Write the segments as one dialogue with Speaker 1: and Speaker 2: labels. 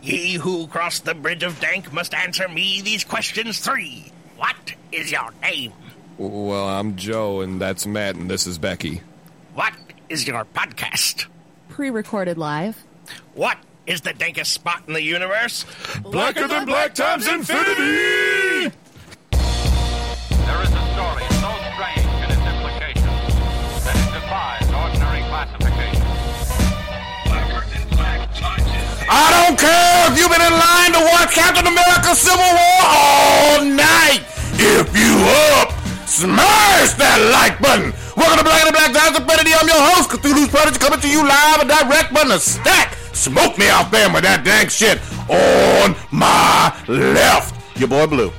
Speaker 1: He who crossed the bridge of Dank must answer me these questions three. What is your name?
Speaker 2: Well, I'm Joe, and that's Matt, and this is Becky.
Speaker 1: What is your podcast?
Speaker 3: Pre recorded live.
Speaker 1: What is the dankest spot in the universe?
Speaker 2: Blacker than black times infinity!
Speaker 4: There is a story so strange in its implications that it defies ordinary classification.
Speaker 2: I don't care if you've been in line to watch Captain America Civil War all night! If you up, smash that like button! Welcome to Black and Black Times Infinity, I'm your host, Cthulhu's Prodigy, coming to you live and direct button a stack! Smoke me out there with that dang shit on my left! Your boy Blue.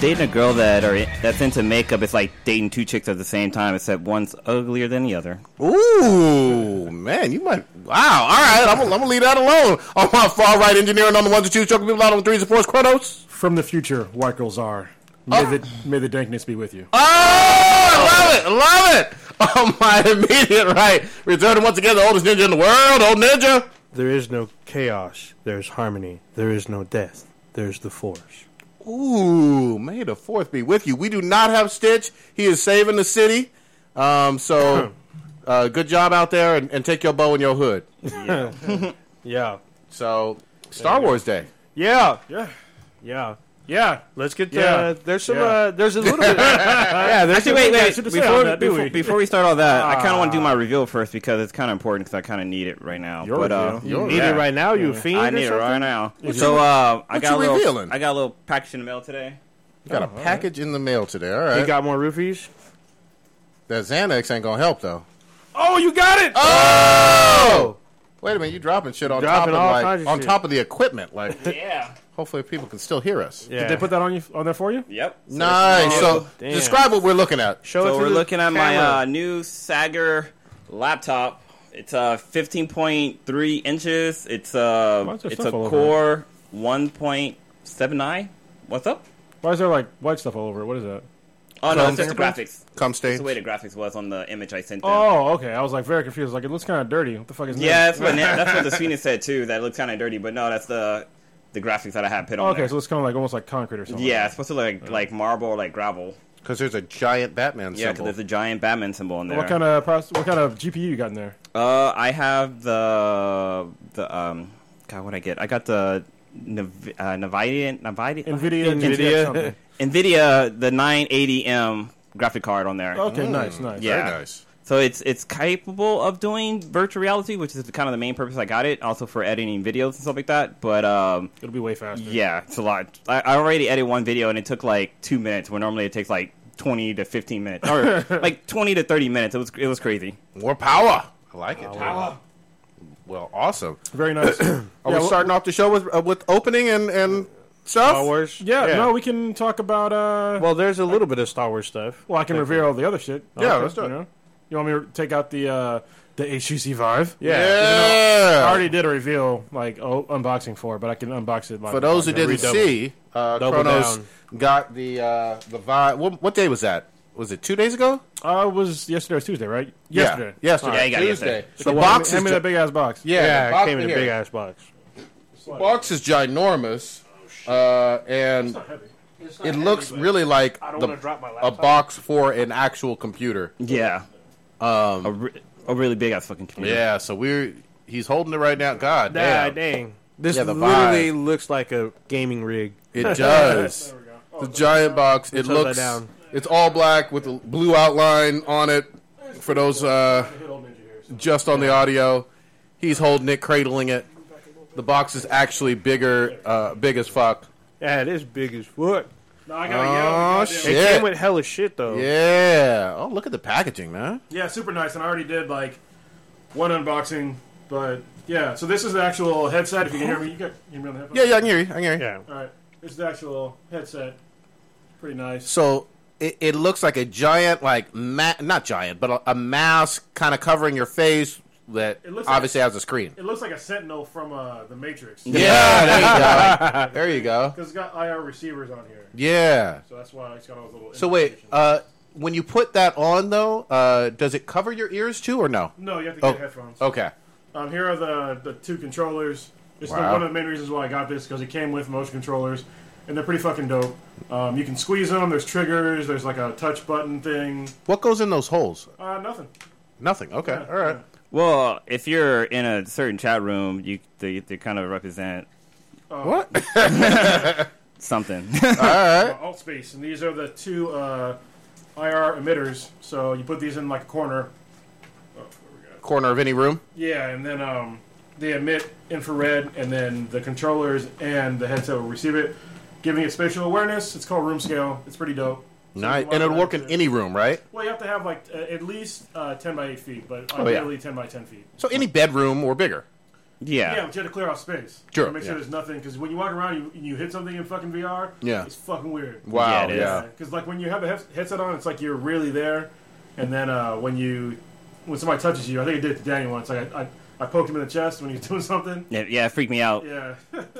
Speaker 5: Dating a girl that are that's into makeup is like dating two chicks at the same time, except one's uglier than the other.
Speaker 6: Ooh, man, you might. Wow. All right, I'm gonna I'm gonna leave that alone. On my far right, engineering on the ones that choose, choking people out on the threes and fours, Kronos.
Speaker 7: From the future, white girls are. May, the, may the dankness be with you.
Speaker 6: Oh, I love it, love it. On my immediate right, returning once again the oldest ninja in the world, old ninja.
Speaker 8: There is no chaos. There's harmony. There is no death. There's the force.
Speaker 6: Ooh, may the fourth be with you. We do not have Stitch. He is saving the city. Um, so, uh, good job out there, and, and take your bow and your hood.
Speaker 8: Yeah.
Speaker 6: So, Star Wars Day.
Speaker 8: Yeah. Yeah. Yeah. Yeah. Let's get
Speaker 7: Yeah.
Speaker 8: uh, there's some
Speaker 7: Yeah.
Speaker 8: uh, there's a little bit. yeah, there's
Speaker 5: Actually,
Speaker 8: a
Speaker 5: wait,
Speaker 8: little
Speaker 5: wait.
Speaker 8: bit to say
Speaker 5: Before,
Speaker 8: on that, do
Speaker 5: before,
Speaker 8: we? Ah.
Speaker 5: before we start all that, I kind of want to do my reveal first because it's kind of important because I kind of need it right now.
Speaker 8: Your
Speaker 5: but uh,
Speaker 8: review. You need it right now, you fiend.
Speaker 5: I
Speaker 8: or
Speaker 5: need it
Speaker 8: something?
Speaker 5: right now. So uh, I got
Speaker 6: What you
Speaker 5: a little.
Speaker 6: revealing?
Speaker 5: I got a little package in the mail today.
Speaker 6: You got a package in the mail today. All
Speaker 8: You
Speaker 6: right.
Speaker 8: Oh, got more roofies?
Speaker 6: that Xanax ain't gonna help though.
Speaker 8: Oh, you got it.
Speaker 6: Oh! Wait a minute, you dropping shit on
Speaker 8: Dropping all
Speaker 6: top of
Speaker 8: kinds
Speaker 6: like,
Speaker 8: of
Speaker 6: on
Speaker 8: shit.
Speaker 6: top of the equipment. Like
Speaker 5: Yeah.
Speaker 6: hopefully people can still hear us.
Speaker 8: yeah.
Speaker 7: Did they put that on you on there for you?
Speaker 5: Yep. So-
Speaker 6: Nice. So
Speaker 8: Damn.
Speaker 6: describe what we're looking at.
Speaker 8: Show it
Speaker 5: So
Speaker 8: to
Speaker 5: we're
Speaker 8: the
Speaker 5: looking at my
Speaker 8: camera.
Speaker 5: uh, new Sager laptop. It's uh, 15.3 inches. It's uh,
Speaker 7: Why's there
Speaker 5: it's a
Speaker 7: stuff all over
Speaker 5: Core 1.7i. What's up?
Speaker 7: Why is there like white stuff all over it? What is that?
Speaker 5: Oh no,
Speaker 6: Come
Speaker 5: it's just the graphics.
Speaker 6: Come stage.
Speaker 5: That's the way the graphics was on the image I sent. Them.
Speaker 7: Oh, okay. I was like very confused. Like it looks kind of dirty. What the fuck is
Speaker 5: yeah,
Speaker 7: that?
Speaker 5: that's what that's what the screen said too. That it looks kind of dirty, but no, that's the the graphics that I had put on.
Speaker 7: Oh, okay,
Speaker 5: there.
Speaker 7: so it's kind of like almost like concrete or something.
Speaker 5: yeah, it's supposed to look like, like marble, or like gravel.
Speaker 6: Because there's a giant Batman
Speaker 5: Yeah, because
Speaker 6: symbol.
Speaker 5: there's a giant Batman symbol in there.
Speaker 7: What kind of proce- what kind of GPU you got in there?
Speaker 5: Uh, I have the the um. God, what I get? I got the Nv- uh, Nvidia Nvidia
Speaker 7: Nvidia.
Speaker 8: Nvidia.
Speaker 7: something.
Speaker 5: Nvidia the 980M graphic card on there.
Speaker 7: Okay, nice, nice.
Speaker 5: Yeah.
Speaker 6: Very nice.
Speaker 5: So it's it's capable of doing virtual reality, which is kind of the main purpose I got it. Also for editing videos and stuff like that. But um,
Speaker 7: It'll be way faster.
Speaker 5: yeah, it's a lot. I, I already edited one video and it took like two minutes. When normally it takes like twenty to fifteen minutes, or like twenty to thirty minutes. It was it was crazy.
Speaker 6: More power. I like it. Power. Well, awesome.
Speaker 7: Very nice. yeah,
Speaker 6: Are we
Speaker 7: well-
Speaker 6: starting off the show with uh, with opening and and stuff?
Speaker 8: Star Wars.
Speaker 7: yeah, no, we can talk about uh well,
Speaker 8: Well, there's a little bit of Star Wars stuff.
Speaker 7: I can reveal all the other shit.
Speaker 6: Yeah,
Speaker 7: Okay,
Speaker 6: let's do
Speaker 7: you
Speaker 6: it.
Speaker 7: know? You want me to take out the uh the HTC Vive? I
Speaker 6: Yeah.
Speaker 7: already did a reveal, like oh, unboxing for, it, but I can unbox it. Like,
Speaker 6: For those who didn't
Speaker 7: redouble.
Speaker 6: see, uh,
Speaker 8: Double
Speaker 6: Kronos
Speaker 8: down.
Speaker 6: got the uh, the vibe. What, what day was that? Was it two days ago?
Speaker 7: uh, it was yesterday or Tuesday, right? Yesterday.
Speaker 6: Yeah, yesterday.
Speaker 5: Yeah, you got it
Speaker 6: Tuesday.
Speaker 5: yesterday.
Speaker 6: So The
Speaker 7: Well, hand me-
Speaker 6: box is
Speaker 7: hand me
Speaker 6: gi-
Speaker 7: that big ass box.
Speaker 6: yeah, the
Speaker 8: Yeah,
Speaker 6: box
Speaker 8: it came in a
Speaker 6: here.
Speaker 8: big ass box.
Speaker 6: box is ginormous,
Speaker 7: Oh,
Speaker 6: uh, and it looks really like
Speaker 7: I don't
Speaker 6: the-
Speaker 7: wanna drop my
Speaker 6: a
Speaker 7: laptop.
Speaker 6: box for an actual computer.
Speaker 5: Yeah, um, a, re- a really big ass fucking computer.
Speaker 6: Yeah, so we're he's holding it right now. God
Speaker 8: Nah,
Speaker 6: damn,
Speaker 8: dang. This
Speaker 6: Yeah, the
Speaker 8: literally looks like a gaming rig.
Speaker 6: it does. The giant box. It
Speaker 8: Let's hold that
Speaker 6: looks.
Speaker 8: down.
Speaker 6: It's all black with a blue outline on it. For those uh, just on the audio, he's holding it, cradling it. The box is actually bigger, uh, big as fuck.
Speaker 8: Yeah, it is big as fuck.
Speaker 7: No, I gotta
Speaker 6: Oh
Speaker 8: It
Speaker 6: shit!
Speaker 8: came with hella shit though.
Speaker 6: Yeah. Oh, look at the packaging, man.
Speaker 7: Yeah, super nice. And I already did like one unboxing, but yeah. So this is the actual headset. If you can hear me, you got you hear me on the headphones.
Speaker 6: Yeah, yeah, I can hear you. I can hear you.
Speaker 8: Yeah.
Speaker 7: All right, it's the actual headset. Pretty nice.
Speaker 6: So it, it looks like a giant, like ma- not giant, but a, a mask kind of covering your face that
Speaker 7: It looks like-
Speaker 6: obviously has a screen.
Speaker 7: It looks like a Sentinel from uh, the Matrix
Speaker 6: Yeah, there you go. There you go.
Speaker 7: because it's got IR receivers on here.
Speaker 6: Yeah.
Speaker 7: So that's why it's got all those little.
Speaker 6: So wait,
Speaker 7: information.
Speaker 6: uh, when you put that on though, uh, does it cover your ears too, or no?
Speaker 7: no, you have to
Speaker 6: oh,
Speaker 7: get headphones.
Speaker 6: Okay.
Speaker 7: Um, here are the the two controllers. It's
Speaker 2: Wow.
Speaker 7: the, one of the main reasons why I got this because it came with motion controllers, and they're pretty fucking dope. Um, you can squeeze them. There's triggers. There's like a touch button thing.
Speaker 6: What goes in those holes?
Speaker 7: Uh, nothing.
Speaker 6: Nothing. Okay. All right.
Speaker 5: Well, if you're in a certain chat room, you they, they kind of represent
Speaker 6: What?
Speaker 5: something.
Speaker 7: Uh, alt space, and these are the two uh, IR emitters. So you put these in like a corner.
Speaker 6: Corner of any room.
Speaker 7: Yeah, and then um, they emit infrared, and then the controllers and the headset will receive it, giving it spatial awareness. It's called room scale. It's pretty dope. So
Speaker 6: Nice.
Speaker 7: you can
Speaker 6: And it'll work in
Speaker 7: around it.
Speaker 6: any room, right?
Speaker 7: Well, you have to have like uh, at least uh, ten by eight feet, but
Speaker 6: Oh, yeah.
Speaker 7: ideally ten by ten feet.
Speaker 6: So any bedroom or bigger.
Speaker 7: Yeah,
Speaker 5: yeah.
Speaker 7: but you have to clear off space.
Speaker 6: Sure,
Speaker 7: You Make sure
Speaker 6: yeah.
Speaker 7: there's nothing because when you walk around, you, you hit something in fucking VR.
Speaker 6: Yeah.
Speaker 7: it's fucking weird.
Speaker 6: Wow.
Speaker 5: it is.
Speaker 6: Yeah.
Speaker 7: Because like when you have a head- headset on, it's like you're really there, and then uh, when you when somebody touches you, I think I did it to Danny once. Like I, I, I poked him in the chest when he was doing something.
Speaker 5: yeah. Yeah, it freaked me out.
Speaker 7: Yeah.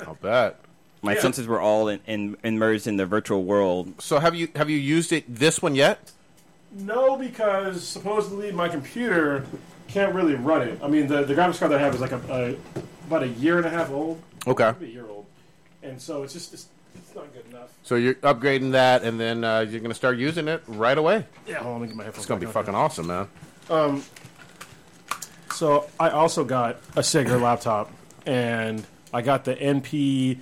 Speaker 6: I'll bet.
Speaker 5: My senses were all in, in, immersed in the virtual world.
Speaker 6: So have you have you used it this one yet?
Speaker 7: no, because supposedly my computer can't really run it. I mean, the, the graphics card that I have is like a, a about a year and a half old,
Speaker 6: Okay.
Speaker 7: maybe a year old, and so it's just it's, it's not good enough.
Speaker 6: So you're upgrading that, and then uh, you're gonna start using it right away.
Speaker 7: Yeah, hold on, let me get my headphones.
Speaker 6: It's gonna be
Speaker 7: back on.
Speaker 6: fucking awesome, man.
Speaker 7: So I also got a Sega laptop, and I got the NP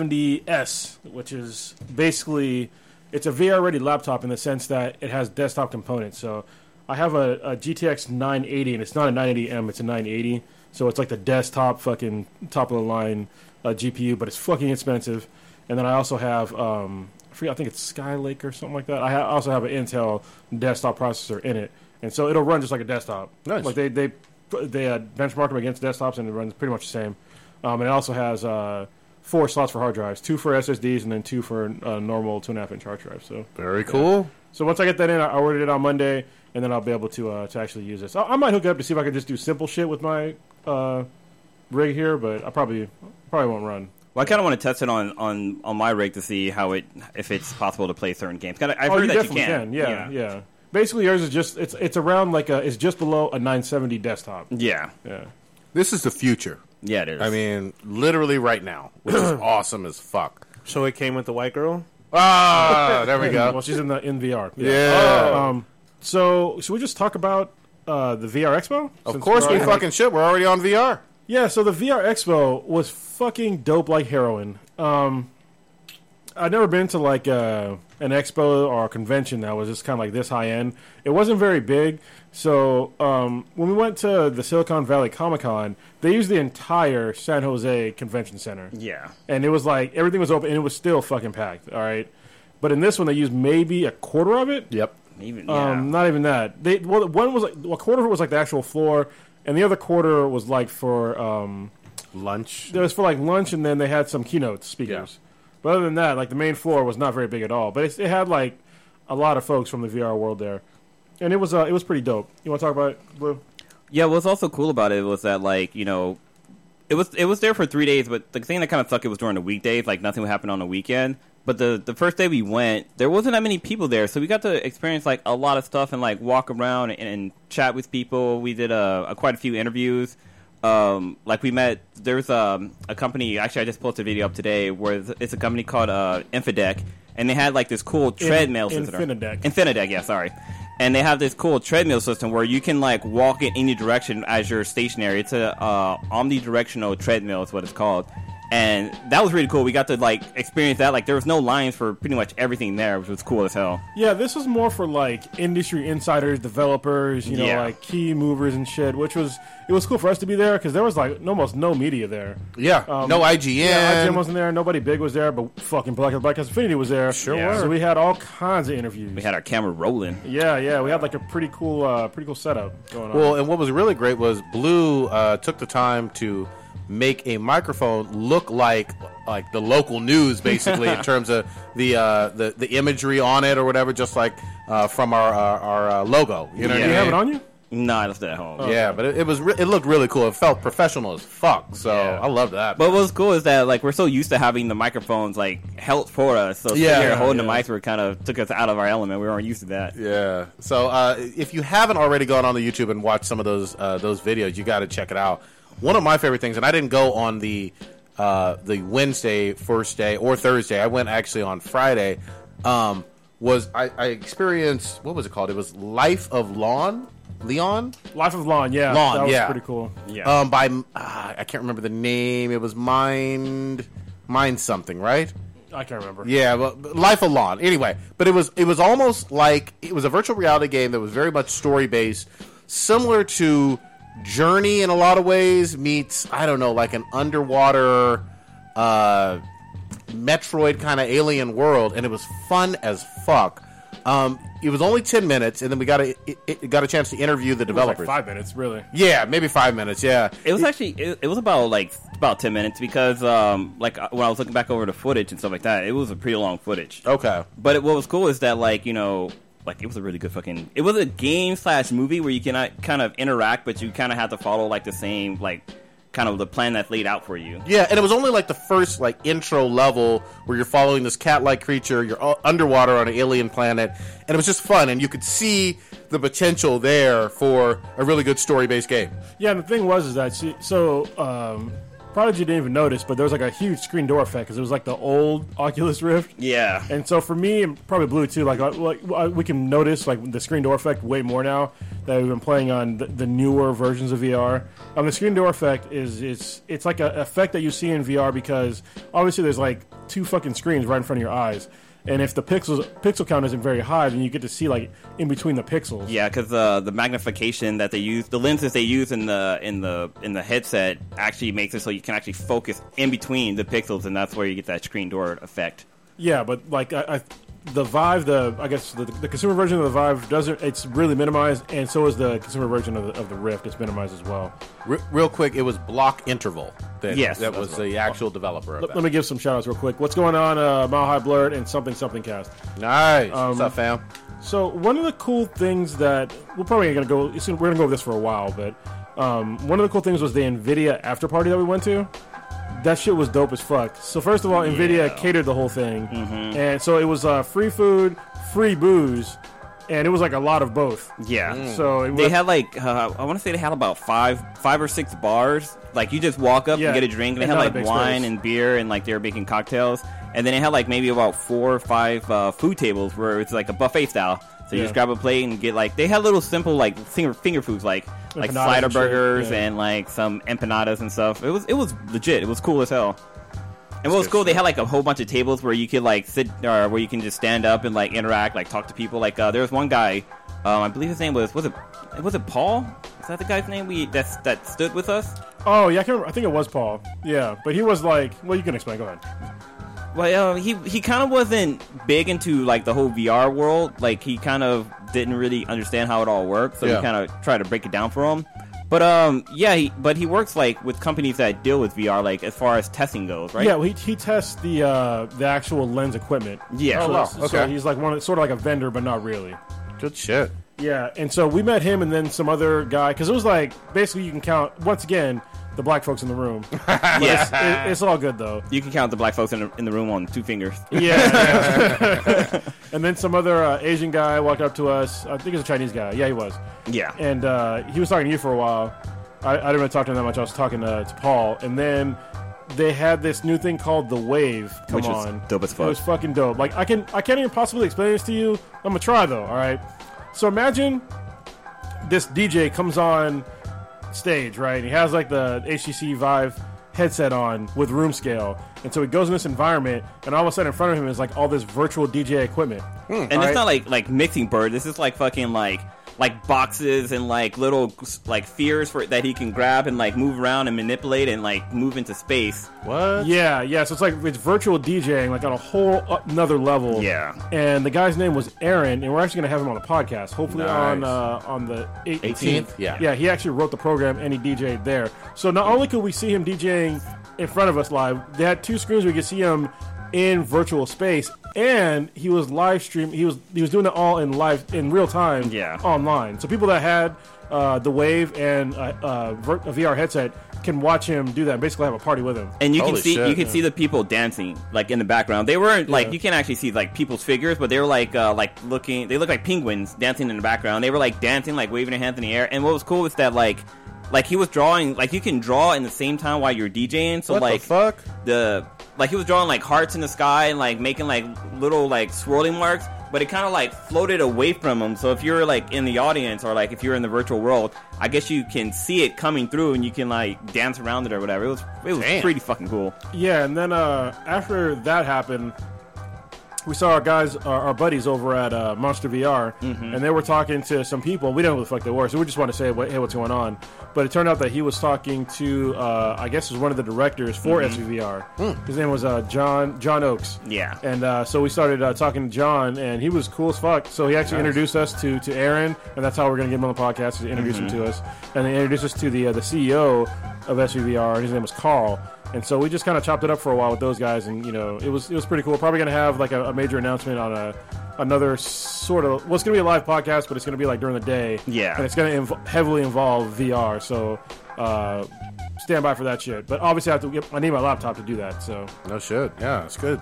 Speaker 7: 9870S, which is basically it's a VR-ready laptop in the sense that it has desktop components. So I have a, a GTX 980, and it's not a 980M, it's a 980. So it's like the desktop fucking top of the line uh, GPU, but it's fucking expensive. And then I also have um, I forget, I think it's Skylake or something like that. I ha- also have an Intel desktop processor in it, and so it'll run just like a desktop.
Speaker 6: Nice.
Speaker 7: Like they they they uh, benchmark them against desktops, and it runs pretty much the same. Um, and it also has uh, four slots for hard drives, two for SSDs, and then two for uh, normal two and a half inch hard drives. So
Speaker 6: Very cool.
Speaker 7: so once I get that in, I ordered it on Monday, and then I'll be able to uh, to actually use this. I, I might hook it up to see if I can just do simple shit with my uh, rig here, but I probably probably won't run.
Speaker 5: Well, I kind of want to test it on, on, on my rig to see how it if it's possible to play certain games. 'Cause I- I've
Speaker 7: Oh,
Speaker 5: heard
Speaker 7: you
Speaker 5: that
Speaker 7: definitely
Speaker 5: you
Speaker 7: can.
Speaker 5: can.
Speaker 7: Yeah, yeah, Basically, yours is just it's it's around like a it's just below a 970 desktop.
Speaker 5: Yeah.
Speaker 7: Yeah,
Speaker 6: This is the future.
Speaker 5: Yeah, it is.
Speaker 6: I mean, literally right now, which is awesome as fuck.
Speaker 8: So it came with the white girl.
Speaker 6: Ah, there we
Speaker 7: Well,
Speaker 6: go.
Speaker 7: she's in the in VR.
Speaker 6: Yeah,
Speaker 7: Um. So should we just talk about uh, the VR Expo?
Speaker 6: of course we
Speaker 7: fucking.
Speaker 6: fucking should. We're already on VR.
Speaker 7: Yeah, so the VR Expo was fucking dope like heroin. Um, I've never been to like uh, an expo or a convention that was just kind of like this high end. It wasn't very big, so um, when we went to the Silicon Valley Comic Con, they used the entire San Jose Convention Center.
Speaker 5: yeah.
Speaker 7: And it was like everything was open, and it was still fucking packed. All right, but in this one, they used maybe a quarter of it.
Speaker 6: Yep.
Speaker 5: Even,
Speaker 7: Um,
Speaker 5: yeah.
Speaker 7: Not even that. They well, one was like a quarter of it was like the actual floor, and the other quarter was like for um,
Speaker 6: Lunch.
Speaker 7: it was for like lunch, and then they had some keynote speakers. But other than that, like the main floor was not very big at all. But it's, it had like a lot of folks from the VR world there, and it was uh, it was pretty dope. You want to talk about it, Blue?
Speaker 5: Yeah, what's also cool about it was that like you know, it was it was there for three days, but the thing that kind of sucked it was during the weekdays, like nothing would happen on the weekend. But the the first day we went, there wasn't that many people there, so we got to experience like a lot of stuff and like walk around and, and chat with people. We did uh, a, quite a few interviews. Um, like we met, there's um, a company. Actually, I just posted a video up today where it's- it's a company called uh, Infideck, and they had like this cool treadmill system.
Speaker 7: Infinideck.
Speaker 5: Infinideck, yeah, sorry. And they have this cool treadmill system where you can like walk in any direction as you're stationary. It's a uh, omnidirectional treadmill, is what it's called. And that was really cool. We got to like experience that. Like there was no lines for pretty much everything there, which was cool as hell.
Speaker 7: Yeah, this was more for like industry insiders, developers, you know,
Speaker 5: Yeah.
Speaker 7: like key movers and shit. Which was it was cool for us to be there because there was like almost no media there.
Speaker 6: Yeah. no IGN.
Speaker 7: um, Yeah, IGN wasn't there. Nobody big was there, but fucking Black Black Cast Infinity was there. Sure
Speaker 5: Yeah. were.
Speaker 7: So we had all kinds of interviews.
Speaker 5: We had our camera rolling.
Speaker 7: yeah, yeah, we had like a pretty cool, uh, pretty cool setup going on.
Speaker 6: Well, and what was really great was Blue uh, took the time to make a microphone look like like the local news, basically in terms of the uh, the the imagery on it or whatever, just like uh, from our our, our uh, logo. You know,
Speaker 5: Yeah.
Speaker 6: what I
Speaker 7: Do you have
Speaker 6: mean?
Speaker 7: it on you?
Speaker 5: Nah, I left it at home.
Speaker 6: Yeah, but it, it was re- it looked really cool. It felt professional as fuck. So I loved that.
Speaker 5: But what's cool is that like we're so used to having the microphones like held for us. So
Speaker 6: Yeah.
Speaker 5: yeah, here holding
Speaker 6: Yeah.
Speaker 5: the mics were kind of took us out of our element. We weren't used to that.
Speaker 6: Yeah. So uh, if you haven't already gone on the YouTube and watched some of those uh, those videos, you got to check it out. One of my favorite things, and I didn't go on the uh, the Wednesday first day or Thursday. I went actually on Friday. Um, was I, I experienced what was it called? It was Life of Lawn, Leon.
Speaker 7: Life of Lawn, yeah,
Speaker 6: Lawn,
Speaker 7: that was
Speaker 6: yeah.
Speaker 7: pretty cool.
Speaker 5: Yeah.
Speaker 6: Um, by uh, I can't remember the name. It was Mind Mind something, right?
Speaker 7: I can't remember.
Speaker 6: Yeah, well, Life of Lawn. Anyway, but it was it was almost like it was a virtual reality game that was very much story based, similar to Journey in a lot of ways. Meets I don't know, like an underwater uh, Metroid kind of alien world, and it was fun as fuck. Um, it was only ten minutes, and then we got a it, it got a chance to interview the
Speaker 7: It was like
Speaker 6: developers.
Speaker 7: five minutes, really.
Speaker 6: yeah, maybe five minutes. Yeah,
Speaker 5: It was actually it, it was about like about ten minutes because um like uh, when I was looking back over the footage and stuff like that, it was a pretty long footage.
Speaker 6: okay.
Speaker 5: But it, what was cool is that like you know like it was a really good fucking it was a game slash movie where you cannot kind of interact, but you kind of have to follow like the same like kind of the plan that's laid out for you.
Speaker 6: Yeah, and it was only like the first like intro level where you're following this cat-like creature. You're u- underwater on an alien planet, and it was just fun. And you could see the potential there for a really good story-based game.
Speaker 7: Yeah, and the thing was is that she, so um, Prodigy didn't even notice, but there was like a huge screen door effect because it was like the old Oculus Rift.
Speaker 5: Yeah.
Speaker 7: And so for me, and probably Blue too. Like, I, like I, we can notice like the screen door effect way more now that we've been playing on the, the newer versions of VR. Um, the screen door effect is it's it's like an effect that you see in VR because obviously there's like two fucking screens right in front of your eyes, and if the pixels pixel count isn't very high, then you get to see like in between the pixels.
Speaker 5: Yeah, because uh, the magnification that they use, the lenses they use in the in the in the headset actually makes it so you can actually focus in between the pixels, and that's where you get that screen door effect.
Speaker 7: Yeah, but like I, I the Vive, the I guess the, the consumer version of the Vive doesn't. It's really minimized, and so is the consumer version of the, of the Rift. It's minimized as well.
Speaker 6: R- real quick, it was Block Interval. That,
Speaker 5: Yes,
Speaker 6: that
Speaker 5: that's
Speaker 6: was the actual developer of
Speaker 7: Let,
Speaker 6: that.
Speaker 7: let me give some shout outs real quick. What's going on, uh, Mile High Blurred and Something Something Cast?
Speaker 6: nice.
Speaker 5: um,
Speaker 6: What's up, fam?
Speaker 7: So, one of the cool things that we're probably going to go, it's- we're going to go over this for a while, but um, one of the cool things was the NVIDIA after party that we went to. That shit was dope as fuck. So, first of all, NVIDIA catered the whole thing.
Speaker 5: Mm-hmm.
Speaker 7: And so it was uh, free food, free booze, and it was like a lot of both.
Speaker 5: Yeah.
Speaker 7: So it
Speaker 5: They
Speaker 7: was,
Speaker 5: had like uh, I want to say they had about five five or six bars. Like you just walk up
Speaker 7: Yeah,
Speaker 5: and get a drink, and they
Speaker 7: and
Speaker 5: had
Speaker 7: not a
Speaker 5: like
Speaker 7: big
Speaker 5: wine
Speaker 7: space.
Speaker 5: and beer, and like they were making cocktails. And then they had like maybe about four or five uh, food tables where it's like a buffet style. So you
Speaker 7: Yeah.
Speaker 5: just grab a plate and get like they had little simple like finger, finger foods like like
Speaker 7: Empanadas
Speaker 5: slider
Speaker 7: and shit,
Speaker 5: burgers
Speaker 7: yeah.
Speaker 5: and like some empanadas and stuff. It was it was legit. It was cool as hell. And what was cool, they had like a whole bunch of tables where you could like sit or where you can just stand up and like interact, like talk to people. Like uh, there was one guy, um, I believe his name was was it was it Paul? Is that the guy's name we that's that stood with us?
Speaker 7: oh, yeah, I, can remember, I think it was Paul. Yeah, but he was like, well, you can explain. Go ahead.
Speaker 5: Well, uh, he he kind of wasn't big into like the whole VR world. Like he kind of didn't really understand how it all worked, so
Speaker 6: Yeah.
Speaker 5: we kind of tried to break it down for him. But um, yeah, he, but he works like with companies that deal with VR, like as far as testing goes, right?
Speaker 7: Yeah, well, he, he tests the uh, the actual lens equipment.
Speaker 5: Yeah.
Speaker 7: So,
Speaker 5: Oh, wow.
Speaker 7: so
Speaker 6: Okay.
Speaker 7: he's like one of, sort of like a vendor, but not really.
Speaker 6: Good shit.
Speaker 7: Yeah, and so we met him and then some other guy because it was like basically you can count once again the black folks in the room. But
Speaker 5: Yes.
Speaker 7: it's, it, it's all good though.
Speaker 5: You can count the black folks in the, in the room on two fingers.
Speaker 7: Yeah. and then some other uh, Asian guy walked up to us. I think it was a Chinese guy. Yeah, he was.
Speaker 5: Yeah.
Speaker 7: And uh, he was talking to you for a while. I, I didn't really talk to him that much. I was talking to, to Paul. And then they had this new thing called the Wave. Come
Speaker 5: Which was
Speaker 7: on.
Speaker 5: dope as
Speaker 7: It
Speaker 5: fuck.
Speaker 7: was fucking dope. Like I can I can't even possibly explain this to you. I'm gonna try though. All right. So imagine this DJ comes on stage, right? And he has like the HTC Vive headset on with room scale, and so he goes in this environment, and all of a sudden in front of him is like all this virtual DJ equipment.
Speaker 5: and it's not like like mixing bird. This is like fucking like like boxes and like little like spheres for that he can grab and like move around and manipulate and like move into space.
Speaker 6: What?
Speaker 7: Yeah, yeah. So it's like it's virtual DJing, like on a whole uh, another level.
Speaker 5: Yeah.
Speaker 7: And the guy's name was Aaron, and we're actually gonna have him on the podcast, hopefully on
Speaker 6: Nice.
Speaker 7: uh, on the 18th.
Speaker 6: 18th? Yeah.
Speaker 7: Yeah. He actually wrote the program and he DJ'd there. So not only could we see him DJing in front of us live, they had two screens we could see him in virtual space, and he was live stream. He was he was doing it all in live in real time.
Speaker 5: Yeah.
Speaker 7: Online, so people that had. Uh, the wave and uh, uh, vir- a VR headset can watch him do that and basically have a party with him.
Speaker 5: And you
Speaker 6: Holy
Speaker 5: can see
Speaker 6: shit.
Speaker 5: you can see the people dancing like in the background. They weren't like you can't actually see like people's figures, but they were like uh, like looking. They looked like penguins dancing in the background. They were like dancing, like waving their hands in the air. And what was cool was that like Like he was drawing, like you can draw in the same time while you're DJing. So
Speaker 6: What
Speaker 5: like
Speaker 6: the fuck?
Speaker 5: the like he was drawing like hearts in the sky and like making like little like swirling marks but it kind of like floated away from him so if you're like in the audience or like if you're in the virtual world i guess you can see it coming through and you can like dance around it or whatever it was it was
Speaker 6: Damn.
Speaker 5: pretty fucking cool
Speaker 7: Yeah, and then uh, after that happened, we saw our guys, our, our buddies over at uh, Monster VR, and they were talking to some people. We didn't know who the fuck they were, so we just wanted to say, what, hey, what's going on? But it turned out that he was talking to, uh, I guess, it was one of the directors for SVVR. His name was uh, John John Oakes.
Speaker 5: Yeah.
Speaker 7: and uh, so we started uh, talking to John, and he was cool as fuck. So he actually introduced us to to Aaron, and that's how we're gonna get him on the podcast. Is introduce him to us, and they introduced us to the uh, the CEO of SVVR. and His name was Carl, and so we just kind of chopped it up for a while with those guys, and you know it was it was pretty cool. Probably gonna have like a, a major announcement on a another sort of well, it's gonna be a live podcast, but it's gonna be like during the day,
Speaker 5: Yeah.
Speaker 7: and it's gonna inv- heavily involve VR. So. Uh, Stand by for that shit, but obviously I have to. Get, I need my laptop to do that. So
Speaker 6: No shit. Yeah, it's good.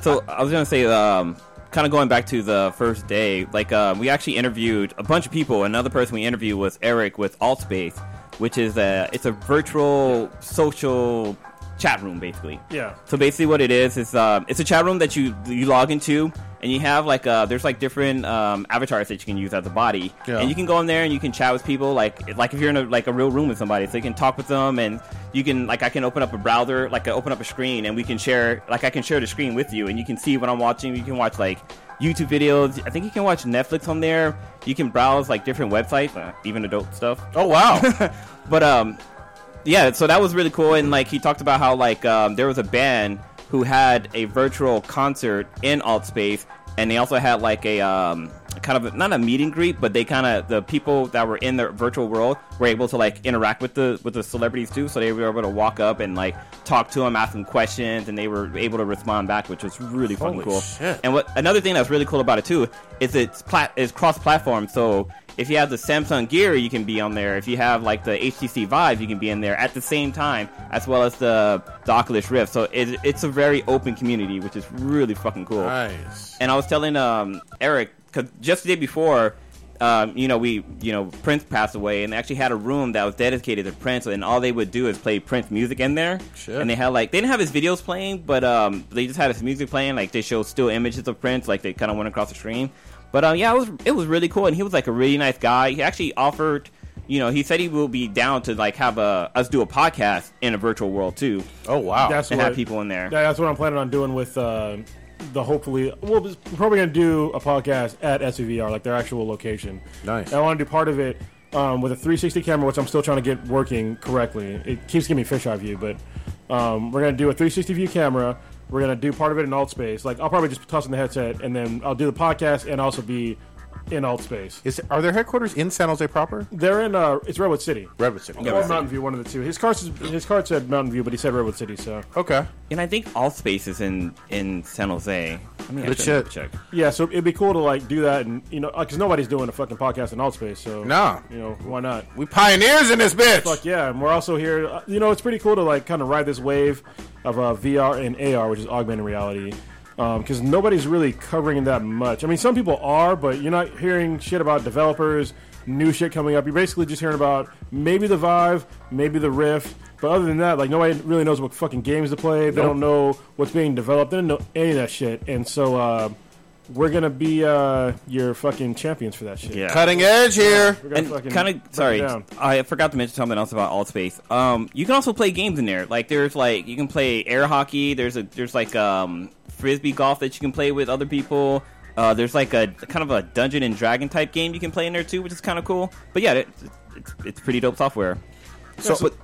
Speaker 5: So I was gonna say, um, kind of going back to the first day, like uh, we actually interviewed a bunch of people. Another person we interviewed was Eric with Altspace, which is a it's a virtual social chat room basically.
Speaker 7: Yeah.
Speaker 5: So basically, what it is is um, it's a chat room that you you log into. And you have like uh, there's like different um, avatars that you can use as a body,
Speaker 6: Yeah.
Speaker 5: and you can go in there and you can chat with people like like if you're in a, like a real room with somebody, so you can talk with them and you can like I can open up a browser, like I open up a screen and we can share like I can share the screen with you and you can see what I'm watching. You can watch like YouTube videos. I think you can watch Netflix on there. You can browse like different websites, uh, even adult stuff.
Speaker 6: Oh wow.
Speaker 5: But um, yeah, so that was really cool. And like he talked about how like um, there was a band who had a virtual concert in alt space, and they also had like a um, kind of not a meet and greet, but they kind of the people that were in the virtual world were able to like interact with the with the celebrities too. So they were able to walk up and like talk to them, ask them questions, and they were able to respond back, which was really fucking
Speaker 6: Holy
Speaker 5: cool.
Speaker 6: shit.
Speaker 5: And what another thing that's really cool about it too is it's plat is cross platform. So if you have the Samsung Gear, you can be on there. If you have like the HTC Vive, you can be in there at the same time, as well as the, the Oculus Rift. So it, it's a very open community, which is really fucking cool.
Speaker 6: nice.
Speaker 5: And I was telling um, Eric because just the day before, um, you know, we you know Prince passed away, and they actually had a room that was dedicated to Prince, and all they would do is play Prince music in there.
Speaker 6: Shit.
Speaker 5: And they had like they didn't have his videos playing, but um, they just had his music playing. Like they showed still images of Prince, like they kind of went across the screen. But uh, yeah, it was it was really cool, and he was like a really nice guy. He actually offered. You know, he said he will be down to like have a us do a podcast in a virtual world too,
Speaker 6: Oh wow.
Speaker 7: that's
Speaker 5: and
Speaker 7: what
Speaker 5: have people in there.
Speaker 7: Yeah, that's what I'm planning on doing with uh, the hopefully. Well, we're probably going to do a podcast at SUVR, like their actual location.
Speaker 6: Nice.
Speaker 7: And I want to do part of it um, with a 360 camera, which I'm still trying to get working correctly. It keeps giving me fisheye view, but um, we're going to do a 360 view camera. We're going to do part of it in alt space. Like, I'll probably just toss in the headset, and then I'll do the podcast and also be in alt space.
Speaker 6: Is are their headquarters in San Jose proper?
Speaker 7: They're in, uh, it's Redwood City.
Speaker 6: Redwood City.
Speaker 7: Or Mountain View, one of the two. His card, says- his card said Mountain View, but he said Redwood City, so.
Speaker 6: Okay.
Speaker 5: And I think all space is in in San Jose. I mean,
Speaker 6: Good
Speaker 5: check.
Speaker 6: shit.
Speaker 5: check.
Speaker 7: Yeah, so it'd be cool to like do that, and you know, because nobody's doing a fucking podcast in Altspace, so
Speaker 6: Nah.
Speaker 7: you know, why not?
Speaker 6: We pioneers in this bitch.
Speaker 7: Fuck yeah, and we're also here. uh, You know, it's pretty cool to like kind of ride this wave of uh, VR and AR, which is augmented reality, because nobody's really covering that much. I mean, some people are, but you're not hearing shit about developers, new shit coming up. You're basically just hearing about maybe the Vive, maybe the Rift. But other than that, like nobody really knows what fucking games to play. They don't know what's being developed. They don't know any of that shit. And so uh, we're gonna be uh, your fucking champions for that shit.
Speaker 5: Yeah.
Speaker 6: Cutting edge here.
Speaker 7: We're gonna
Speaker 5: And
Speaker 7: fucking
Speaker 5: kind
Speaker 7: break it
Speaker 5: of sorry,
Speaker 7: down.
Speaker 5: I forgot to mention something else about Altspace. Um, you can also play games in there. Like there's like you can play air hockey. There's a there's like um frisbee golf that you can play with other people. Uh, there's like a kind of a dungeon and dragon type game you can play in there too, which is kind of cool. But yeah, it, it's it's pretty dope software. So, but,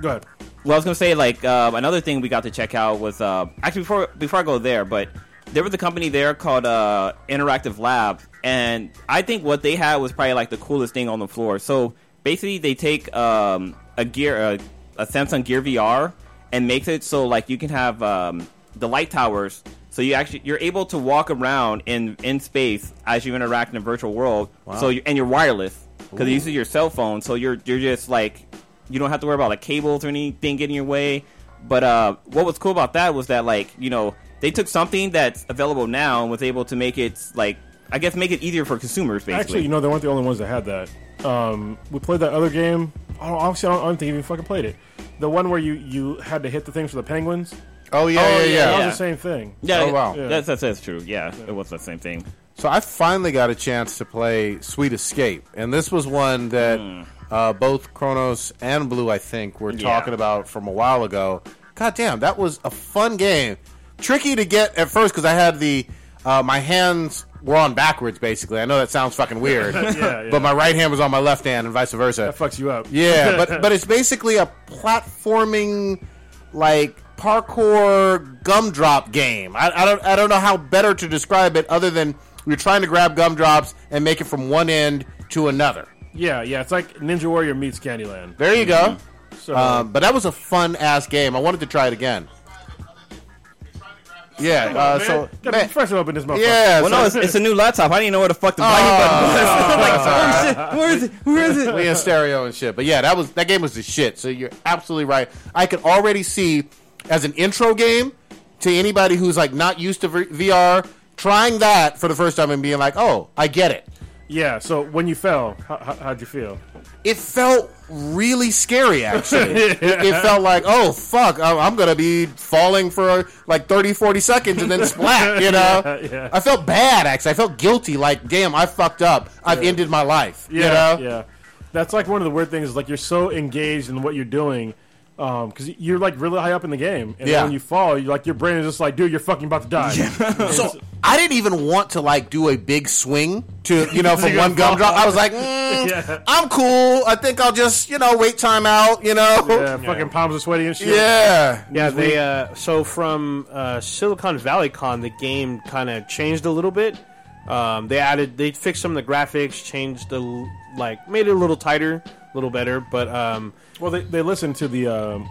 Speaker 7: Go ahead.
Speaker 5: well, I was gonna say like uh, another thing we got to check out was uh, actually before before I go there, but there was a company there called uh, Interactive Lab, and I think what they had was probably like the coolest thing on the floor. So basically, they take um, a gear a, a Samsung Gear VR and makes it so like you can have um, the light towers. So you actually you're able to walk around in in space as you interact in a virtual world. So you, and you're wireless because you use your cell phone. So you're you're just like you don't have to worry about like cables or anything getting in your way. But uh, what was cool about that was that like you know they took something that's available now and was able to make it like I guess make it easier for consumers basically.
Speaker 7: Actually, you know, they weren't the only ones that had that. Um, we played that other game. Oh, obviously, I don't, I don't think you even fucking played it. The one where you you had to hit the things for the penguins.
Speaker 6: Oh yeah, yeah, yeah.
Speaker 7: That
Speaker 5: yeah.
Speaker 7: was the same thing.
Speaker 5: Yeah,
Speaker 6: Oh, wow.
Speaker 5: That's, that's that's true. Yeah, it was the same thing.
Speaker 6: So I finally got a chance to play Sweet Escape, and this was one that
Speaker 7: Hmm.
Speaker 6: uh, both Kronos and Blue, I think, were
Speaker 5: Yeah.
Speaker 6: talking about from a while ago. God damn, that was a fun game. Tricky to get at first because I had the uh, my hands were on backwards. Basically, I know that sounds fucking weird,
Speaker 7: yeah.
Speaker 6: but my right hand was on my left hand, and vice versa.
Speaker 7: That fucks you up.
Speaker 6: Yeah, but but it's basically a platforming like parkour gumdrop game. I, I don't I don't know how better to describe it other than you're trying to grab gumdrops and make it from one end to another.
Speaker 7: yeah, yeah. It's like Ninja Warrior meets Candyland.
Speaker 6: There you go.
Speaker 7: Mm-hmm. So
Speaker 6: Um, but that was a fun ass game. I wanted to try it again. Yeah. Uh,
Speaker 7: man,
Speaker 6: so
Speaker 7: gotta
Speaker 6: man,
Speaker 7: fresh open this motherfucker.
Speaker 6: yeah.
Speaker 5: Well,
Speaker 6: so-
Speaker 5: no, it's, it's a new laptop. I didn't know where the fuck the
Speaker 6: Oh.
Speaker 5: volume button was. like, "Oh, where is it? Where is it? Where is it?
Speaker 6: We in stereo and shit. But yeah, that was that game was the shit. So you're absolutely right. I could already see as an intro game to anybody who's like not used to v- VR trying that for the first time and being like, "Oh, I get it."
Speaker 7: yeah. So when you fell, how, how, how'd you feel?
Speaker 6: It felt really scary actually. it, it felt like, "Oh fuck, I'm, I'm going to be falling for like 30 40 seconds and then splat, you know?"
Speaker 7: yeah.
Speaker 6: I felt bad actually. I felt guilty like, "Damn, I fucked up. I've ended my life."
Speaker 7: Yeah,
Speaker 6: you know?
Speaker 7: yeah. That's like one of the weird things. Is like you're so engaged in what you're doing because you're like really high up in the game, and
Speaker 6: Yeah.
Speaker 7: then when you fall, you like your brain is just like, dude, you're fucking about to die.
Speaker 6: So I didn't even want to like do a big swing to you know from
Speaker 7: You're
Speaker 6: one
Speaker 7: gonna fall.
Speaker 6: gumdrop. I was like, mm,
Speaker 7: Yeah.
Speaker 6: I'm cool. I think I'll just you know wait time out. You know,
Speaker 7: yeah, fucking palms are sweaty and shit.
Speaker 6: yeah,
Speaker 8: Yeah, they uh, so from uh, Silicon Valley Con, the game kind of changed a little bit. Um, they added, they fixed some of the graphics, changed the l- like, made it a little tighter, a little better. But um,
Speaker 7: Well, they, they listen to the um,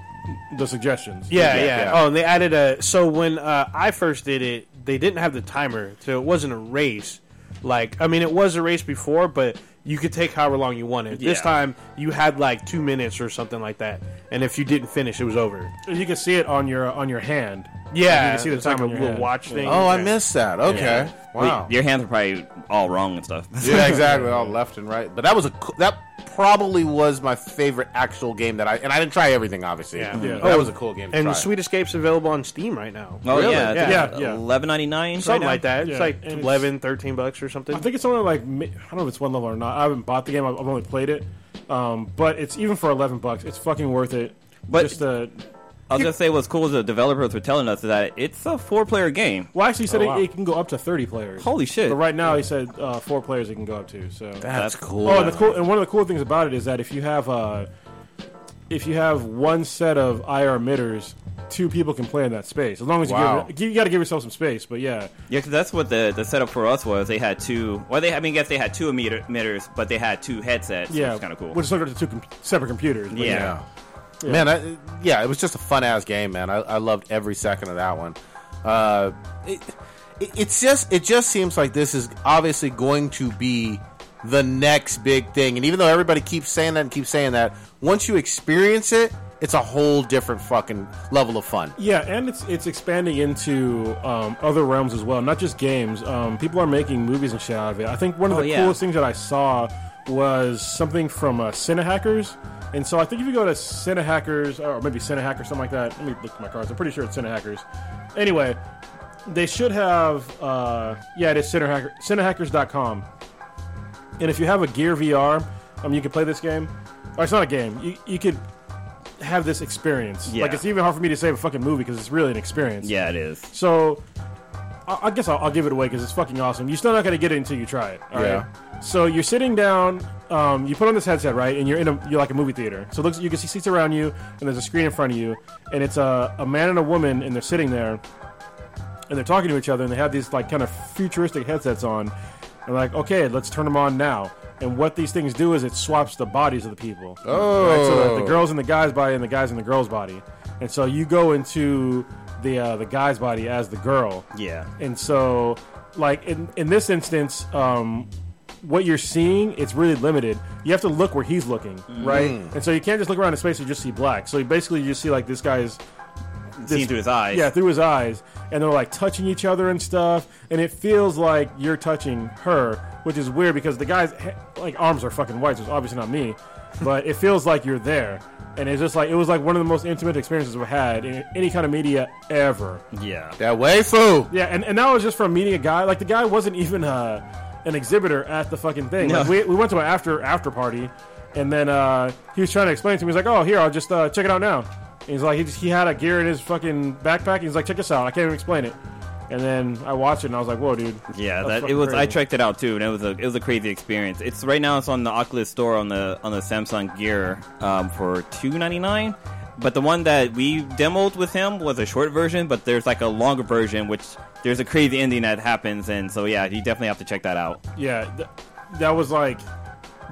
Speaker 7: the suggestions.
Speaker 8: yeah, yeah,
Speaker 6: yeah.
Speaker 8: Oh, and they added a. So when uh, I first did it, they didn't have the timer, so it wasn't a race. Like, I mean, it was a race before, but you could take however long you wanted. This
Speaker 5: Yeah.
Speaker 8: time, you had like two minutes or something like that, and if you didn't finish, it was over.
Speaker 7: And you can see it on your on your hand.
Speaker 8: Yeah,
Speaker 7: you can see the
Speaker 8: it's like
Speaker 7: time
Speaker 8: a
Speaker 7: on your
Speaker 8: little
Speaker 7: hand.
Speaker 8: watch thing.
Speaker 6: Oh, I
Speaker 8: Yeah.
Speaker 6: missed that. Okay, wow.
Speaker 5: Your hands are probably all wrong and stuff.
Speaker 6: yeah, exactly. All left and right. But that was a co- that probably was my favorite actual game that I and I didn't try everything obviously.
Speaker 8: Yeah.
Speaker 6: But
Speaker 7: Yeah.
Speaker 6: that was a cool game. To
Speaker 8: And
Speaker 6: try.
Speaker 8: Sweet Escape's available on Steam right now.
Speaker 5: Oh yeah,
Speaker 8: Yeah.
Speaker 7: Yeah, yeah.
Speaker 5: Eleven ninety nine,
Speaker 8: Something like that.
Speaker 7: Yeah.
Speaker 8: It's like
Speaker 7: And it's-
Speaker 8: 11, 13 bucks or something.
Speaker 7: I think it's only like mi- I don't know if it's one level or not. I haven't bought the game. I've, I've only played it. Um, but it's even for eleven bucks. It's fucking worth it.
Speaker 5: But-
Speaker 7: just uh,
Speaker 5: I was gonna say what's cool is the developers were telling us that it's a four player game.
Speaker 7: well, actually, he said
Speaker 6: Oh,
Speaker 7: it-
Speaker 6: wow.
Speaker 7: it, can go up to thirty players.
Speaker 5: Holy shit!
Speaker 7: But right now, he said uh, four players it can go up to. So
Speaker 6: that's cool.
Speaker 7: Oh, and the cool and one of the cool things about it is that if you have uh, if you have one set of IR emitters, two people can play in that space. As long as you
Speaker 6: Wow.
Speaker 7: give, you got to give yourself some space. But yeah,
Speaker 5: Yeah, 'cause that's what the, the setup for us was. They had two. Well, they I mean, I guess they had two emitter, emitters, but they had two headsets.
Speaker 7: yeah,
Speaker 5: which is kind of cool.
Speaker 7: We're just looking at the two com- separate computers. but
Speaker 5: yeah.
Speaker 6: Man, I, yeah, it was just a fun ass game, man. I, I loved every second of that one. Uh, it, it, it's just it just seems like this is obviously going to be the next big thing. And even though everybody keeps saying that and keeps saying that, once you experience it, it's a whole different fucking level of fun.
Speaker 7: Yeah, and it's it's expanding into um, other realms as well, not just games. Um, people are making movies and shit out of it. I think one of
Speaker 5: Oh,
Speaker 7: the
Speaker 5: yeah.
Speaker 7: coolest things that I saw was something from uh, Cinehackers. And so I think if you go to Cinehackers, or maybe Cinehack or something like that, let me look at my cards. I'm pretty sure it's Cinehackers. Anyway, they should have, uh, yeah, it is Cinehacker, Cinehackers.com. And if you have a Gear VR, um, you can play this game. Or it's not a game. You, you could have this experience.
Speaker 5: Yeah.
Speaker 7: Like it's even hard for me to say a fucking movie because it's really an experience.
Speaker 5: Yeah, it is.
Speaker 7: So I, I guess I'll, I'll give it away because it's fucking awesome. You're still not gonna get it until you try it. all right?
Speaker 6: Yeah.
Speaker 7: So you're sitting down. Um, you put on this headset, right? And you're in a you're like a movie theater. So it looks you can see seats around you, and there's a screen in front of you, and it's a, a man and a woman, and they're sitting there, and they're talking to each other, and they have these like kind of futuristic headsets on, and like okay, let's turn them on now. And what these things do is it swaps the bodies of the people.
Speaker 6: Oh.
Speaker 7: Right, so the, the girl's in the guy's body and the guy's in the girl's body, and so you go into the uh, the guy's body as the girl,
Speaker 5: Yeah.
Speaker 7: and so like in in this instance, um, what you're seeing it's really limited. You have to look where he's
Speaker 6: Mm.
Speaker 7: looking, right? And so you can't just look around in space and just see black. So you basically you just see like this guy's this
Speaker 5: seen through his eyes.
Speaker 7: Yeah, through his eyes, and they're like touching each other and stuff, and it feels like you're touching her, which is weird because the guy's he- like arms are fucking white, so it's obviously not me, but it feels like you're there, and it's just like it was like one of the most intimate experiences I've had in any kind of media ever.
Speaker 5: Yeah.
Speaker 6: That way, foo.
Speaker 7: Yeah, and, and that was just from meeting a guy. Like the guy wasn't even uh, an exhibitor at the fucking thing.
Speaker 5: No.
Speaker 7: Like, we, we went to an after after party, and then uh, he was trying to explain to me. He's like, "Oh, here, I'll just uh, check it out now." And he's like, he, just, he had a gear in his fucking backpack. and He's like, "Check this out. I can't even explain it." And then I watched it, and I was like, "Whoa, dude!"
Speaker 5: Yeah,
Speaker 7: That's
Speaker 5: that it
Speaker 7: fucking
Speaker 5: was. I
Speaker 7: crazy.
Speaker 5: checked it out too, and it was a it was a crazy experience. It's right now. It's on the Oculus store on the on the Samsung Gear um, for two ninety nine. But the one that we demoed with him was a short version, but there's like a longer version, which there's a crazy ending that happens, and so yeah, you definitely have to check that out.
Speaker 7: Yeah, th- that was like,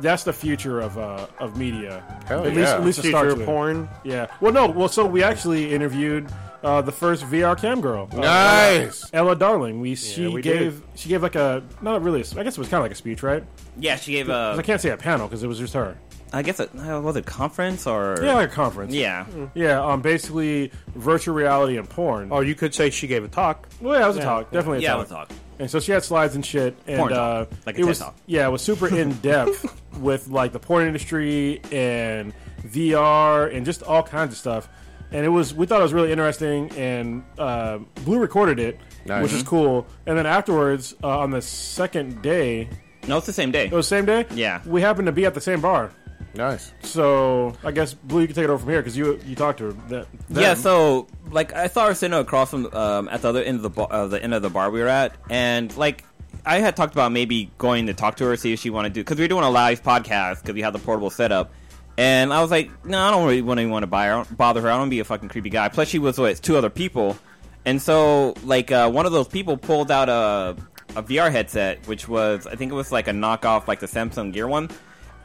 Speaker 7: that's the future of uh, of media.
Speaker 6: Hell
Speaker 7: at
Speaker 6: yeah.
Speaker 7: least at least it starts
Speaker 8: Future
Speaker 7: with.
Speaker 8: porn.
Speaker 7: Yeah. Well, no. Well, so we actually interviewed uh, the first VR cam girl. Uh,
Speaker 6: Nice.
Speaker 7: Ella Darling. We she
Speaker 8: we
Speaker 7: gave she gave like a not really. a s- I guess it was kind of like a speech, right?
Speaker 5: Yeah, she gave
Speaker 7: 'Cause
Speaker 5: a
Speaker 7: I can't say a panel because it was just her.
Speaker 5: I guess a, uh, was it conference or
Speaker 7: Yeah, like a conference.
Speaker 5: yeah.
Speaker 7: yeah. Um, basically virtual reality and porn.
Speaker 8: Or Oh, you could say she gave a talk.
Speaker 7: well, yeah, it was a
Speaker 8: yeah,
Speaker 7: talk. Definitely
Speaker 5: Yeah,
Speaker 7: a
Speaker 5: we'll
Speaker 7: talk.
Speaker 5: talk.
Speaker 7: And so she had slides and shit, and
Speaker 5: Porn
Speaker 7: uh,
Speaker 5: talk, like a
Speaker 7: it
Speaker 5: TED
Speaker 7: was
Speaker 5: talk.
Speaker 7: yeah, it was super in depth with like the porn industry and VR and just all kinds of stuff. And it was we thought it was really interesting, and uh, Blue recorded it,
Speaker 6: Nice.
Speaker 7: which is cool. And then afterwards, uh, on the second day,
Speaker 5: No, it's the same day.
Speaker 7: it was same day.
Speaker 5: Yeah.
Speaker 7: we happened to be at the same bar,
Speaker 6: Nice.
Speaker 7: so I guess Blue, you can take it over from here because you you talked to her. That, them.
Speaker 5: Yeah, so like I saw her sitting across from um, at the other end of the bar, uh, the end of the bar we were at, and like I had talked about maybe going to talk to her, see if she wanted to, because we were doing a live podcast because we had the portable setup, and I was like, no, I don't really want anyone to buy her, bother her. I don't wanna be a fucking creepy guy. Plus, she was with two other people, and so like uh, one of those people pulled out a a VR headset, which was I think it was like a knockoff like the Samsung Gear one.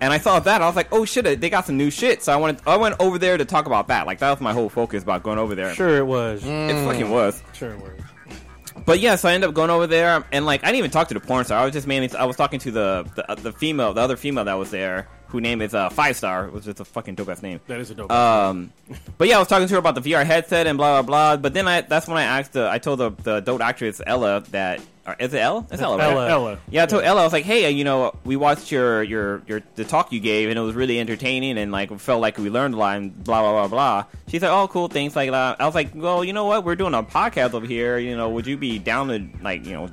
Speaker 5: And I saw that, I was like, "Oh shit! They got some new shit." So I went, I went over there to talk about that. Like that was my whole focus about going over there.
Speaker 8: Sure, it was.
Speaker 7: Mm.
Speaker 5: It fucking was.
Speaker 8: Sure, it was.
Speaker 5: But yeah, so I ended up going over there, and like I didn't even talk to the porn star. I was just mainly I was talking to the the, uh, the female, the other female that was there, who name is uh, Five Star, which is a fucking dope ass name.
Speaker 7: that is a dope.
Speaker 5: Um, but yeah, I was talking to her about the VR headset and blah blah blah. But then I that's when I asked the I told the the dope actress Ella that or is it Ella? It's Ella. right?
Speaker 8: Ella.
Speaker 7: Ella.
Speaker 5: Yeah, I told Ella I was like, hey, uh, you know, we watched your your your the talk you gave and it was really entertaining and like felt like we learned a lot and blah blah blah blah. She said, oh, cool things like that. I was like, well, you know what? We're doing a podcast over here. You know, would you be down to like you know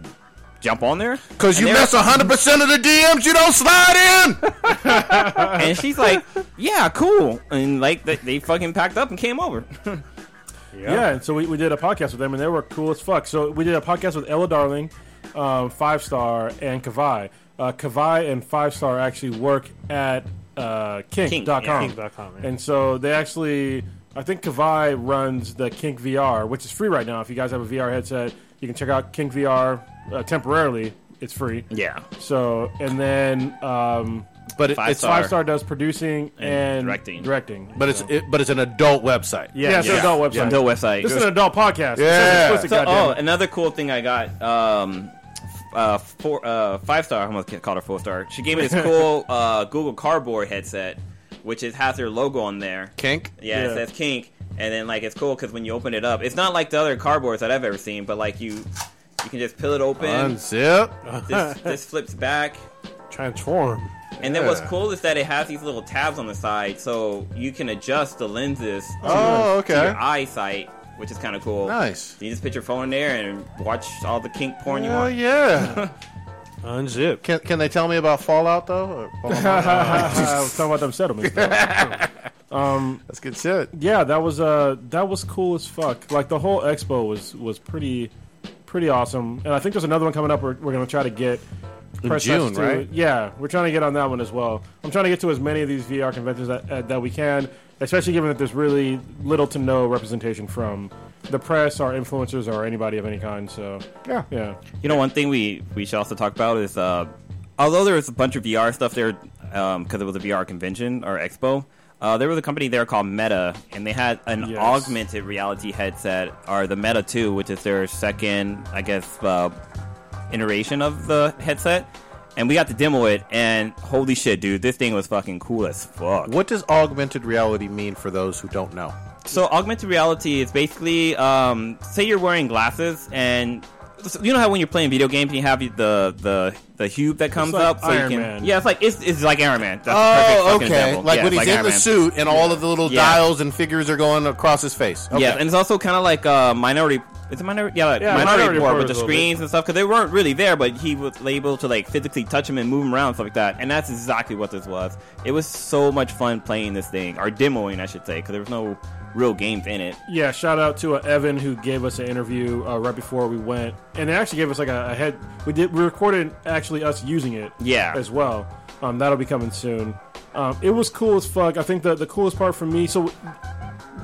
Speaker 5: jump on there?
Speaker 2: Because you
Speaker 5: And they were-
Speaker 2: miss 100% of the DMs you don't slide in.
Speaker 5: and she's like, yeah, cool. And like they, they fucking packed up and came over.
Speaker 7: Yeah. and so we, we did a podcast with them, and they were cool as fuck. So we did a podcast with Ella Darling, um, Five Star, and Kavai. Uh, Kavai and Five Star actually work at uh,
Speaker 5: Kink,
Speaker 7: kink.com.
Speaker 5: yeah,
Speaker 8: kink.com, yeah.
Speaker 7: And so they actually, I think Kavai runs the Kink VR, which is free right now. If you guys have a VR headset, you can check out Kink VR uh, temporarily. It's free.
Speaker 5: Yeah,
Speaker 7: So, and then um,
Speaker 6: But it,
Speaker 5: Five
Speaker 6: it's
Speaker 5: star.
Speaker 7: Five Star does producing and,
Speaker 5: directing.
Speaker 7: Directing.
Speaker 6: but it's it, but it's an adult website.
Speaker 7: yeah, it's an
Speaker 5: Yeah.
Speaker 7: adult website.
Speaker 5: Yeah, no website.
Speaker 7: This is an adult podcast. It's
Speaker 6: Yeah.
Speaker 7: explicit,
Speaker 5: So-
Speaker 7: goddamn
Speaker 5: oh,
Speaker 7: it.
Speaker 5: another cool thing I got. Um, f- uh, four, uh, five star. I almost called her four star. She gave me this cool uh, Google Cardboard headset, which is has their logo on there.
Speaker 6: Kink.
Speaker 5: Yeah,
Speaker 7: Yeah.
Speaker 5: it says Kink, and then like it's cool because when you open it up, it's not like the other cardboards that I've ever seen, but like you, you can just peel it open.
Speaker 7: Uh,
Speaker 6: Unzip.
Speaker 5: This, this flips back.
Speaker 8: Transform.
Speaker 5: And then what's
Speaker 6: Yeah.
Speaker 5: cool is that it has these little tabs on the side, so you can adjust the lenses
Speaker 6: Oh,
Speaker 5: to
Speaker 6: okay.
Speaker 5: your eyesight, which is kind of cool.
Speaker 6: Nice.
Speaker 5: You just put your phone in there and watch all the kink porn you
Speaker 6: Hell
Speaker 5: want.
Speaker 6: yeah.
Speaker 8: Unzip.
Speaker 6: Can, can they tell me about Fallout though? Or Fallout?
Speaker 7: I was talking about them settlements. though.
Speaker 6: That's good shit.
Speaker 7: yeah, that was uh that was cool as fuck. Like the whole expo was was pretty pretty awesome. And I think there's another one coming up. We're, we're gonna try to get press
Speaker 6: June,
Speaker 7: access to-
Speaker 6: right?
Speaker 7: Yeah, we're trying to get on that one as well. I'm trying to get to as many of these VR conventions that uh, that we can, especially given that there's really little to no representation from the press or influencers or anybody of any kind. So
Speaker 6: Yeah.
Speaker 7: yeah,
Speaker 5: You know, one thing we we should also talk about is uh, although there was a bunch of VR stuff there because it was a VR convention or expo. Uh, there was a company there called Meta, and they had an
Speaker 7: Yes.
Speaker 5: augmented reality headset, or the Meta 2, which is their second, I guess, uh, iteration of the headset. And we got to demo it, and holy shit, dude, this thing was fucking cool as fuck.
Speaker 6: What does augmented reality mean for those who don't know?
Speaker 5: So augmented reality is basically, um, say you're wearing glasses and so you know how when you're playing video games and you have the the the hue that comes
Speaker 7: like
Speaker 5: up, so
Speaker 7: Iron
Speaker 5: you can
Speaker 7: Man.
Speaker 5: yeah, it's like it's, it's like Iron Man. That's the perfect
Speaker 6: Oh,
Speaker 5: fucking
Speaker 6: okay.
Speaker 5: example.
Speaker 6: Like
Speaker 5: Yeah,
Speaker 6: when
Speaker 5: it's
Speaker 6: he's in
Speaker 5: Iron
Speaker 6: the
Speaker 5: Man.
Speaker 6: suit and all of the little
Speaker 5: Yeah.
Speaker 6: dials and figures are going across his face. Okay.
Speaker 5: Yeah, and it's also kind of like uh, minority. It's a minority, yeah, like
Speaker 8: Yeah,
Speaker 5: minority,
Speaker 8: Minority
Speaker 5: report
Speaker 8: Report
Speaker 5: with
Speaker 8: is
Speaker 5: the
Speaker 8: a little
Speaker 5: screens and stuff because they weren't really there, but he was able to like physically touch him and move him around and stuff like that. And that's exactly what this was. It was so much fun playing this thing or demoing, I should say, because there was no real games in it.
Speaker 7: Yeah, shout out to uh, Evan who gave us an interview uh, right before we went, and they actually gave us like a, a head. We did we recorded actually us using it.
Speaker 5: Yeah.
Speaker 7: as well. Um, that'll be coming soon. Um, it was cool as fuck. I think the the coolest part for me. So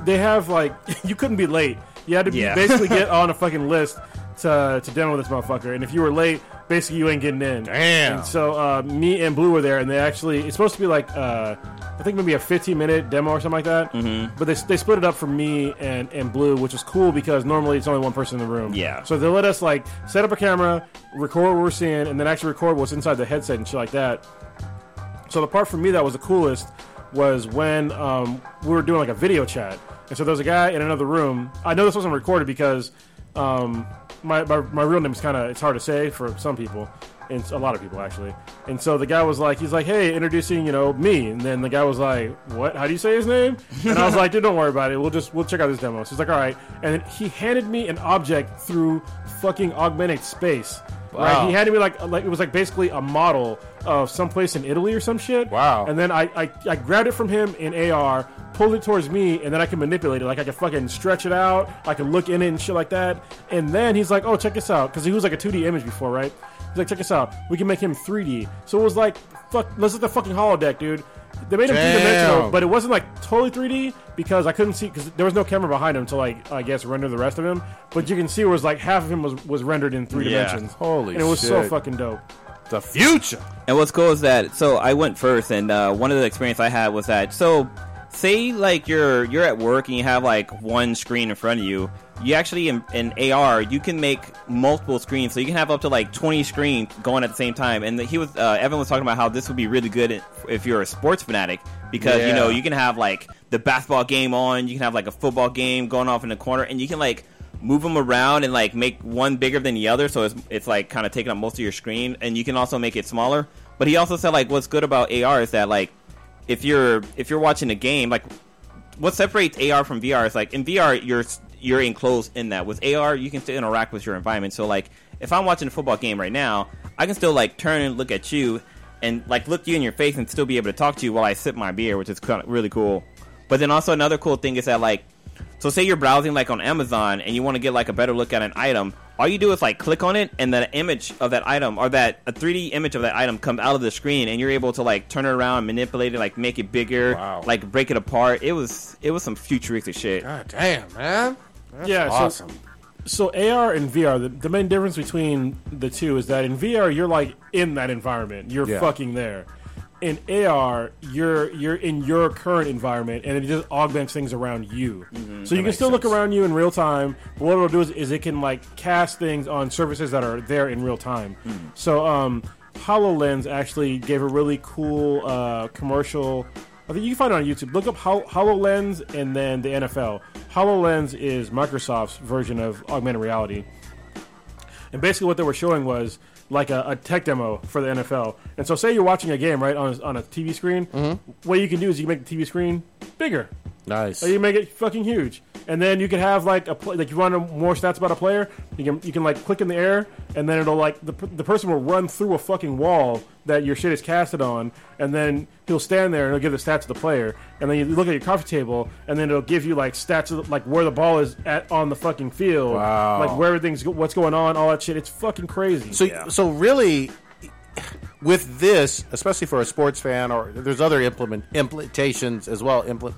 Speaker 7: they have like you couldn't be late. You had to
Speaker 5: Yeah.
Speaker 7: basically get on a fucking list to to demo this motherfucker, and if you were late, basically you ain't getting in.
Speaker 6: Damn.
Speaker 7: And so uh, me and Blue were there, and they actually it's supposed to be like uh, I think maybe a 15 minute demo or something like that. Mm-hmm. But they, they split it up for me and and Blue, which was cool because normally it's only one person in the room.
Speaker 5: Yeah.
Speaker 7: So they let us like set up a camera, record what we're seeing, and then actually record what's inside the headset and shit like that. So the part for me that was the coolest was when um, we were doing like a video chat, and so there was a guy in another room. I know this wasn't recorded because um, my, my my real name is kind of it's hard to say for some people, and s- a lot of people actually. And so the guy was like, he's like, hey, introducing you know me, and then the guy was like, what? How do you say his name? And I was like, dude, don't worry about it. We'll just we'll check out this demo. So he's like, all right, and then he handed me an object through fucking augmented space. Right, he handed me like like it was like basically a model of someplace in Italy or some shit.
Speaker 6: Wow.
Speaker 7: And then I, I I grabbed it from him in AR, pulled it towards me, and then I can manipulate it. Like I can fucking stretch it out. I can look in it and shit like that. And then he's like, "Oh, check this out," because he was like a 2D image before, right? He's like, "Check this out. We can make him 3D." So it was like, "Fuck, let's look at the fucking holodeck, dude." They made him
Speaker 6: Damn.
Speaker 7: two dimensional, but it wasn't like totally 3D because I couldn't see because there was no camera behind him to like I guess render the rest of him. But you can see it was like half of him was was rendered in three
Speaker 5: Yeah.
Speaker 7: dimensions.
Speaker 6: Holy
Speaker 7: And it was so
Speaker 6: shit.
Speaker 7: fucking dope.
Speaker 6: The future.
Speaker 5: And what's cool is that so I went first, and uh, one of the experience I had was that so say like you're you're at work and you have like one screen in front of you. You actually in, in AR you can make multiple screens, so you can have up to like twenty screens going at the same time. And he was uh, Evan was talking about how this would be really good if you're a sports fanatic because you
Speaker 6: Yeah.
Speaker 5: know you can have like the basketball game on, you can have like a football game going off in the corner, and you can like move them around and like make one bigger than the other, so it's it's like kind of taking up most of your screen, and you can also make it smaller. But he also said like what's good about AR is that like if you're if you're watching a game, like what separates AR from VR is like in VR you're you're enclosed in that. With AR, you can still interact with your environment. So like if I'm watching a football game right now, I can still like turn and look at you and like look you in your face and still be able to talk to you while I sip my beer, which is kind of really cool. But then also another cool thing is that like so say you're browsing like on Amazon and you want to get like a better look at an item, all you do is like click on it and the image of that item or that a 3D image of that item comes out of the screen and you're able to like turn it around, manipulate it, like make it bigger,
Speaker 6: Wow.
Speaker 5: like break it apart. It was it was some futuristic shit.
Speaker 6: God damn, man.
Speaker 7: yeah, so
Speaker 6: Awesome.
Speaker 7: so AR and VR, the, the main difference between the two is that in VR you're like in that environment, you're
Speaker 6: Yeah.
Speaker 7: fucking there. In AR, you're you're in your current environment, and it just augments things around you. So you can still look around you in real time. But what it'll do is, is it can like cast things on surfaces that are there in real time. So um, Hololens actually gave a really cool uh, commercial. I think you can find it on YouTube. Look up Hol- Hololens and then the NFL. Hololens is Microsoft's version of augmented reality. And basically, what they were showing was like a, a tech demo for the NFL. And so, say you're watching a game, right, on a, on a TV screen, what you can do is you can make the TV screen bigger.
Speaker 6: Nice.
Speaker 7: Or you make it fucking huge, and then you can have like a play, like you want to know more stats about a player. You can you can like click in the air, and then it'll like the, per- the person will run through a fucking wall that your shit is casted on, and then he'll stand there and he'll give the stats to the player, and then you look at your coffee table, and then it'll give you like stats of, like where the ball is at on the fucking field,
Speaker 6: Wow.
Speaker 7: like where everything's go- what's going on, all that shit. It's fucking crazy.
Speaker 6: So, so really, with this, especially for a sports fan, or there's other implement implementations as well. Impl-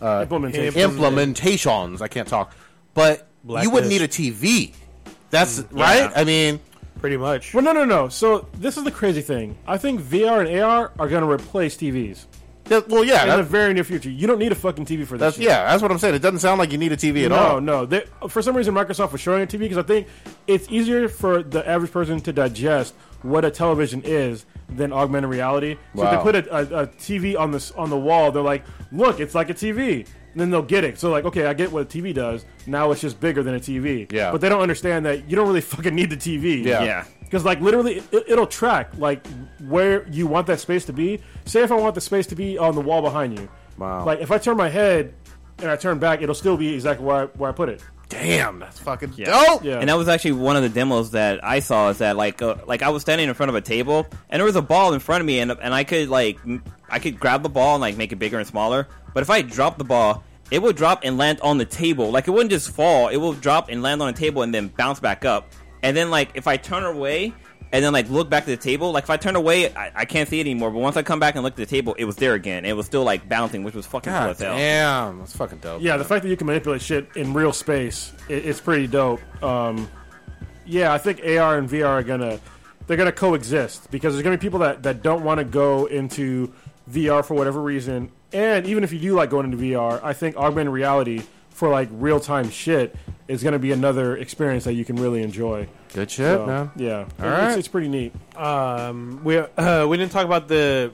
Speaker 6: uh,
Speaker 7: Implementation.
Speaker 6: implementations. I can't talk, but you wouldn't need a TV. That's
Speaker 7: Mm,
Speaker 6: right. I mean,
Speaker 8: pretty much.
Speaker 7: well, no, no, no. So this is the crazy thing. I think VR and AR are going to replace TVs.
Speaker 6: that- well, yeah,
Speaker 7: In the
Speaker 6: that,
Speaker 7: very near future, you don't need a fucking TV for this.
Speaker 6: that's
Speaker 7: shit.
Speaker 6: yeah, that's what I'm saying. It doesn't sound like you need a TV at all.
Speaker 7: No, no. They, for some reason, Microsoft was showing a TV because I think it's easier for the average person to digest what a television is than augmented reality. So if
Speaker 6: Wow.
Speaker 7: they put a, a, a TV on this on the wall. They're like, look, it's like a TV. then they'll get it. So like, okay, I get what a TV does. Now it's just bigger than a TV.
Speaker 6: Yeah.
Speaker 7: But they don't understand that you don't really fucking need the TV.
Speaker 6: Yeah.
Speaker 5: Yeah.
Speaker 7: Because like literally, it, it'll track like where you want that space to be. Say if I want the space to be on the wall behind you.
Speaker 6: Wow.
Speaker 7: Like if I turn my head and I turn back, it'll still be exactly where I, where I put it.
Speaker 6: Damn, that's fucking dope.
Speaker 7: Yeah.
Speaker 5: And that was actually one of the demos that I saw is that like uh, like I was standing in front of a table and there was a ball in front of me and and I could like m- I could grab the ball and like make it bigger and smaller. But if I dropped the ball, it would drop and land on the table. Like it wouldn't just fall. It will drop and land on a table and then bounce back up. And then like if I turn away and then like look back to the table, like if I turn away, I, I can't see it anymore. But once I come back and look at the table, it was there again. It was still like bouncing, which was fucking cool
Speaker 6: God
Speaker 5: as hell.
Speaker 6: damn, that's fucking dope.
Speaker 7: Yeah, the fact that you can manipulate shit in real space, it, it's pretty dope. Um, yeah, I think AR and VR are gonna they're gonna coexist because there's gonna be people that that don't want to go into VR for whatever reason, and even if you do like going into VR, I think augmented reality for like real time shit is gonna be another experience that you can really enjoy.
Speaker 6: Good shit,
Speaker 7: So,
Speaker 6: man.
Speaker 7: Yeah, It- it's,
Speaker 6: right.
Speaker 7: it's pretty neat.
Speaker 8: Um, we uh, we didn't talk about the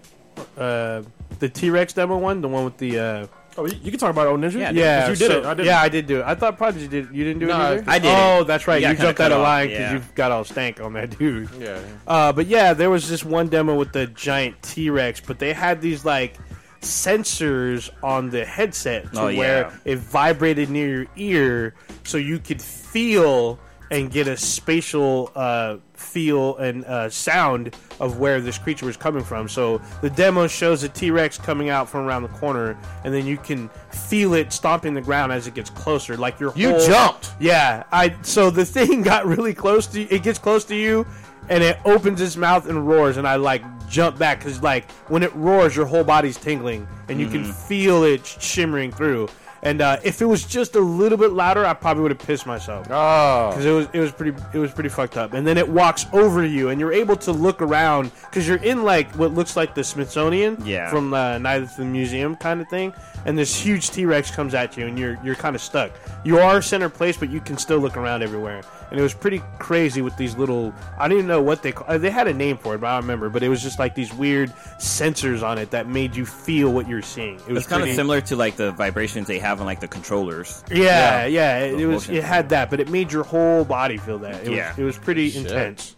Speaker 8: uh, the T Rex demo one, the one with the uh,
Speaker 7: Oh, you, you can talk about old ninja.
Speaker 5: Yeah, dude,
Speaker 8: yeah.
Speaker 7: 'cause you did
Speaker 8: so-
Speaker 7: it. I did.
Speaker 8: Yeah, I did do it. I thought probably you did. You didn't do
Speaker 6: No,
Speaker 8: it either.
Speaker 5: I did it.
Speaker 8: Oh, that's right.
Speaker 5: Yeah, I
Speaker 8: you
Speaker 5: kinda
Speaker 8: jumped out
Speaker 5: cut
Speaker 8: of
Speaker 5: off,
Speaker 8: line because
Speaker 5: yeah.
Speaker 8: you got all stank on that dude.
Speaker 6: Yeah.
Speaker 8: Uh, but yeah, there was this one demo with the giant T Rex, but they had these like sensors on the headset to
Speaker 5: Oh, yeah.
Speaker 8: where it vibrated near your ear, so you could feel and get a spatial uh, feel and uh, sound of where this creature was coming from. So the demo shows a T Rex coming out from around the corner, and then you can feel it stomping the ground as it gets closer. Like your
Speaker 6: You
Speaker 8: whole-
Speaker 6: jumped.
Speaker 8: yeah, I so the thing got really close to it gets close to you and it opens its mouth and roars and I like jump back cuz like when it roars your whole body's tingling and you can
Speaker 6: Mm-hmm.
Speaker 8: feel it shimmering through. And uh, if it was just a little bit louder, I probably would have pissed myself
Speaker 6: Oh,
Speaker 8: because it was it was pretty it was pretty fucked up. And then it walks over you, and you're able to look around because you're in like what looks like the Smithsonian,
Speaker 5: Yeah.
Speaker 8: from uh, Night at the Museum kind of thing. And this huge T Rex comes at you, and you're you're kind of stuck. You are center place, but you can still look around everywhere. And it was pretty crazy with these little I don't even know what they call, uh, they had a name for it, but I don't remember. But it was just like these weird sensors on it that made you feel what you're seeing. It was
Speaker 5: It's kind
Speaker 8: pretty-
Speaker 5: of similar to like the vibrations they have on like the controllers.
Speaker 8: yeah, yeah. it, it was
Speaker 5: motion
Speaker 8: it had that, but it made your whole body feel that. It
Speaker 5: Yeah.
Speaker 8: was it was pretty intense.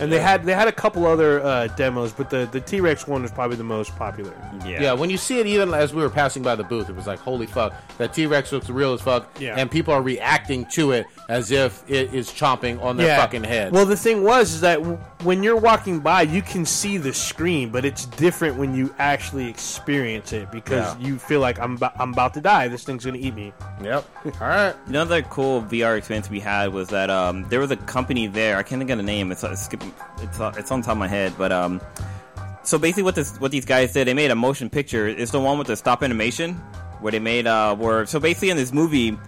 Speaker 8: And they had they had a couple other uh, demos, but the the T Rex one was probably the most popular.
Speaker 5: Yeah.
Speaker 6: Yeah. when you see it, even as we were passing by the booth, it was like, holy fuck, that T Rex looks real as fuck.
Speaker 8: Yeah.
Speaker 6: And people are reacting to it as if it is chomping on their fucking head.
Speaker 8: Well, the thing was is that w- when you're walking by, you can see the screen, but it's different when you actually experience it because
Speaker 6: Yeah.
Speaker 8: you feel like I'm about, I'm about to die. This thing's gonna eat me.
Speaker 6: yep. All right.
Speaker 5: Another cool VR experience we had was that um, there was a company there. I can't think of the name. It's it's, skipping- it's, uh, it's on top of my head, but um, so basically what this what these guys did, they made a motion picture. It's the one with the stop animation where they made uh, where so basically in this movie,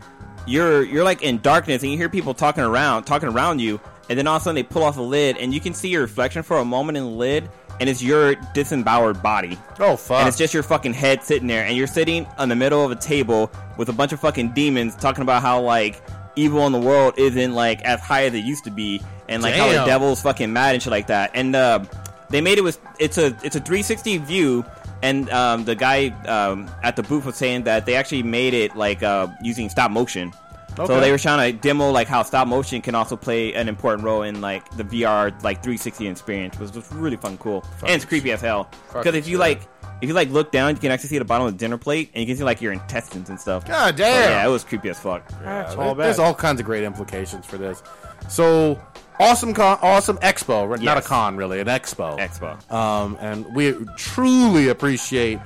Speaker 5: you're you're like in darkness and you hear people talking around talking around you, and then all of a sudden they pull off the lid and you can see your reflection for a moment in the lid, and it's your disemboweled body.
Speaker 6: Oh, fuck.
Speaker 5: And it's just your fucking head sitting there, and you're sitting on the middle of a table with a bunch of fucking demons talking about how like evil in the world isn't like as high as it used to be, and like how
Speaker 6: Damn.
Speaker 5: the devil's fucking mad and shit like that. And uh, they made it with it's a it's a 360 view, and um, the guy um, at the booth was saying that they actually made it like uh, using stop motion. So
Speaker 8: Okay.
Speaker 5: they were trying to demo like how stop motion can also play an important role in like the VR like 360 experience, which was really fun, cool, and it's creepy as hell. Because if you like, if you like look down, you can actually see the bottom of the dinner plate, and you can see like your intestines and stuff.
Speaker 6: God
Speaker 5: So,
Speaker 6: damn.
Speaker 5: yeah, it was creepy as fuck.
Speaker 8: It's
Speaker 6: There-
Speaker 8: all bad.
Speaker 6: There's all kinds of great implications for this. So awesome con, awesome expo, right? not a
Speaker 5: Yes.
Speaker 6: con really, an expo.
Speaker 5: Expo.
Speaker 6: Um, and we truly appreciate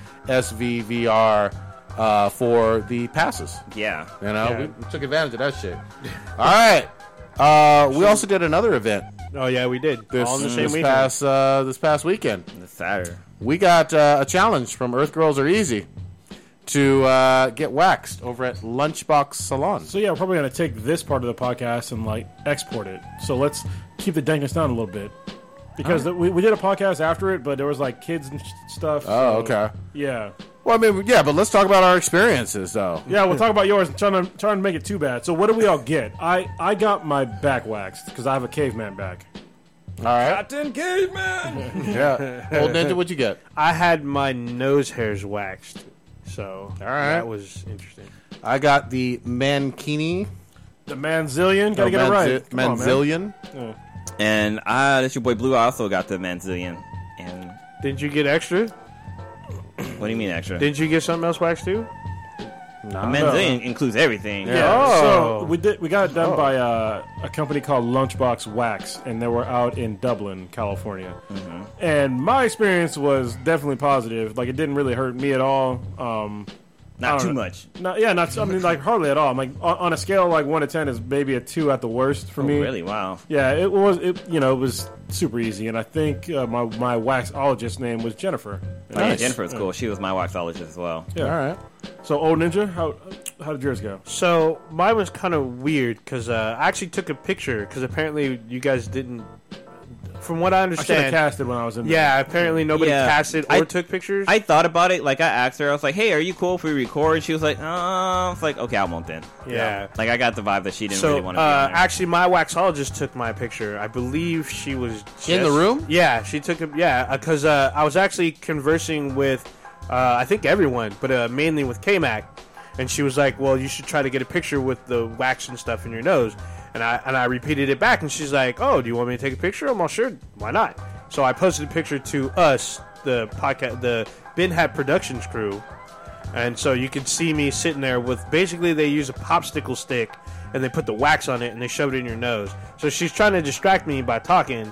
Speaker 6: SVVR uh, for the passes.
Speaker 5: Yeah.
Speaker 6: You know,
Speaker 8: Yeah.
Speaker 6: we, we took advantage of that shit. all right. Uh, we also did another event
Speaker 8: Oh yeah, we did
Speaker 6: this,
Speaker 8: all in the same
Speaker 6: this
Speaker 8: weekend.
Speaker 6: past uh, this past weekend.
Speaker 5: The Saturn.
Speaker 6: We got uh, a challenge from Earth Girls Are Easy to uh, get waxed over at Lunchbox Salon.
Speaker 7: So yeah, we're probably gonna take this part of the podcast and like export it. So let's keep the dankness down a little bit because the, we, we did a podcast after it, but there was like kids and sh- stuff.
Speaker 6: Oh,
Speaker 7: so,
Speaker 6: okay.
Speaker 7: Yeah,
Speaker 6: Well, I mean, yeah, but let's talk about our experiences, though.
Speaker 7: yeah. We'll talk about yours. I'm trying to trying to make it too bad. So what did we all get? I I got my back waxed because I have a caveman back.
Speaker 6: All right.
Speaker 2: Captain Caveman!
Speaker 6: Yeah. Old Ninja, what'd you get?
Speaker 8: I had my nose hairs waxed. So all
Speaker 6: right.
Speaker 8: that was interesting.
Speaker 6: I got the Mankini.
Speaker 7: The Manzillion, gotta
Speaker 6: Oh,
Speaker 7: get it right. Come on, man.
Speaker 6: Manzillion.
Speaker 5: And ah, that's your boy Blue. I also got the Manzillion. And
Speaker 8: Didn't you get extra?
Speaker 5: what do you mean extra?
Speaker 8: Didn't you get something else wax too?
Speaker 5: the Manzillion includes everything.
Speaker 7: Yeah,
Speaker 8: Oh.
Speaker 7: so we did. We got it done by uh, a company called Lunchbox Wax, and they were out in Dublin, California. And my experience was definitely positive. Like it didn't really hurt me at all. Um,
Speaker 5: Not
Speaker 7: I
Speaker 5: too
Speaker 7: don't know.
Speaker 5: much.
Speaker 7: not, yeah, not. I mean, like hardly at all. I'm like on, on a scale of like one to ten is maybe a two at the worst for me.
Speaker 5: Oh, Really? Wow.
Speaker 7: Yeah, it was. It you know it was super easy, and I think uh, my my waxologist name was Jennifer.
Speaker 5: Yeah, Jennifer was cool. She was my waxologist as well.
Speaker 7: Yeah.
Speaker 6: All right.
Speaker 7: So old ninja, how how did yours go?
Speaker 8: So mine was kind of weird because uh, I actually took a picture because apparently you guys didn't. From what I
Speaker 7: I should have
Speaker 8: understand,
Speaker 7: casted when I was in. there.
Speaker 8: yeah, apparently nobody
Speaker 5: Yeah.
Speaker 8: casted or
Speaker 5: I-
Speaker 8: took pictures.
Speaker 5: I thought about it. Like I asked her, I was like, "Hey, are you cool if we record?" She was like, "Um," it's like, "Okay, I won't then."
Speaker 8: yeah.
Speaker 5: Like I got the vibe that she didn't
Speaker 8: So
Speaker 5: really want to
Speaker 8: uh,
Speaker 5: be on there.
Speaker 8: actually, my waxologist took my picture. I believe she was just,
Speaker 6: In the room?
Speaker 8: Yeah, she took a yeah because uh, I was actually conversing with uh, I think everyone, but uh, mainly with K-Mac, and she was like, "Well, you should try to get a picture with the wax and stuff in your nose." And I and I repeated it back, and she's like, "Oh, do you want me to take a picture?" I'm all sure, why not? So I posted a picture to us, the podcast, the Bin Hat Productions crew, and so you could see me sitting there with basically they use a popsicle stick and they put the wax on it and they shove it in your nose. So she's trying to distract me by talking,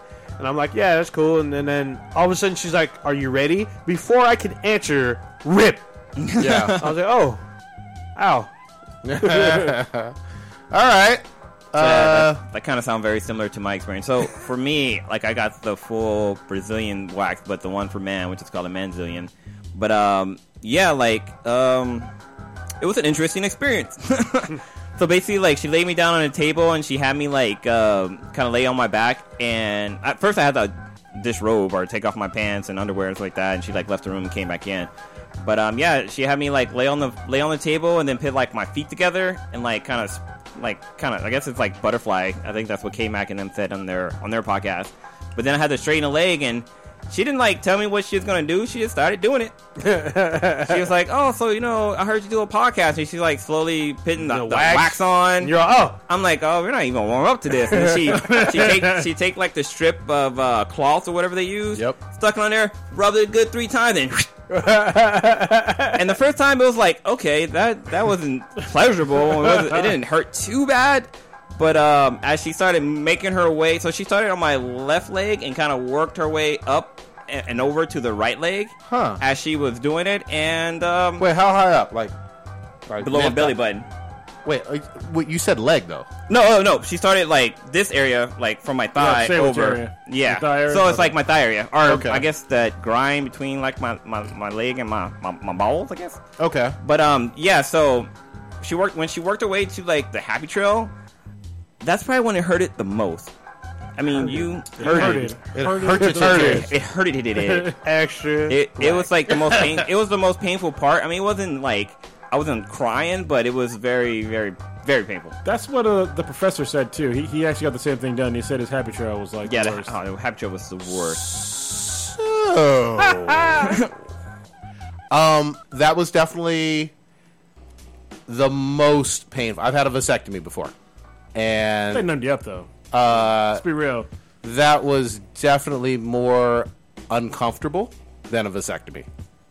Speaker 8: and I'm like, yeah, that's cool. And, then then all of a sudden she's like, are you ready? Before I could answer, rip.
Speaker 6: Yeah.
Speaker 8: I was like, oh, ow.
Speaker 6: All right.
Speaker 5: So, yeah,
Speaker 6: Uh,
Speaker 5: that, kind of sound very similar to my experience. So for me, like I got the full Brazilian wax, but the one for man, which is called a manzillion. But um, yeah, like um, it was an interesting experience. so basically, like she laid me down on a table and she had me like um, kind of lay on my back. And at first, I had to disrobe or take off my pants and underwear and stuff like that. And she like left the room and came back in. But um, yeah, she had me like lay on the lay on the table and then put like my feet together and like kind of like kind of I guess it's like butterfly. I think that's what K Mac and them said on their on their podcast. But then I had to straighten a leg and. She didn't like tell me what she was gonna do. She just started doing it she was like, "Oh, so you know, I heard you do a podcast." And she's like slowly putting the, the wax. on.
Speaker 8: And you're all, oh,
Speaker 5: I'm like, "Oh, we're not even gonna warm up to this." And she she take she take like the strip of uh, cloth or whatever they use.
Speaker 6: Yep.
Speaker 5: Stuck it on there, rubbed it a good three times, and. and the first time it was like, okay, that that wasn't pleasurable. It, wasn't, it didn't hurt too bad. But um, as she started making her way, so she started on my left leg and kind of worked her way up and, and over to the right leg.
Speaker 6: Huh.
Speaker 5: As she was doing it, and um,
Speaker 6: wait, how high up? Like, like
Speaker 5: below my
Speaker 6: mid-
Speaker 5: belly button.
Speaker 6: Wait, uh, wait, you said leg though.
Speaker 5: No, oh, no, no. She started like this area, like from my thigh
Speaker 7: sandwich
Speaker 5: over.
Speaker 7: area.
Speaker 5: Yeah.
Speaker 7: The thigh area?
Speaker 5: So it's like my thigh area, or
Speaker 6: Okay.
Speaker 5: I guess that grind between like my, my, my leg and my, my my balls, I guess.
Speaker 6: Okay.
Speaker 5: But um, yeah. So she worked when she worked her way to like the happy trail. That's probably when it hurt it the most. I mean, you heard it.
Speaker 6: It
Speaker 7: Hurt it.
Speaker 6: hurt its
Speaker 7: Hurt
Speaker 6: ears.
Speaker 5: It hurt it. It it.
Speaker 8: extra.
Speaker 5: It, it was like the most pain, it was the most painful part. I mean, it wasn't like I wasn't crying, but it was very very very painful.
Speaker 7: That's what uh, the professor said too. He, he actually got the same thing done. He said his happy trail was like
Speaker 5: Yeah,
Speaker 7: the
Speaker 5: the,
Speaker 7: worst.
Speaker 5: oh, the happy trail was the worst.
Speaker 6: Oh.
Speaker 7: Oh.
Speaker 6: um, that was definitely the most painful. I've had a vasectomy before,
Speaker 7: they
Speaker 6: and
Speaker 7: numbed you up though. Uh, Let's be real.
Speaker 6: that was definitely more uncomfortable than a vasectomy.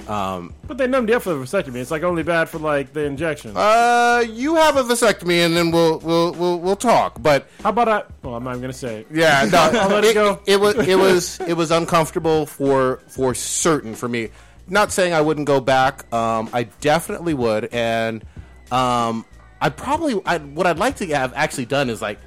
Speaker 7: But they numbed you up for the vasectomy. It's like only bad for like the injection.
Speaker 6: Uh, you have a vasectomy, and then we'll we'll we'll, we'll talk. But
Speaker 7: How about I? Well, I'm not even gonna say. It.
Speaker 6: Yeah, no,
Speaker 7: let it go.
Speaker 6: It was it was it was uncomfortable for for certain for me. Not saying I wouldn't go back. Um, I definitely would, and um, I probably I, what I'd like to have actually done is like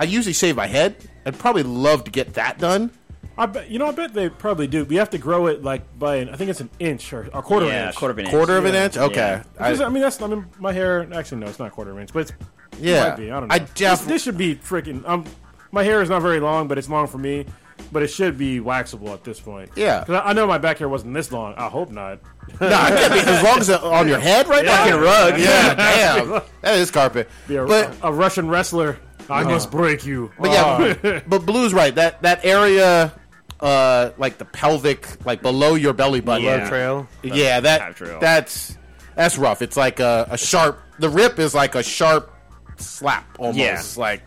Speaker 6: I usually shave my head. I'd probably love to get that done.
Speaker 7: I bet you know. I bet they probably do. We have to grow it like by an, I think it's an inch or a quarter
Speaker 5: yeah,
Speaker 7: inch.
Speaker 5: quarter of an inch.
Speaker 6: Quarter of an inch, okay. I-
Speaker 7: Because, I, mean, that's I mean, my hair. Actually, no, it's not a quarter of an inch, but it's it
Speaker 6: Yeah.
Speaker 7: might be. I don't know.
Speaker 6: I
Speaker 7: This-
Speaker 6: def-
Speaker 7: this should be freaking. Um, my hair is not very long, but it's long for me. But it should be waxable at this point.
Speaker 6: Yeah.
Speaker 7: because I, I know my back hair wasn't this long. I hope not.
Speaker 6: Nah, it can't be as long as it's on your head right now.
Speaker 5: Fucking rug.
Speaker 6: Yeah, damn, that is carpet.
Speaker 7: Be a,
Speaker 6: But
Speaker 7: a Russian wrestler. I must break you.
Speaker 6: But yeah, but Blue's right. That that area, uh, like the pelvic, like below your belly button,
Speaker 5: Below
Speaker 8: trail.
Speaker 6: Yeah, that
Speaker 5: Half trail.
Speaker 6: that's That's rough. It's like a, a sharp. The rip is like a sharp slap almost.
Speaker 5: Yeah.
Speaker 6: Like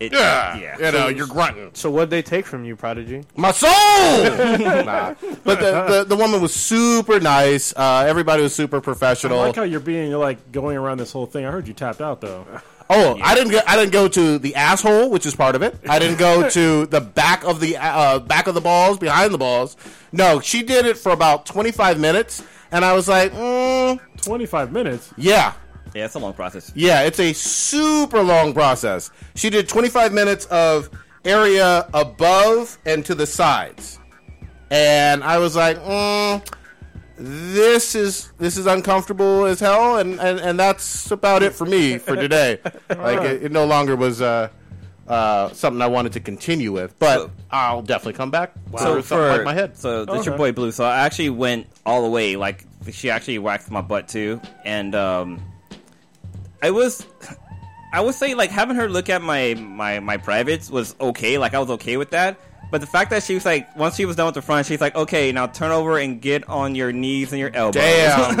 Speaker 5: It,
Speaker 6: yeah,
Speaker 5: yeah.
Speaker 6: You know, you're grunting.
Speaker 8: So what'd they take from you, Prodigy?
Speaker 6: My soul. nah. But the, the the woman was super nice. Uh, everybody was super professional.
Speaker 7: I like how you're being like going around this whole thing. I heard you tapped out though.
Speaker 6: Oh, I didn't. Go, I didn't go to the asshole, which is part of it. I didn't go to the back of the uh, back of the balls, behind the balls. No, she did it for about twenty five minutes, and I was like, mm,
Speaker 7: 25 minutes.
Speaker 6: yeah,
Speaker 5: yeah, it's a long process.
Speaker 6: yeah. It's a super long process. She did twenty five minutes of area above and to the sides, and I was like, mm, this is this is uncomfortable as hell, and and, and that's about it for me for today. like it, it no longer was uh, uh, something I wanted to continue with, but
Speaker 5: So-
Speaker 6: I'll definitely come back.
Speaker 5: So
Speaker 6: for something
Speaker 5: for
Speaker 6: like my head. Oh,
Speaker 5: So that's your
Speaker 7: Okay.
Speaker 5: boy Blue. So I actually went all the way. Like she actually waxed my butt too, and um, I was, I would say like having her look at my my my privates was okay. Like I was okay with that. But the fact that she was like, once she was done with the front, she's like, okay, now turn over and get on your knees and your elbows.
Speaker 6: Damn.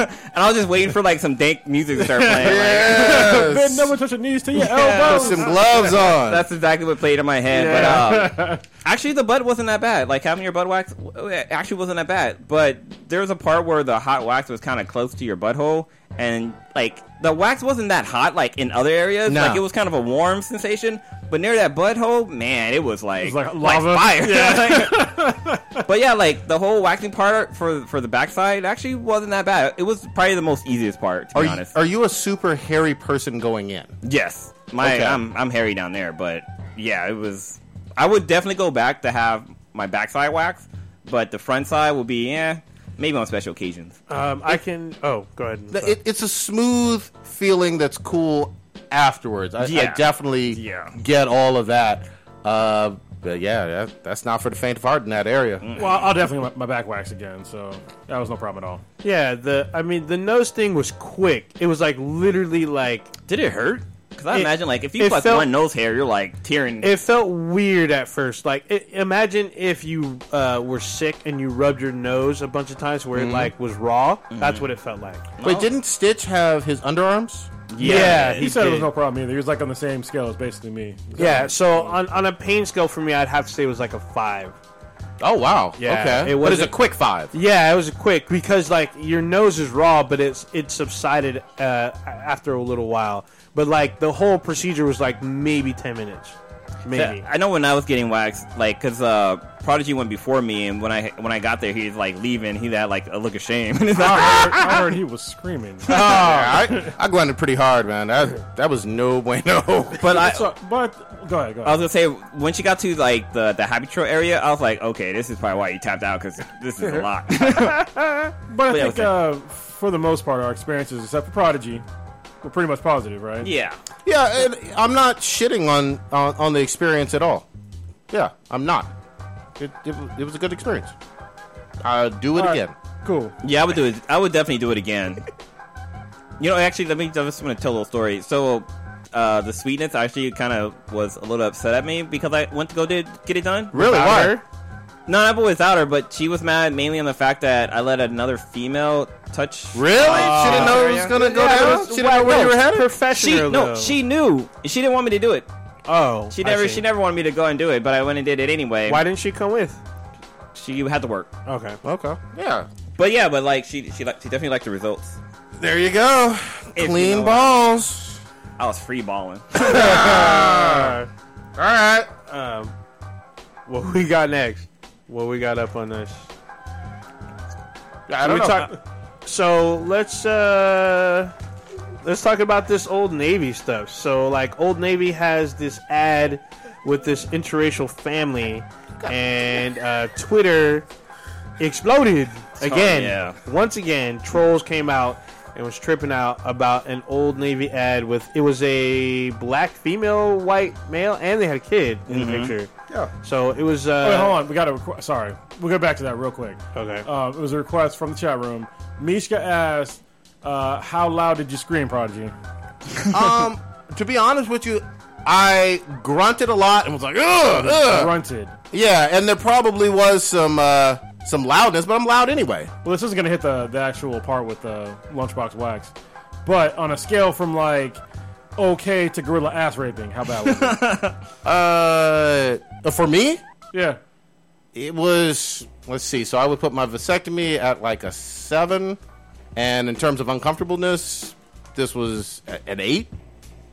Speaker 5: and I was just waiting for like some dank music to start playing. like,
Speaker 7: Ben
Speaker 6: Yes.
Speaker 7: never touch your knees to your
Speaker 6: Put
Speaker 7: elbows.
Speaker 6: some gloves on.
Speaker 5: That's exactly what played in my head. But um, actually, the butt wasn't that bad. Like having your butt waxed w- it actually wasn't that bad. But there was a part where the hot wax was kind of close to your butthole, and like the wax wasn't that hot. Like in other areas,
Speaker 6: No.
Speaker 5: like it was kind of a warm sensation. But near that butthole, man, it was like
Speaker 7: It was like lava.
Speaker 5: fire. but yeah, like the whole waxing part for for the backside actually wasn't that bad. It was probably the most easiest part. To
Speaker 6: are
Speaker 5: be
Speaker 6: you,
Speaker 5: honest,
Speaker 6: are you a super hairy person going in?
Speaker 5: Yes, my
Speaker 6: Okay.
Speaker 5: I'm I'm hairy down there, but yeah, it was. I would definitely go back to have my backside wax, but the front side will be yeah, maybe on special occasions.
Speaker 8: Um, I can. Oh, go ahead.
Speaker 6: The- It, it's a smooth feeling that's cool afterwards. I, I
Speaker 5: Yeah.
Speaker 6: definitely
Speaker 5: Yeah.
Speaker 6: get all of that. Uh, but yeah, that, that's not for the faint of heart in that area.
Speaker 8: Mm.
Speaker 7: Well, I'll definitely my, my back wax again, so that was no problem at all.
Speaker 8: yeah, the. I mean, the nose thing was quick. It was like literally like
Speaker 5: Did it hurt? Because I
Speaker 8: It-
Speaker 5: imagine like if you
Speaker 8: it
Speaker 5: pluck
Speaker 8: felt-
Speaker 5: one nose hair, you're like tearing.
Speaker 8: it felt weird at first. Like i imagine if you uh, were sick and you rubbed your nose a bunch of times where it like was raw. That's what it felt like.
Speaker 6: Wait, didn't Stitch have his underarms?
Speaker 8: Yeah,
Speaker 7: He, said it was
Speaker 8: did.
Speaker 7: no problem either. He was like on the same scale as basically me.
Speaker 8: Yeah, so on, on a pain scale for me, I'd have to say it was like a five.
Speaker 6: Oh wow!
Speaker 8: Yeah,
Speaker 6: okay.
Speaker 8: it
Speaker 6: but it's a
Speaker 8: wasn't-
Speaker 6: quick five.
Speaker 8: Yeah, it was quick because like your nose is raw, but it's it subsided uh, after a little while. But like the whole procedure was like maybe ten minutes, maybe.
Speaker 5: I know when I was getting waxed, like, cause uh, Prodigy went before me, and when I when I got there, he was like leaving. He had like a look of shame. And it's like,
Speaker 7: I heard, I heard he was screaming.
Speaker 6: Oh, I, I grinded pretty hard, man. That that was no bueno.
Speaker 5: but I,
Speaker 7: So, but go ahead, go
Speaker 5: I was
Speaker 7: ahead.
Speaker 5: gonna say when she got to like the the happy trail area, I was like, okay, this is probably why you tapped out because this is a lot.
Speaker 7: But I
Speaker 5: yeah,
Speaker 7: think uh, for the most part, our experiences, except for Prodigy, were pretty much positive, right?
Speaker 5: yeah.
Speaker 6: yeah, and I'm not shitting on, on on the experience at all. Yeah, I'm not. It it, it was a good experience. Uh, do it
Speaker 7: All right,
Speaker 6: again.
Speaker 7: Cool.
Speaker 5: Yeah, I would do it. I would definitely do it again. you know, actually, let me. I just want to tell a little story. So, uh, the sweetness actually kind of was a little upset at me because I went to go did, get it done.
Speaker 6: Really?
Speaker 5: without
Speaker 6: Why?
Speaker 5: her. No, not without her, but she was mad mainly on the fact that I let another female touch.
Speaker 6: Really? she didn't know it was gonna go
Speaker 8: Yeah,
Speaker 6: down.
Speaker 8: it was-
Speaker 6: She didn't know
Speaker 8: well,
Speaker 6: where you
Speaker 8: no,
Speaker 6: were headed.
Speaker 8: Professional.
Speaker 5: She no,
Speaker 8: though.
Speaker 5: she knew. She didn't want me to do it.
Speaker 8: Oh,
Speaker 5: She
Speaker 8: I
Speaker 5: never,
Speaker 8: see.
Speaker 5: she never wanted me to go and do it, but I went and did it anyway.
Speaker 8: Why didn't she come with?
Speaker 5: She had to work.
Speaker 8: Okay.
Speaker 6: Okay. Yeah.
Speaker 5: But yeah, but like she, she, liked, she definitely liked the results.
Speaker 6: There you go.
Speaker 5: If
Speaker 6: Clean
Speaker 5: you know it.
Speaker 6: balls.
Speaker 5: I was free balling.
Speaker 6: All right.
Speaker 8: Um, what we got next? What we got up on this?
Speaker 6: I don't
Speaker 8: we
Speaker 6: know.
Speaker 8: talk- so let's uh, let's talk about this old Navy stuff. So like old Navy has this ad with this interracial family, and uh, Twitter exploded
Speaker 7: Oh,
Speaker 8: again.
Speaker 5: yeah.
Speaker 8: Once again, trolls came out and was tripping out about an old Navy ad with it was a black female, white male, and they had a kid in the picture.
Speaker 6: Yeah.
Speaker 8: So it was. Uh,
Speaker 7: Mm-hmm. Wait, hold on. We got a requ- sorry. We'll go back to that real quick.
Speaker 8: Okay.
Speaker 7: Uh, it was a request from the chat room. Mishka asked, uh, "How loud did you scream, Prodigy?"
Speaker 6: um, to be honest with you, I grunted a lot and was like, ugh, ugh.
Speaker 7: Grunted.
Speaker 6: Yeah, and there probably was some uh, some loudness, but I'm loud anyway.
Speaker 7: Well, this isn't going to hit the, the actual part with the lunchbox wax, but on a scale from like okay to gorilla ass raping, how bad was it?
Speaker 6: Uh, for me,
Speaker 7: yeah.
Speaker 6: it was let's see. So I would put my vasectomy at like a seven, and in terms of uncomfortableness, this was a- an eight.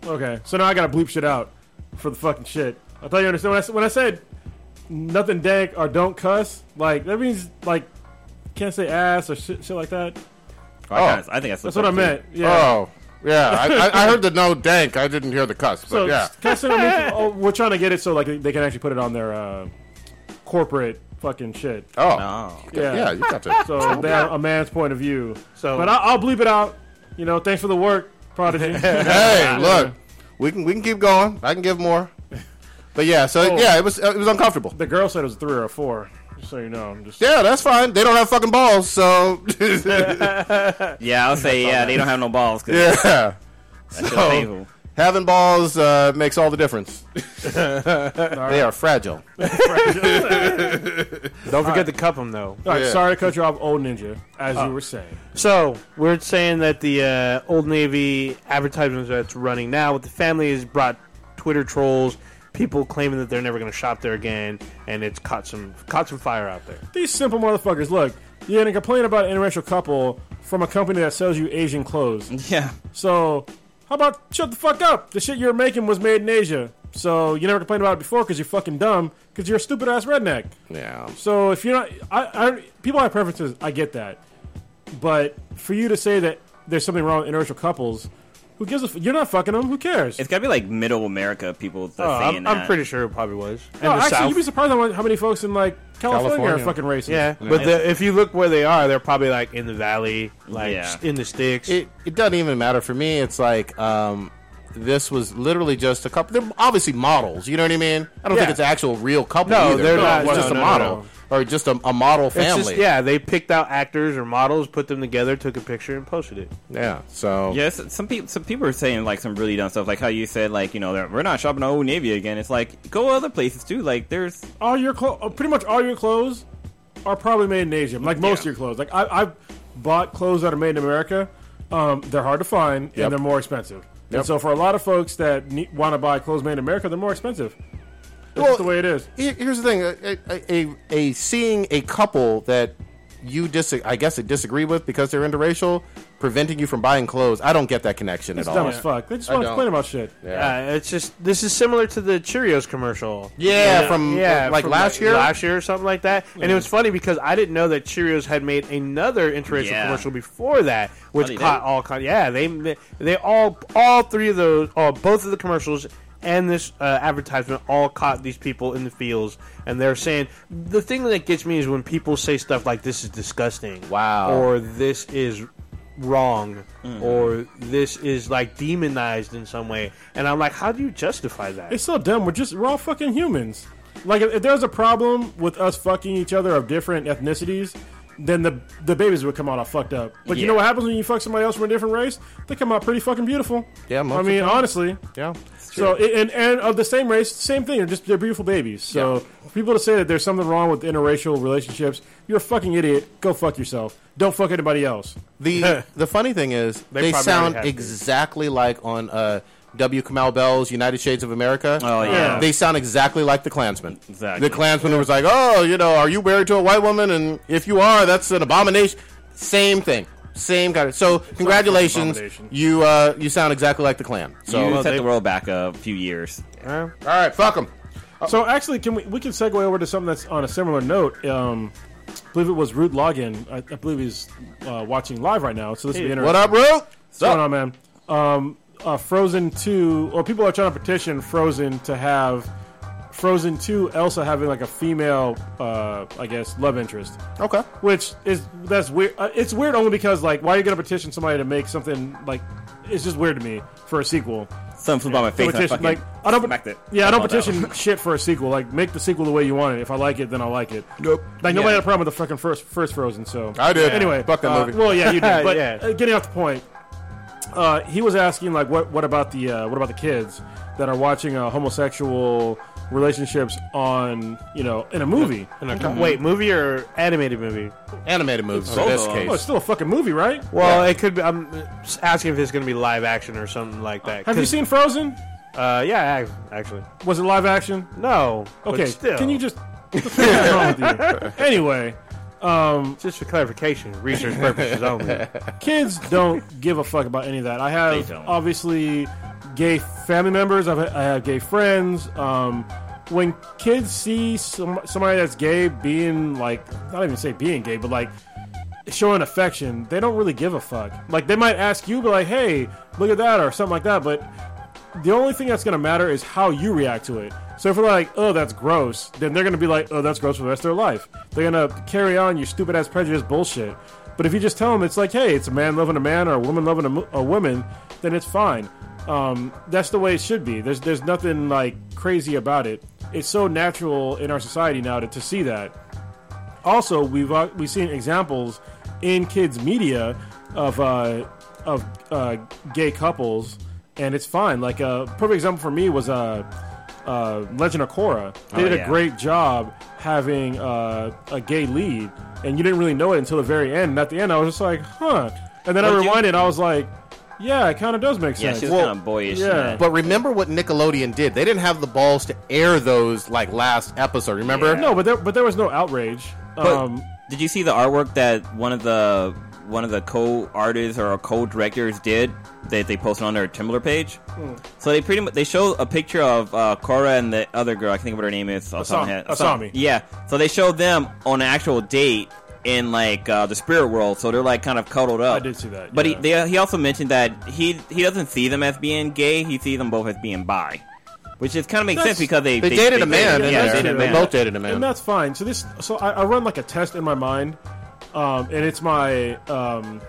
Speaker 7: Okay. So now I got to bleep shit out for the fucking shit. I thought you understood when I, s- when I said nothing dank or don't cuss. Like that means like can't say ass or shit, shit like that.
Speaker 5: I, kinda- I think I
Speaker 7: That's what I meant. Yeah.
Speaker 6: Oh, yeah. I, I, I heard the no dank. I didn't hear the cuss, but
Speaker 7: So
Speaker 6: yeah.
Speaker 7: can I send a link? Oh, we're trying to get it so like they can actually put it on their uh, corporate fucking shit.
Speaker 6: Oh,
Speaker 5: Oh.
Speaker 6: yeah.
Speaker 7: yeah.
Speaker 6: You got to.
Speaker 7: So they have a man's point of view.
Speaker 8: So-
Speaker 7: but I'll, I'll bleep it out. You know, thanks for the work, prodigy.
Speaker 6: hey, look, we can we can keep going. I can give more, but yeah. So
Speaker 7: Oh.
Speaker 6: yeah, it was it was uncomfortable.
Speaker 7: the girl said it was a three or a four. Just so you know, I'm just
Speaker 6: Yeah, that's fine. They don't have fucking balls, so
Speaker 5: Yeah, I'll say yeah. They don't have no balls. 'cause
Speaker 6: yeah. Oh.
Speaker 5: that's
Speaker 6: so-
Speaker 5: painful.
Speaker 6: Having balls uh, makes all the difference. they are fragile.
Speaker 8: Don't forget to cup them though.
Speaker 7: All right,
Speaker 6: yeah. Oh.
Speaker 7: sorry to cut you off, old ninja, as you were saying.
Speaker 8: So we're saying that the uh, Old Navy advertisement that's running now with the family has brought Twitter trolls, people claiming that they're never going to shop there again, and it's caught some caught some fire out there.
Speaker 7: These simple motherfuckers. Look, you're gonna complain about an interracial couple from a company that sells you Asian clothes.
Speaker 5: Yeah.
Speaker 7: So, how about shut the fuck up? The shit you're making was made in Asia. So, you never complained about it before because you're fucking dumb because you're a stupid ass redneck.
Speaker 6: Yeah.
Speaker 7: Oh, So, if you're not. I, I, people have preferences. I get that. But for you to say that there's something wrong with interracial couples, who gives a. F- you're not fucking them. Who cares?
Speaker 5: It's gotta be like middle America people that
Speaker 8: Oh,
Speaker 5: are
Speaker 8: I'm,
Speaker 5: saying
Speaker 8: I'm
Speaker 5: that.
Speaker 8: pretty sure it probably was. And
Speaker 7: no,
Speaker 8: the
Speaker 7: actually,
Speaker 8: South.
Speaker 7: you'd be surprised how how many folks in, like, California,
Speaker 6: California.
Speaker 7: are fucking racist.
Speaker 8: yeah, but the, if you look where they are, they're probably like in the valley, like
Speaker 5: Yeah.
Speaker 8: s- in the sticks.
Speaker 6: It, it doesn't even matter for me. It's like um, this was literally just a couple. They're obviously models. You know what I mean? I don't
Speaker 8: Yeah.
Speaker 6: think it's an actual real couple.
Speaker 8: No,
Speaker 6: either.
Speaker 8: they're not-
Speaker 6: It's just a
Speaker 8: no, no, no,
Speaker 6: model or just a, a model
Speaker 8: It's
Speaker 6: family.
Speaker 8: just, yeah, they picked out actors or models, put them together, took a picture, and posted it.
Speaker 6: Yeah, So
Speaker 5: Yes, some people some people are saying like some really dumb stuff, like how you said like you know that we're not shopping at Old Navy again. It's like go other places too. Like there's
Speaker 7: all your clothes, pretty much all your clothes, are probably made in Asia. Like most of your clothes. Like I, I've bought clothes that are made in America. Um, they're hard to find
Speaker 6: Yep.
Speaker 7: and they're more expensive.
Speaker 6: Yep.
Speaker 7: And so for a lot of folks that ne- want to buy clothes made in America, they're more expensive. That's
Speaker 6: Well,
Speaker 7: just the way it is.
Speaker 6: Here- here's the thing: a, a, a, a seeing a couple that you dis- I guess it disagree with because they're interracial, preventing you from buying clothes. I don't get that connection
Speaker 7: It's
Speaker 6: at
Speaker 7: dumb
Speaker 6: all.
Speaker 7: as fuck. They just
Speaker 6: I
Speaker 7: want to
Speaker 6: don't.
Speaker 7: complain about shit.
Speaker 8: Uh, it's just this is similar to the Cheerios commercial.
Speaker 6: Yeah, from
Speaker 8: yeah,
Speaker 6: uh, like
Speaker 8: from,
Speaker 6: last year.
Speaker 8: last year or something like that. And it was funny because I didn't know that Cheerios had made another interracial
Speaker 5: Yeah.
Speaker 8: commercial before that, which
Speaker 5: Oh, they
Speaker 8: caught
Speaker 5: did?
Speaker 8: all kind. Yeah, they they all all three of those, all both of the commercials and this uh, advertisement all caught these people in the fields, and they're saying the thing that gets me is when people say stuff like "this is disgusting,"
Speaker 6: Wow.
Speaker 8: or "this is." Wrong, or this is like demonized in some way, and I'm like, how do you justify that?
Speaker 7: It's so dumb. We're just we're all fucking humans. Like if, if there's a problem with us fucking each other of different ethnicities, then the the babies would come out all fucked up. But you know
Speaker 5: Yeah.
Speaker 7: what happens when you fuck somebody else from a different race? They come out pretty fucking beautiful.
Speaker 6: Yeah, most
Speaker 7: I
Speaker 6: of
Speaker 7: mean honestly.
Speaker 6: yeah.
Speaker 7: So a- and and of the same race, same thing. They're just they're beautiful babies. So for people to say that there's something wrong with interracial relationships, you're a fucking idiot. Go fuck yourself. Don't fuck anybody else.
Speaker 6: The the funny thing is they,
Speaker 8: probably
Speaker 6: sound
Speaker 8: already have to.
Speaker 6: exactly like on uh, W. Kamau Bell's United Shades of America.
Speaker 5: oh yeah,
Speaker 7: Yeah.
Speaker 6: They sound exactly like the Klansman.
Speaker 5: Exactly.
Speaker 6: The Klansman was like, "Oh, you know, are you married to a white woman? And if you are, that's an abomination." Same thing, same kind of. So, congratulations,
Speaker 7: abomination.
Speaker 6: you uh, you sound exactly like the Klan. So,
Speaker 5: you
Speaker 6: all
Speaker 5: set the world back a few years.
Speaker 6: right, fuck them.
Speaker 7: So actually, can we we can segue over to something that's on a similar note? Um, I believe it was Rude Login. I, I believe he's uh, watching live right now. So this will be interesting.
Speaker 6: What up, bro?
Speaker 7: What's going on, man? Um, uh, Frozen Two, or people are trying to petition Frozen to have Frozen Two Elsa having like a female, uh, I guess, love interest.
Speaker 6: Okay.
Speaker 7: Which is that's weird. Uh, it's weird only because like, why are you gonna petition somebody to make something like? It's just weird to me for a sequel.
Speaker 5: Something by my face. and I
Speaker 7: Petition,
Speaker 5: fucking
Speaker 7: like I don't
Speaker 5: smacked it.
Speaker 7: Yeah, I don't
Speaker 5: About that
Speaker 7: petition shit for a sequel. Like make the sequel the way you want it. If I like it, then I like it. Nope. Like nobody
Speaker 5: Yeah.
Speaker 7: had a problem with the fucking first first Frozen. So
Speaker 6: I did.
Speaker 7: Anyway,
Speaker 6: Fuck that
Speaker 7: uh,
Speaker 6: movie.
Speaker 7: Well, yeah, you did. But
Speaker 8: Yeah.
Speaker 7: uh, getting off the point, uh, he was asking like, what what about the uh, what about the kids that are watching a uh, homosexual relationships on you know in a movie.
Speaker 8: Wait, movie or animated movie?
Speaker 6: Animated movies, the best
Speaker 5: Solo.
Speaker 7: Oh, it's
Speaker 6: case.
Speaker 7: still a fucking movie, right?
Speaker 8: Well, it could be. I'm just asking if it's going to be live action or something like that.
Speaker 7: Have you
Speaker 8: 'Cause,
Speaker 7: seen Frozen?
Speaker 8: Uh, yeah, ac- actually.
Speaker 7: Was it live action?
Speaker 8: No. but
Speaker 7: Okay,
Speaker 8: still.
Speaker 7: can you just? What's wrong with you? Anyway,
Speaker 8: Just for clarification, research purposes only.
Speaker 7: kids don't give a fuck about any of that. I have
Speaker 5: They don't.
Speaker 7: obviously gay family members. I've, I have gay friends. Um, when kids see some, somebody that's gay being like, not even say being gay, but like showing affection, they don't really give a fuck. Like they might ask you, but like, hey, look at that or something like that. But the only thing that's gonna matter is how you react to it. So if you're like, oh, that's gross, then they're gonna be like, oh, that's gross for the rest of their life. They're gonna carry on your stupid ass prejudice bullshit. But if you just tell them it's like, hey, it's a man loving a man or a woman loving a, mo- a woman, then it's fine. Um, that's the way it should be. There's there's nothing like crazy about it. It's so natural in our society now to, to see that also we've uh, we've seen examples in kids media of uh, of uh, gay couples, and it's fine. Like a perfect example for me was uh, uh, Legend of Korra. They did a
Speaker 5: Oh, yeah.
Speaker 7: great job having uh, a gay lead, and you didn't really know it until the very end. And at the end, I was just like, huh. And then I
Speaker 5: But you-
Speaker 7: rewinded. I was like, yeah, it kind of does make
Speaker 5: Yeah,
Speaker 7: sense.
Speaker 5: she's
Speaker 6: Well,
Speaker 5: kind of boyish.
Speaker 7: yeah.
Speaker 5: in that.
Speaker 6: But remember what Nickelodeon did? They didn't have the balls to air those like last episode. Remember?
Speaker 7: no, but there but there was no outrage.
Speaker 5: But
Speaker 7: um,
Speaker 5: did you see the artwork that one of the one of the co-artists or co-directors did that they posted on their Tumblr page?
Speaker 7: Hmm.
Speaker 5: So they pretty much they show a picture of uh, Cora and the other girl. I can think of what her name is. off the top of my head.
Speaker 7: Asami. Asami.
Speaker 5: Yeah. So they show them on an actual date in like uh, the spirit world. So they're like kind of cuddled up.
Speaker 7: I did see that,
Speaker 5: But
Speaker 7: yeah.
Speaker 5: he they, he also mentioned that he he doesn't see them as being gay. He sees them both as being bi. Which is kind of makes sense because they
Speaker 6: They, dated a man.
Speaker 5: Yeah, they
Speaker 6: in there.
Speaker 5: dated a
Speaker 6: They
Speaker 5: man.
Speaker 6: both dated a
Speaker 7: and
Speaker 6: man.
Speaker 7: that's fine. So this, so I, I run like a test in my mind, um, and it's my, um,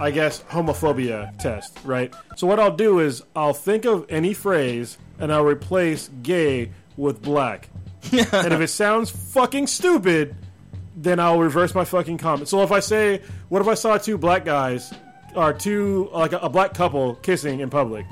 Speaker 7: I guess, homophobia test, right? So what I'll do is I'll think of any phrase and I'll replace gay with black, and if it sounds fucking stupid, then I'll reverse my fucking comment. So if I say, what if I saw two black guys or two like a, a black couple kissing in public,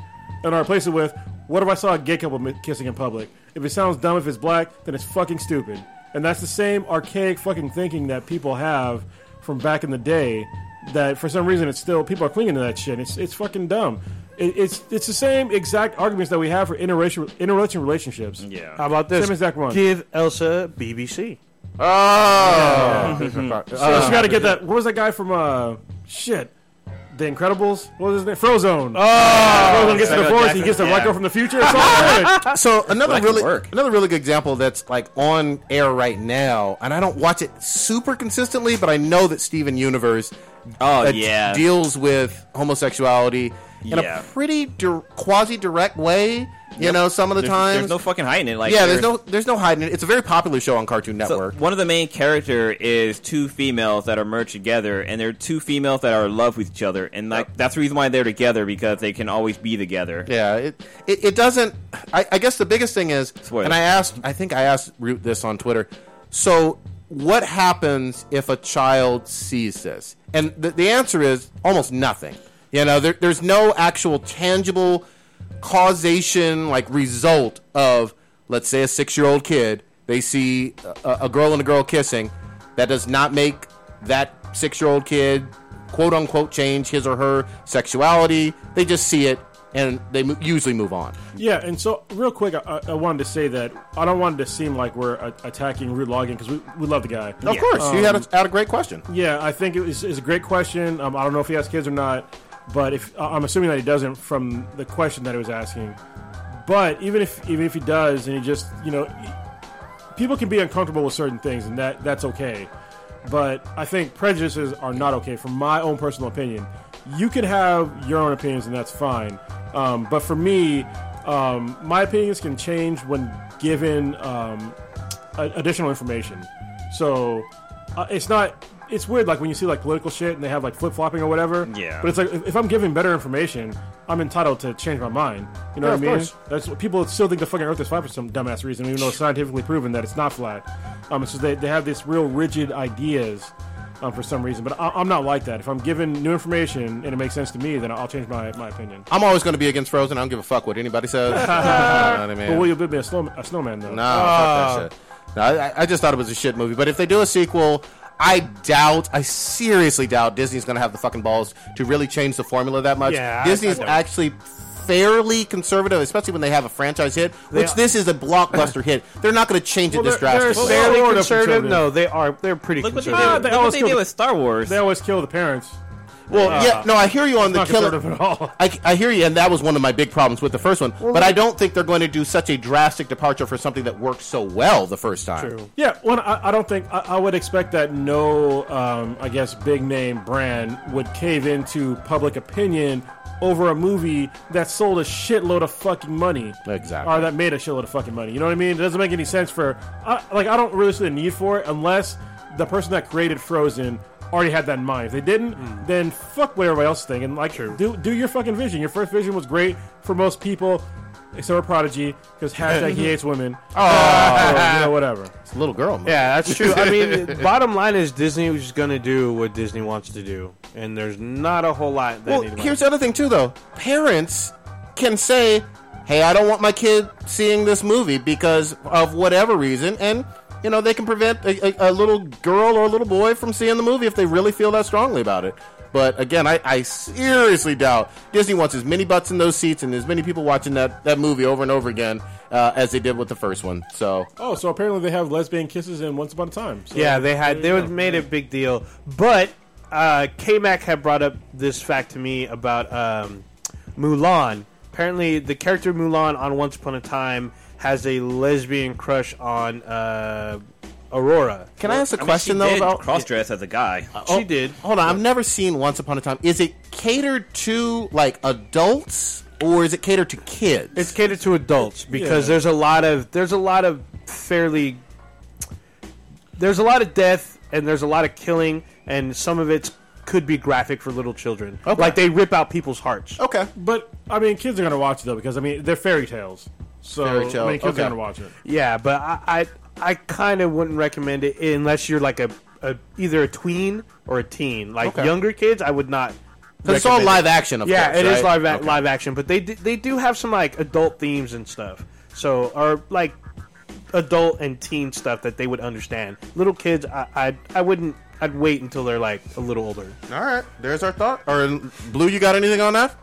Speaker 7: and I replace it with, what if I saw a gay couple mi- kissing in public? If it sounds dumb, if it's black, then it's fucking stupid. And that's the same archaic fucking thinking that people have from back in the day. That for some reason it's still people are clinging to that shit. It's it's fucking dumb. It, it's it's the same exact arguments that we have for interracial interracial relationships.
Speaker 5: Yeah.
Speaker 8: How about this?
Speaker 7: Same exact one.
Speaker 8: Give Elsa BBC.
Speaker 6: Oh,
Speaker 7: I just
Speaker 8: Uh,
Speaker 7: got to get that. What was that guy from? Uh, shit, The Incredibles. What was his name? Frozone. Oh, Frozone gets a
Speaker 8: Samuel
Speaker 7: divorce. He
Speaker 8: Jackson.
Speaker 7: gets the white
Speaker 5: Yeah.
Speaker 7: girl from the future. It's all good.
Speaker 6: so another
Speaker 5: That could
Speaker 6: really
Speaker 5: work.
Speaker 6: another really good example that's like on air right now, and I don't watch it super consistently, but I know that Steven Universe
Speaker 5: Oh
Speaker 6: that
Speaker 5: yeah.
Speaker 6: deals with homosexuality in
Speaker 5: Yeah.
Speaker 6: a pretty dir- quasi direct way. You know, some of the
Speaker 5: There's,
Speaker 6: times,
Speaker 5: there's no fucking hiding it. Like
Speaker 6: yeah, there's no there's no hiding it. It's a very popular show on Cartoon
Speaker 5: So
Speaker 6: Network.
Speaker 5: one of the main character is two females that are merged together, and they're two females that are in love with each other, and like that's the reason why they're together because they can always be together.
Speaker 6: Yeah, it it, it doesn't. I, I guess the biggest thing is,
Speaker 5: Spoiler.
Speaker 6: and I asked, I think I asked Root this on Twitter. So, what happens if a child sees this? And the, the answer is almost nothing. You know, there, there's no actual tangible causation, like result of, let's say, a six year old kid. They see a, a girl and a girl kissing. That does not make that six year old kid, quote unquote, change his or her sexuality. They just see it and they mo- usually move on.
Speaker 7: Yeah, and so real quick, I, I wanted to say that I don't want it to seem like we're a- attacking Root Logan because we, we love the guy.
Speaker 6: Of course, you had a, had a great question.
Speaker 7: Yeah, I think it was, it's a great question. Um, I don't know if he has kids or not, but if I- I'm assuming that he doesn't from the question that he was asking. But even if even if he does, and he just you know, people can be uncomfortable with certain things, and that that's okay. But I think prejudices are not okay, from my own personal opinion. You can have your own opinions, and that's fine. Um, but for me, um, my opinions can change when given um, a- additional information. So uh, it's not. It's weird, like when you see like political shit and they have like flip flopping or whatever.
Speaker 5: Yeah.
Speaker 7: But it's like if, if I'm given better information, I'm entitled to change my mind. You know what
Speaker 6: Yeah,
Speaker 7: I
Speaker 6: of
Speaker 7: mean?
Speaker 6: course.
Speaker 7: That's what people still think the fucking Earth is flat for some dumbass reason, even though it's scientifically proven that it's not flat. Um, so they, they have this real rigid ideas um, for some reason. But I, I'm not like that. If I'm given new information and it makes sense to me, then I'll change my, my opinion.
Speaker 6: I'm always going to be against Frozen. I don't give a fuck what anybody says. You know what I mean?
Speaker 7: But will you build me a, snow, a snowman though?
Speaker 6: No,
Speaker 8: Ah.
Speaker 6: fuck that shit. No, I, I just thought it was a shit movie. But if they do a sequel, I doubt, I seriously doubt Disney's going to have the fucking balls to really change the formula that much.
Speaker 8: Yeah, I-
Speaker 6: Disney's
Speaker 8: I don't.
Speaker 6: actually fairly conservative, especially when they have a franchise hit, which
Speaker 8: are-
Speaker 6: this is a blockbuster hit. They're not going to change it this
Speaker 8: they're
Speaker 6: drastically.
Speaker 8: fairly
Speaker 7: Sort of
Speaker 8: conservative.
Speaker 7: conservative.
Speaker 8: No, they are. They're pretty
Speaker 5: Look what they did.
Speaker 8: conservative.
Speaker 7: they
Speaker 5: Look what
Speaker 7: always
Speaker 5: they
Speaker 7: go
Speaker 5: did
Speaker 7: to-
Speaker 5: with Star Wars.
Speaker 7: They always kill the parents.
Speaker 6: well, yeah, no, I hear you on the
Speaker 7: Uh-huh. Not
Speaker 6: killer.
Speaker 7: conservative at all.
Speaker 6: I, I hear you, and that was one of my big problems with the first one. but I don't think they're going to do such a drastic departure for something that worked so well the first time.
Speaker 7: Yeah, well, I, I don't think I, I would expect that no, um, I guess, big name brand would cave into public opinion over a movie that sold a shitload of fucking money.
Speaker 6: Exactly.
Speaker 7: Or that made a shitload of fucking money. You know what I mean? It doesn't make any sense for I, like I don't really see the need for it unless the person that created Frozen already had that in mind. If they didn't, then fuck what everybody else is thinking. Like, do do your fucking vision. Your first vision was great for most people. Except for Prodigy, because hashtag he hates women. Oh, you know, whatever.
Speaker 6: It's a little girl. movie.
Speaker 8: Yeah, that's true. I mean, the bottom line is Disney is going to do what Disney wants to do, and there's not a whole lot. That
Speaker 6: Well,
Speaker 8: anybody-
Speaker 6: here's the other thing too, though. Parents can say, "Hey, I don't want my kid seeing this movie because of whatever reason," and you know they can prevent a, a, a little girl or a little boy from seeing the movie if they really feel that strongly about it. But again, I, I seriously doubt Disney wants as many butts in those seats and as many people watching that, that movie over and over again uh, as they did with the first one. So
Speaker 7: Oh, so apparently they have lesbian kisses in Once Upon a Time. So
Speaker 8: yeah, they had they would made a big deal, but uh, K Mac had brought up this fact to me about um, Mulan. Apparently, the character Mulan on Once Upon a Time has a lesbian crush on uh, Aurora.
Speaker 6: can oh, I ask a
Speaker 5: I mean,
Speaker 6: question
Speaker 5: she
Speaker 6: though
Speaker 5: did
Speaker 6: about
Speaker 5: cross-dress as a guy.
Speaker 8: she did.
Speaker 6: Hold on, I've never seen Once Upon a Time. Is it catered to like adults or is it catered to kids?
Speaker 8: It's catered to adults because
Speaker 7: Yeah.
Speaker 8: there's a lot of there's a lot of fairly there's a lot of death and there's a lot of killing and some of it could be graphic for little children. Like they rip out people's hearts.
Speaker 6: okay.
Speaker 7: but I mean, kids are gonna watch it though because I mean they're fairy tales. So
Speaker 6: Fairy
Speaker 7: I
Speaker 6: tale,
Speaker 7: mean, kids
Speaker 6: okay.
Speaker 7: are gonna watch it.
Speaker 8: Yeah, but I I, I kind of wouldn't recommend it unless you're like a, a either a tween or a teen. Like
Speaker 6: Okay.
Speaker 8: younger kids, I would not.
Speaker 6: But it's all
Speaker 8: recommend it.
Speaker 6: live action, of
Speaker 8: Yeah,
Speaker 6: course.
Speaker 8: it is
Speaker 6: right?
Speaker 8: live ac live action, but they d- they do have some like adult themes and stuff. So or like adult and teen stuff that they would understand. Little kids, I I, I wouldn't. I'd wait until they're like a little older.
Speaker 6: All right, there's our thought. Or Blue, you got anything on that?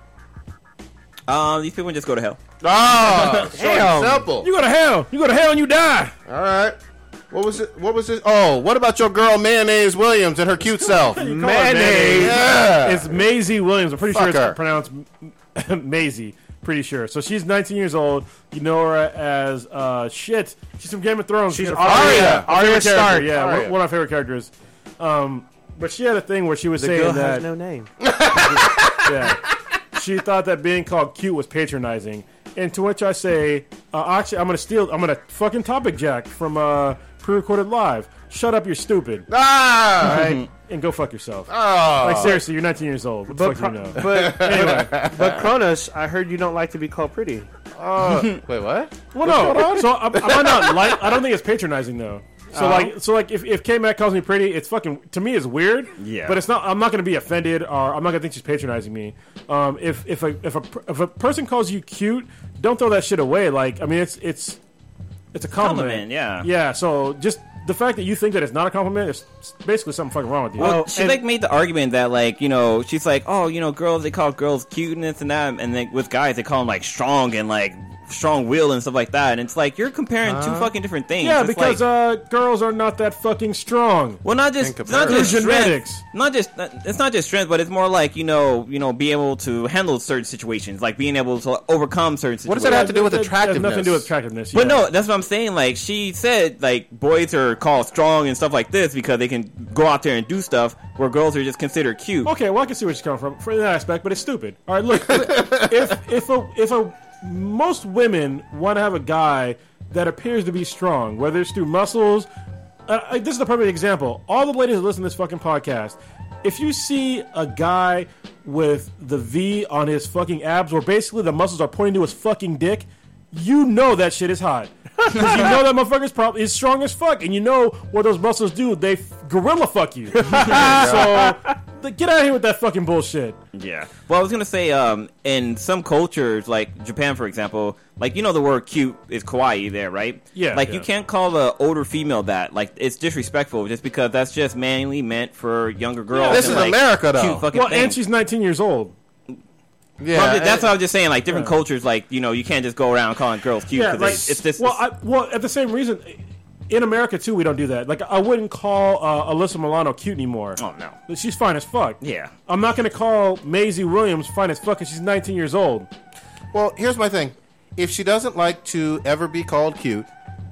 Speaker 5: Um, these people just go to hell.
Speaker 6: Oh, damn. Simple.
Speaker 7: You go to hell. You go to hell and you die.
Speaker 6: All right. What was it? What was it? Oh, what about your girl Mayonnaise Williams and her cute self?
Speaker 7: Mayonnaise.
Speaker 6: Yeah.
Speaker 7: It's Maisie Williams. I'm pretty
Speaker 6: Uh. Fuck
Speaker 7: sure it's
Speaker 6: her.
Speaker 7: pronounced Maisie. Pretty sure. So she's 19 years old. You know her as uh, shit. She's from Game of Thrones.
Speaker 8: She's
Speaker 7: Get a-
Speaker 8: Arya.
Speaker 7: My favorite
Speaker 8: Arya
Speaker 7: character,
Speaker 8: Stark.
Speaker 7: Yeah, one-
Speaker 6: Arya.
Speaker 7: one of my favorite characters. Um, but she had a thing where she was
Speaker 8: Girl
Speaker 7: saying that.
Speaker 8: has no name.
Speaker 7: yeah. She thought that being called cute was patronizing. And to which I say, uh, actually, I'm gonna steal. I'm gonna fucking topic jack from uh, pre-recorded live. Shut up, you're stupid,
Speaker 6: Ah.
Speaker 7: right? and go fuck yourself.
Speaker 6: Oh.
Speaker 7: Like seriously, you're 19 years old. What the
Speaker 8: But
Speaker 7: fuck do
Speaker 8: pro-
Speaker 7: you know?
Speaker 8: but but Cronus, I heard you don't like to be called pretty.
Speaker 6: Wait, what?
Speaker 7: Well, no. So am, am I not like? I don't think it's patronizing though. So
Speaker 5: Uh-huh.
Speaker 7: like, so like, if, if K Mac calls me pretty, it's fucking to me it's weird.
Speaker 5: Yeah.
Speaker 7: But it's not. I'm not gonna be offended, or I'm not gonna think she's patronizing me. Um, if if a if a per- if a person calls you cute, don't throw that shit away. Like, I mean, it's it's it's a compliment.
Speaker 5: Compliment, yeah.
Speaker 7: Yeah. So just the fact that you think that it's not a compliment, it's it's basically something fucking wrong with you.
Speaker 5: Well,
Speaker 8: Oh,
Speaker 5: she
Speaker 8: and-
Speaker 5: like made the argument that like you know she's like oh you know girls they call girls cute and this and that and like with guys they call them like strong and like strong will and stuff like that and it's like you're comparing two fucking different things.
Speaker 7: yeah,
Speaker 5: It's
Speaker 7: because
Speaker 5: like-
Speaker 7: uh, girls are not that fucking strong.
Speaker 5: well not just
Speaker 6: think
Speaker 5: not
Speaker 6: about it.
Speaker 5: just strength,
Speaker 7: Genetics.
Speaker 5: not just not- it's not just strength, but it's more like you know you know being able to handle certain situations, like being able to overcome certain situations.
Speaker 6: What does that have to do with
Speaker 7: It has
Speaker 6: attractiveness?
Speaker 7: nothing to do with attractiveness.
Speaker 5: But
Speaker 7: yeah.
Speaker 5: no, that's what I'm saying. Like she said, like boys are called strong and stuff like this because they can go out there and do stuff where girls are just considered cute.
Speaker 7: Okay, well, I can see where she's coming from for that aspect, but it's stupid. All right, look, if if a if a most women want to have a guy that appears to be strong, whether it's through muscles. Uh, I- this is the perfect example. All the ladies that listen to this fucking podcast, if you see a guy with the V on his fucking abs, where basically the muscles are pointing to his fucking dick, you know that shit is hot. 'Cause you know that motherfucker's probably is strong as fuck, and you know what those muscles do. They f- gorilla fuck you. so th- get out of here with that fucking bullshit.
Speaker 5: Yeah. Well, I was gonna say, um, in some cultures, like Japan, for example, like you know the word "cute" is kawaii there, right?
Speaker 7: Yeah,
Speaker 5: Like
Speaker 7: yeah.
Speaker 5: you can't call an older female that. Like it's disrespectful, just because that's just mainly meant for younger girls.
Speaker 6: This
Speaker 5: and,
Speaker 6: is
Speaker 5: like,
Speaker 6: America, though.
Speaker 5: Cute fucking
Speaker 7: Well,
Speaker 5: thing.
Speaker 7: and she's 19 years old.
Speaker 6: Yeah,
Speaker 5: Well, that's
Speaker 6: and-
Speaker 5: what I was just saying. Like different cultures, like you know, you can't just go around calling girls cute.
Speaker 7: Yeah,
Speaker 5: 'cause
Speaker 7: like
Speaker 5: it's, it's just
Speaker 7: well, I, well, at the same reason, in America too, we don't do that. Like I wouldn't call uh, Alyssa Milano cute anymore.
Speaker 5: oh no.
Speaker 7: She's fine as fuck.
Speaker 5: Yeah.
Speaker 7: I'm not gonna call Maisie Williams fine as fuck because she's 19 years old.
Speaker 6: Well, here's my thing. If she doesn't like to ever be called cute,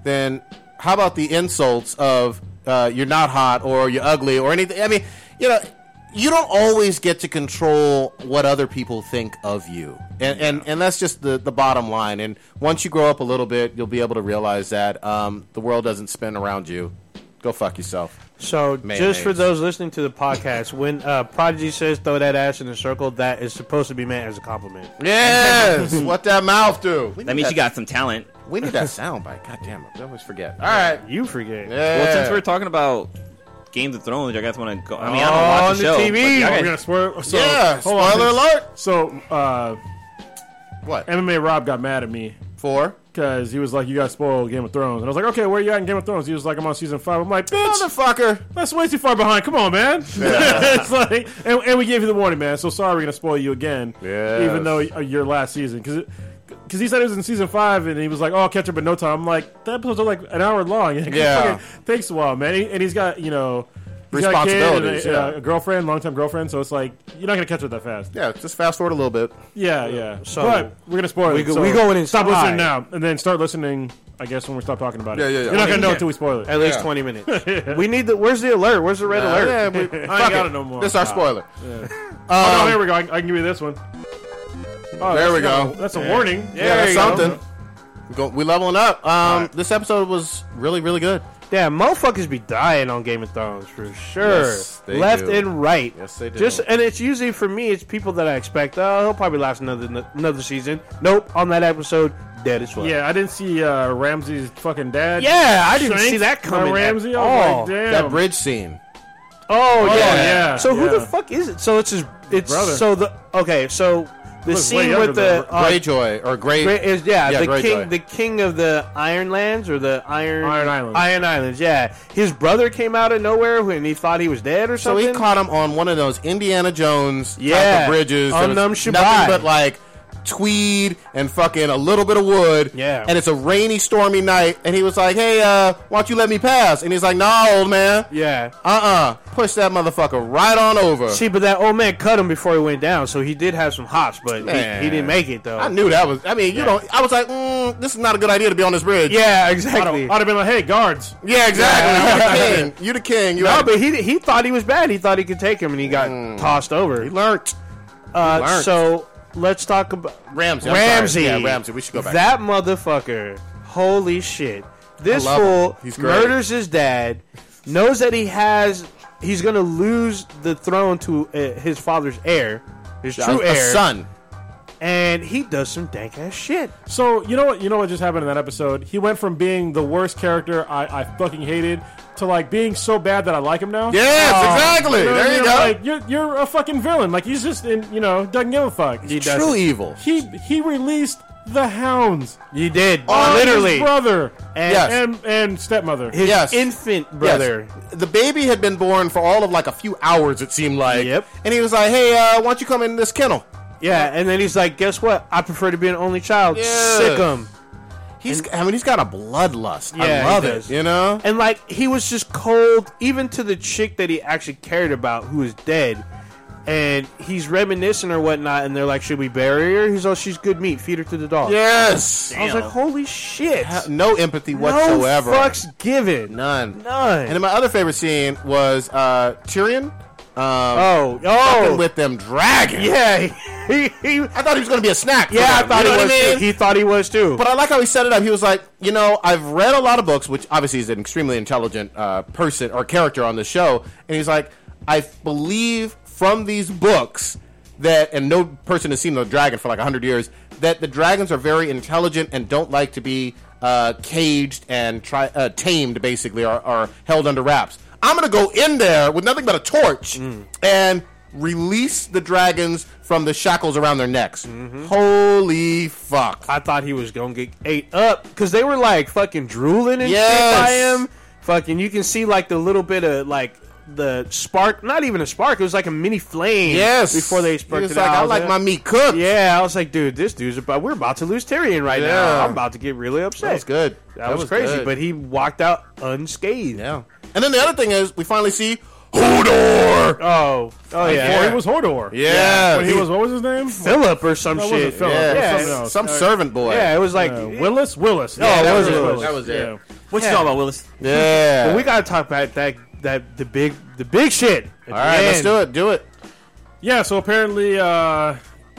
Speaker 6: then how about the insults of uh, you're not hot or you're ugly or anything? I mean, you know, you don't always get to control what other people think of you. And, and, and that's just the, the bottom line. And once you grow up a little bit, you'll be able to realize that um, the world doesn't spin around you. Go fuck yourself.
Speaker 8: So, just for
Speaker 6: Mayonnaise.
Speaker 8: those listening to the podcast, when uh, Prodigy says "throw that ass in a circle," that is supposed to be meant as a compliment.
Speaker 6: Yes! what that mouth do? We
Speaker 5: That
Speaker 6: need
Speaker 5: means you got some talent.
Speaker 6: We need that sound bite. God damn it. I always forget. All right.
Speaker 8: You forget.
Speaker 6: Yeah.
Speaker 5: Well, since we're talking about Game of Thrones, I guys want to go. I mean, I
Speaker 8: Oh,
Speaker 5: don't
Speaker 8: on
Speaker 5: watch
Speaker 8: the
Speaker 5: the show.
Speaker 8: TV.
Speaker 5: but y'all
Speaker 7: Are
Speaker 5: guys-
Speaker 7: we gonna swear? So,
Speaker 6: yeah.
Speaker 7: hold on,
Speaker 6: Spoiler
Speaker 7: please.
Speaker 6: alert.
Speaker 7: So uh,
Speaker 6: What?
Speaker 7: MMA Rob got mad at me
Speaker 6: Four.
Speaker 7: because he was like, "You got spoiled Game of Thrones," and I was like, "Okay, where you at in Game of Thrones?" He was like, "I'm on season five. I'm like, "Bitch,
Speaker 6: Motherfucker.
Speaker 7: that's way too far behind. Come on, man." it's like, and, and we gave you the warning, man. So sorry, we're gonna spoil you again,
Speaker 6: Yes.
Speaker 7: even though uh, your last season because. Because he said it was in season five, and he was like, "Oh, I'll catch up in no time." I'm like, "That episode's like an hour long. It
Speaker 6: Yeah.
Speaker 7: fucking takes a while, man." And he's got you know he's got a kid and a-
Speaker 6: Responsibilities,
Speaker 7: and a,
Speaker 6: yeah.
Speaker 7: a girlfriend, long time girlfriend. So it's like you're not gonna catch up that fast.
Speaker 6: Yeah, just fast forward a little bit.
Speaker 7: Yeah, yeah.
Speaker 8: So-
Speaker 7: but we're gonna spoil
Speaker 8: We
Speaker 7: it.
Speaker 8: go-
Speaker 7: so
Speaker 8: we go in and
Speaker 7: stop
Speaker 8: spy.
Speaker 7: listening now, and then start listening. I guess when we stop talking about it.
Speaker 6: Yeah, yeah, yeah.
Speaker 7: You're not gonna know
Speaker 5: Yeah.
Speaker 7: until we spoil it.
Speaker 8: At least
Speaker 6: Yeah.
Speaker 8: twenty minutes. We need the. Where's the alert? Where's the red alert?
Speaker 6: yeah, we,
Speaker 7: I ain't got it no more.
Speaker 6: This is our
Speaker 7: Nah.
Speaker 6: spoiler.
Speaker 7: oh, no, here we go. I, I can give you this one. Oh,
Speaker 6: Um, There we
Speaker 7: that's-
Speaker 6: go.
Speaker 7: That's a warning.
Speaker 6: yeah,
Speaker 8: there
Speaker 6: that's
Speaker 8: you go.
Speaker 6: something. We Go, we leveling up. Um, This episode was really, really good.
Speaker 8: Yeah, motherfuckers be dying on Game of Thrones for sure.
Speaker 6: Yes, they
Speaker 8: Left
Speaker 6: do.
Speaker 8: and right.
Speaker 6: Yes, they do.
Speaker 8: Just and it's usually for me, it's people that I expect. Oh, he'll probably last another another season. Nope, on that episode, dead as well.
Speaker 7: Yeah, I didn't see uh, Ramsey's fucking dad.
Speaker 8: yeah, I didn't
Speaker 7: shanked
Speaker 8: see that
Speaker 7: by
Speaker 8: coming.
Speaker 7: Ramsey,
Speaker 8: at
Speaker 7: I was
Speaker 8: all.
Speaker 7: like, damn.
Speaker 6: Oh, That bridge scene.
Speaker 8: oh, yeah.
Speaker 7: yeah,
Speaker 8: So who the
Speaker 7: yeah.
Speaker 8: fuck is it? So it's his. It's
Speaker 7: Brother.
Speaker 8: so the okay. So the
Speaker 7: Looks way
Speaker 8: scene
Speaker 7: younger
Speaker 8: with
Speaker 7: than
Speaker 8: the uh,
Speaker 6: Greyjoy or Grey.
Speaker 8: Gra- is yeah,
Speaker 6: Yeah,
Speaker 8: the
Speaker 6: Greyjoy.
Speaker 8: king the king of the Iron Lands or the Iron
Speaker 7: Iron Islands.
Speaker 8: Iron Islands, yeah. His brother came out of nowhere when he thought he was dead or
Speaker 6: so he
Speaker 8: something.
Speaker 6: caught him on one of those Indiana Jones type
Speaker 8: Yeah.
Speaker 6: of bridges.
Speaker 8: On
Speaker 6: There was
Speaker 8: them Shabai.
Speaker 6: nothing but like tweed and fucking a little bit of wood.
Speaker 8: Yeah.
Speaker 6: And it's a rainy, stormy night. And he was like, "Hey, uh, why don't you let me pass?" And he's like, "Nah, old man.
Speaker 8: yeah.
Speaker 6: Uh-uh. Push that motherfucker right on over."
Speaker 8: See, but that old man cut him before he went down, so he did have some hops, but he,
Speaker 6: Man.
Speaker 8: he didn't make it though.
Speaker 6: I knew that was. I mean, you don't. I was like, mm, this is not a good idea to be on this bridge.
Speaker 8: Yeah,
Speaker 7: I'd
Speaker 8: exactly.
Speaker 7: have, I'd have been like, "Hey, guards,
Speaker 6: yeah, exactly. You the king. You the king. You
Speaker 8: No,
Speaker 6: had-
Speaker 8: but he he thought he was bad. He thought he could take him, and he got tossed over.
Speaker 6: he learned.
Speaker 8: uh,
Speaker 6: learned.
Speaker 8: so let's talk about
Speaker 6: Ramsey. I'm sorry.
Speaker 8: Ramsey.
Speaker 6: Yeah, Ramsey. We should go back.
Speaker 8: That motherfucker. Holy shit. This
Speaker 6: I love him.
Speaker 8: fool
Speaker 6: He's great.
Speaker 8: murders his dad, knows that he has he's going to lose the throne to uh, his father's heir, his
Speaker 6: A-
Speaker 8: true
Speaker 6: a,
Speaker 8: heir,
Speaker 6: son.
Speaker 8: and he does some dank ass shit.
Speaker 7: So you know what? You know what just happened in that episode? He went from being the worst character I, I fucking hated to like being so bad that I like him now. Uh,
Speaker 6: Yes, exactly.
Speaker 7: Oh. You know what I
Speaker 6: there you
Speaker 7: mean?
Speaker 6: go.
Speaker 7: Like you're you're a fucking villain. Like he's just in you know doesn't give a fuck. He
Speaker 6: True evil.
Speaker 7: He he released the hounds.
Speaker 8: You did
Speaker 7: on his
Speaker 8: literally
Speaker 7: brother and
Speaker 6: Oh, Yes.
Speaker 7: and, and stepmother.
Speaker 8: his
Speaker 6: Yes.
Speaker 8: infant brother.
Speaker 6: Yes. The baby had been born for all of like a few hours, it seemed like.
Speaker 8: Yep.
Speaker 6: And he was like, hey, uh, why don't you come in this kennel?
Speaker 8: Yeah, and then he's like, "Guess what? I prefer to be an only child."
Speaker 6: Yeah.
Speaker 8: Sick him.
Speaker 6: He's, I mean, he's got a bloodlust.
Speaker 8: Yeah,
Speaker 6: I
Speaker 8: he
Speaker 6: love
Speaker 8: does.
Speaker 6: it. You know?
Speaker 8: And like he was just cold, even to the chick that he actually cared about, who is dead. And he's reminiscing or whatnot, and they're like, "Should we bury her?" He's like, "She's good meat. Feed her to the dog."
Speaker 6: Yes.
Speaker 8: I was like, "Holy shit!"
Speaker 6: No empathy
Speaker 8: No
Speaker 6: whatsoever.
Speaker 8: fucks given.
Speaker 6: None.
Speaker 8: None.
Speaker 6: And then my other favorite scene was uh, Tyrion um,
Speaker 8: oh,
Speaker 6: fucking
Speaker 8: oh,
Speaker 6: with them dragons.
Speaker 8: yeah, he, he,
Speaker 6: I thought he was going to be a snack. for
Speaker 8: yeah. I
Speaker 6: them,
Speaker 8: thought
Speaker 6: you
Speaker 8: he
Speaker 6: know
Speaker 8: was.
Speaker 6: what I mean?
Speaker 8: He thought he was too.
Speaker 6: But I like how he set it up. He was like, you know, I've read a lot of books, which obviously is an extremely intelligent uh, person or character on the show, and he's like, I believe from these books that, and no person has seen the dragon for like hundred years, that the dragons are very intelligent and don't like to be uh, caged and tri- uh, tamed, basically, or, or held under wraps. I'm going to go in there with nothing but a torch and release the dragons from the shackles around their necks. Holy fuck.
Speaker 8: I thought he was gonna get ate up because they were like fucking drooling and shit
Speaker 6: Yes.
Speaker 8: by him. Fucking, you can see like the little bit of like the spark. Not even a spark. It was like a mini flame.
Speaker 6: Yes.
Speaker 8: Before they
Speaker 6: He
Speaker 8: sparked
Speaker 6: was
Speaker 8: it
Speaker 6: like,
Speaker 8: out.
Speaker 6: I
Speaker 8: was
Speaker 6: like my meat cooked.
Speaker 8: Yeah, I was like, dude, this dude's about. We're about to lose Tyrion right
Speaker 6: Yeah.
Speaker 8: now. I'm about to get really upset.
Speaker 6: That was good.
Speaker 8: That, was, crazy.
Speaker 6: good.
Speaker 8: But he walked out unscathed.
Speaker 6: Yeah. And then the other thing is, we finally see Hodor.
Speaker 8: Oh, oh yeah.
Speaker 7: Or it was Hodor.
Speaker 6: Yeah.
Speaker 7: When he was, what was his name?
Speaker 8: Philip or some
Speaker 7: That
Speaker 8: shit.
Speaker 7: wasn't Philip. That
Speaker 6: Yeah.
Speaker 7: was
Speaker 8: Yeah,
Speaker 7: something else.
Speaker 6: Some servant boy.
Speaker 8: Yeah, it was like.
Speaker 7: Uh, Willis? Willis.
Speaker 8: Yeah, that was
Speaker 7: Willis.
Speaker 8: Willis.
Speaker 6: That was it.
Speaker 5: What you talking about, Willis?
Speaker 6: Yeah.
Speaker 8: But we gotta talk about that. That the big, the big shit.
Speaker 6: All right, let's do it. Do it.
Speaker 7: Yeah, so apparently, uh,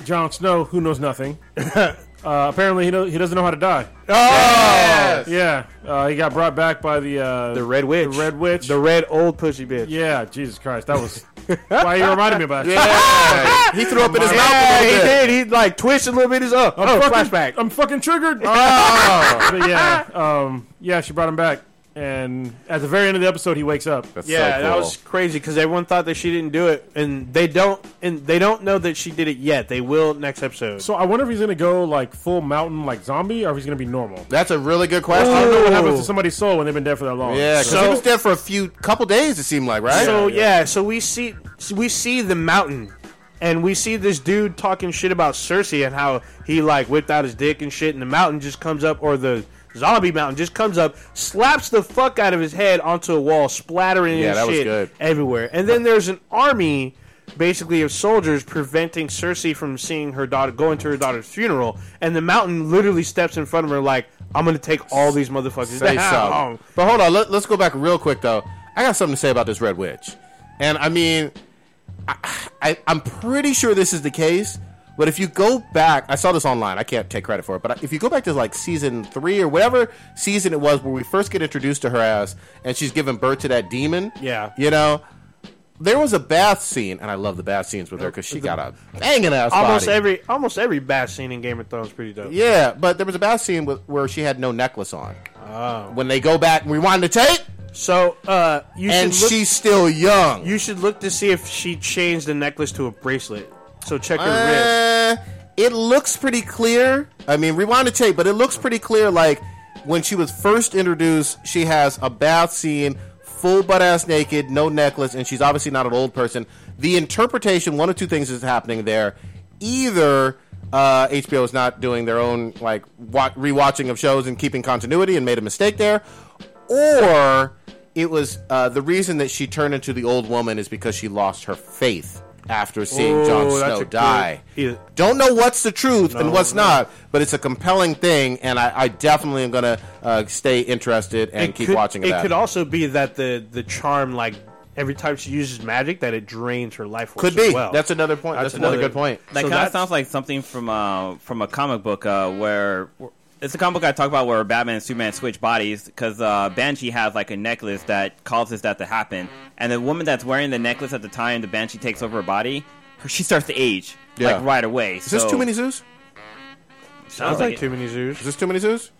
Speaker 7: Jon Snow, who knows nothing, uh, apparently he, do- he doesn't know how to die.
Speaker 6: Oh. Yes.
Speaker 7: Yeah, uh, he got brought back by the uh,
Speaker 8: The Red Witch.
Speaker 7: The Red Witch.
Speaker 8: The red old pussy bitch.
Speaker 7: yeah, Jesus Christ, that was why you reminded me about. that.
Speaker 6: Yeah. he threw up in his mouth a
Speaker 8: Yeah, he
Speaker 6: little bit.
Speaker 8: did. He like twisted a little bit. His oh, oh
Speaker 7: fucking,
Speaker 8: flashback.
Speaker 7: I'm fucking triggered.
Speaker 6: Oh.
Speaker 7: But yeah, um, yeah, she brought him back, and at the very end of the episode, he wakes up.
Speaker 6: That's
Speaker 8: yeah,
Speaker 6: so
Speaker 8: that
Speaker 6: cool.
Speaker 8: was crazy because everyone thought that she didn't do it, and they don't, and they don't know that she did it yet. They will next episode.
Speaker 7: So I wonder if he's gonna go like full mountain like zombie, or if he's gonna be normal.
Speaker 6: That's a really good
Speaker 7: I
Speaker 6: question.
Speaker 7: don't know what
Speaker 8: Ooh.
Speaker 7: happens to somebody's soul when they've been dead for that long.
Speaker 6: Yeah, because he
Speaker 8: Oh. So-
Speaker 6: was dead for a few couple days. It seemed like right.
Speaker 8: So
Speaker 7: Yeah,
Speaker 8: yeah, so we see so we see the mountain, and we see this dude talking shit about Cersei and how he like whipped out his dick and shit, and the mountain just comes up, or the zombie mountain just comes up, slaps the fuck out of his head onto a wall, splattering
Speaker 6: Yeah,
Speaker 8: his
Speaker 6: that was
Speaker 8: shit
Speaker 6: good.
Speaker 8: everywhere. And then there's an army. Basically, of soldiers preventing Cersei from seeing her daughter going to her daughter's funeral, and the mountain literally steps in front of her like, "I'm gonna take all these motherfuckers
Speaker 6: Say
Speaker 8: down."
Speaker 6: so. But hold on, let, us go back real quick though. I got something to say about this Red Witch, and I mean, I, I, I'm pretty sure this is the case. But if you go back, I saw this online. I can't take credit for it, but if you go back to like season three or whatever season it was where we first get introduced to her as, and she's giving birth to that demon.
Speaker 8: Yeah.
Speaker 6: you know. There was a bath scene, and I love the bath scenes with her because she got a banging ass.
Speaker 8: Almost
Speaker 6: body.
Speaker 8: every almost every bath scene in Game of Thrones is pretty dope.
Speaker 6: Yeah, but there was a bath scene with, where she had no necklace on.
Speaker 8: Oh.
Speaker 6: When they go back and rewind the tape,
Speaker 8: So uh, you
Speaker 6: and
Speaker 8: should look,
Speaker 6: she's still young.
Speaker 8: you should look to see if she changed the necklace to a bracelet. So check her wrist.
Speaker 6: Uh, it looks pretty clear. I mean, rewind the tape, but it looks pretty clear. Like when she was first introduced, she has a bath scene, full butt ass naked, no necklace, and she's obviously not an old person. The interpretation, one of two things is happening there. Either uh, HBO is not doing their own like wa- rewatching of shows and keeping continuity and made a mistake there, or it was uh, the reason that she turned into the old woman is because she lost her faith after seeing Jon
Speaker 8: Oh, that's a
Speaker 6: Snow
Speaker 8: good-
Speaker 6: die.
Speaker 8: Yeah.
Speaker 6: Don't know what's the truth and what's not, but it's a compelling thing, and I, I definitely am gonna uh, stay interested and keep
Speaker 8: could,
Speaker 6: watching
Speaker 8: It
Speaker 6: it.
Speaker 8: could also be that the the charm, like every time she uses magic, that it drains her life force.
Speaker 6: Could be.
Speaker 8: As well.
Speaker 6: That's another point. That's,
Speaker 8: That's
Speaker 6: another,
Speaker 8: another-
Speaker 6: good point.
Speaker 5: That
Speaker 8: So
Speaker 5: kind of
Speaker 8: that's-
Speaker 5: sounds like something from uh, from a comic book uh, where it's a comic book I talk about where Batman and Superman switch bodies because uh, Banshee has like a necklace that causes that to happen, and the woman that's wearing the necklace at the time the Banshee takes over her body, her, she starts to age
Speaker 6: Yeah.
Speaker 5: like right away.
Speaker 6: Is this
Speaker 5: so,
Speaker 6: too many zoos?
Speaker 5: Sounds
Speaker 8: like
Speaker 5: like
Speaker 8: too
Speaker 5: it.
Speaker 8: many
Speaker 6: Is
Speaker 8: zoos.
Speaker 6: this too many zoos?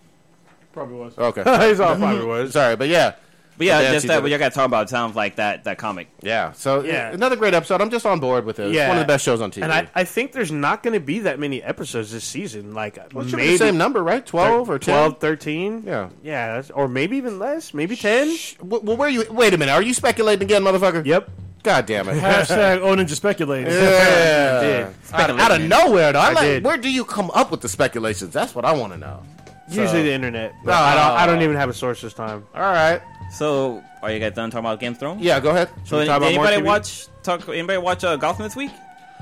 Speaker 7: probably was.
Speaker 6: Okay,
Speaker 8: He's all probably was.
Speaker 6: sorry, but yeah,
Speaker 5: But yeah,
Speaker 6: Banshee
Speaker 5: just
Speaker 6: did
Speaker 5: that. What
Speaker 6: it.
Speaker 5: you got to talk about sounds like that that comic.
Speaker 6: yeah. So
Speaker 8: Yeah.
Speaker 6: another great episode. I'm just on board with it. It's
Speaker 8: Yeah.
Speaker 6: one of the best shows on TV.
Speaker 8: And I, I think there's not going to be that many episodes this season. Like
Speaker 6: It should be
Speaker 8: maybe
Speaker 6: the same number, right? Twelve or 10?
Speaker 8: 12, 13?
Speaker 6: Yeah.
Speaker 8: Yeah, that's- or maybe even less. Maybe 10?
Speaker 6: Well, where are you? Wait a minute. Are you speculating again, motherfucker?
Speaker 8: Yep.
Speaker 6: God damn it.
Speaker 7: Hashtag Onin just speculates.
Speaker 6: Yeah.
Speaker 8: Did.
Speaker 6: Out, of, out of
Speaker 5: Speculating.
Speaker 6: nowhere, though. I like,
Speaker 8: did.
Speaker 6: Where do you come up with the speculations? That's what I want to know.
Speaker 8: Usually the internet. But I don't I don't even have a source this time.
Speaker 6: All right.
Speaker 5: So are you guys done talking about Game of Thrones?
Speaker 6: Yeah, go ahead.
Speaker 5: So
Speaker 8: we
Speaker 5: did
Speaker 8: talk about more
Speaker 5: anybody
Speaker 8: TV?
Speaker 5: watch talk? Anybody watch uh, Gotham this week?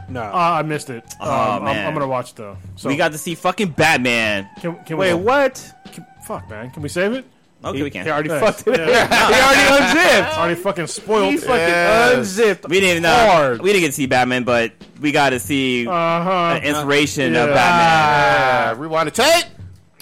Speaker 8: No.
Speaker 7: Uh, I missed it.
Speaker 8: Oh,
Speaker 7: Um, I'm- I'm,
Speaker 5: man.
Speaker 7: gonna watch though. So
Speaker 5: We got to see fucking Batman.
Speaker 7: Can, can
Speaker 8: Wait,
Speaker 7: we,
Speaker 8: what?
Speaker 7: Can, fuck, man. Can we save it?
Speaker 5: Okay, we can.
Speaker 8: He already
Speaker 7: Thanks.
Speaker 8: fucked it.
Speaker 7: Yeah.
Speaker 8: he already unzipped.
Speaker 7: Already fucking spoiled.
Speaker 8: He fucking
Speaker 6: Yes.
Speaker 8: unzipped.
Speaker 5: We didn't know.
Speaker 8: hard. Uh,
Speaker 5: We didn't get to see Batman, but we got to see
Speaker 7: uh-huh.
Speaker 5: an inspiration
Speaker 7: Yeah.
Speaker 5: of Batman.
Speaker 6: Uh, rewind the tape.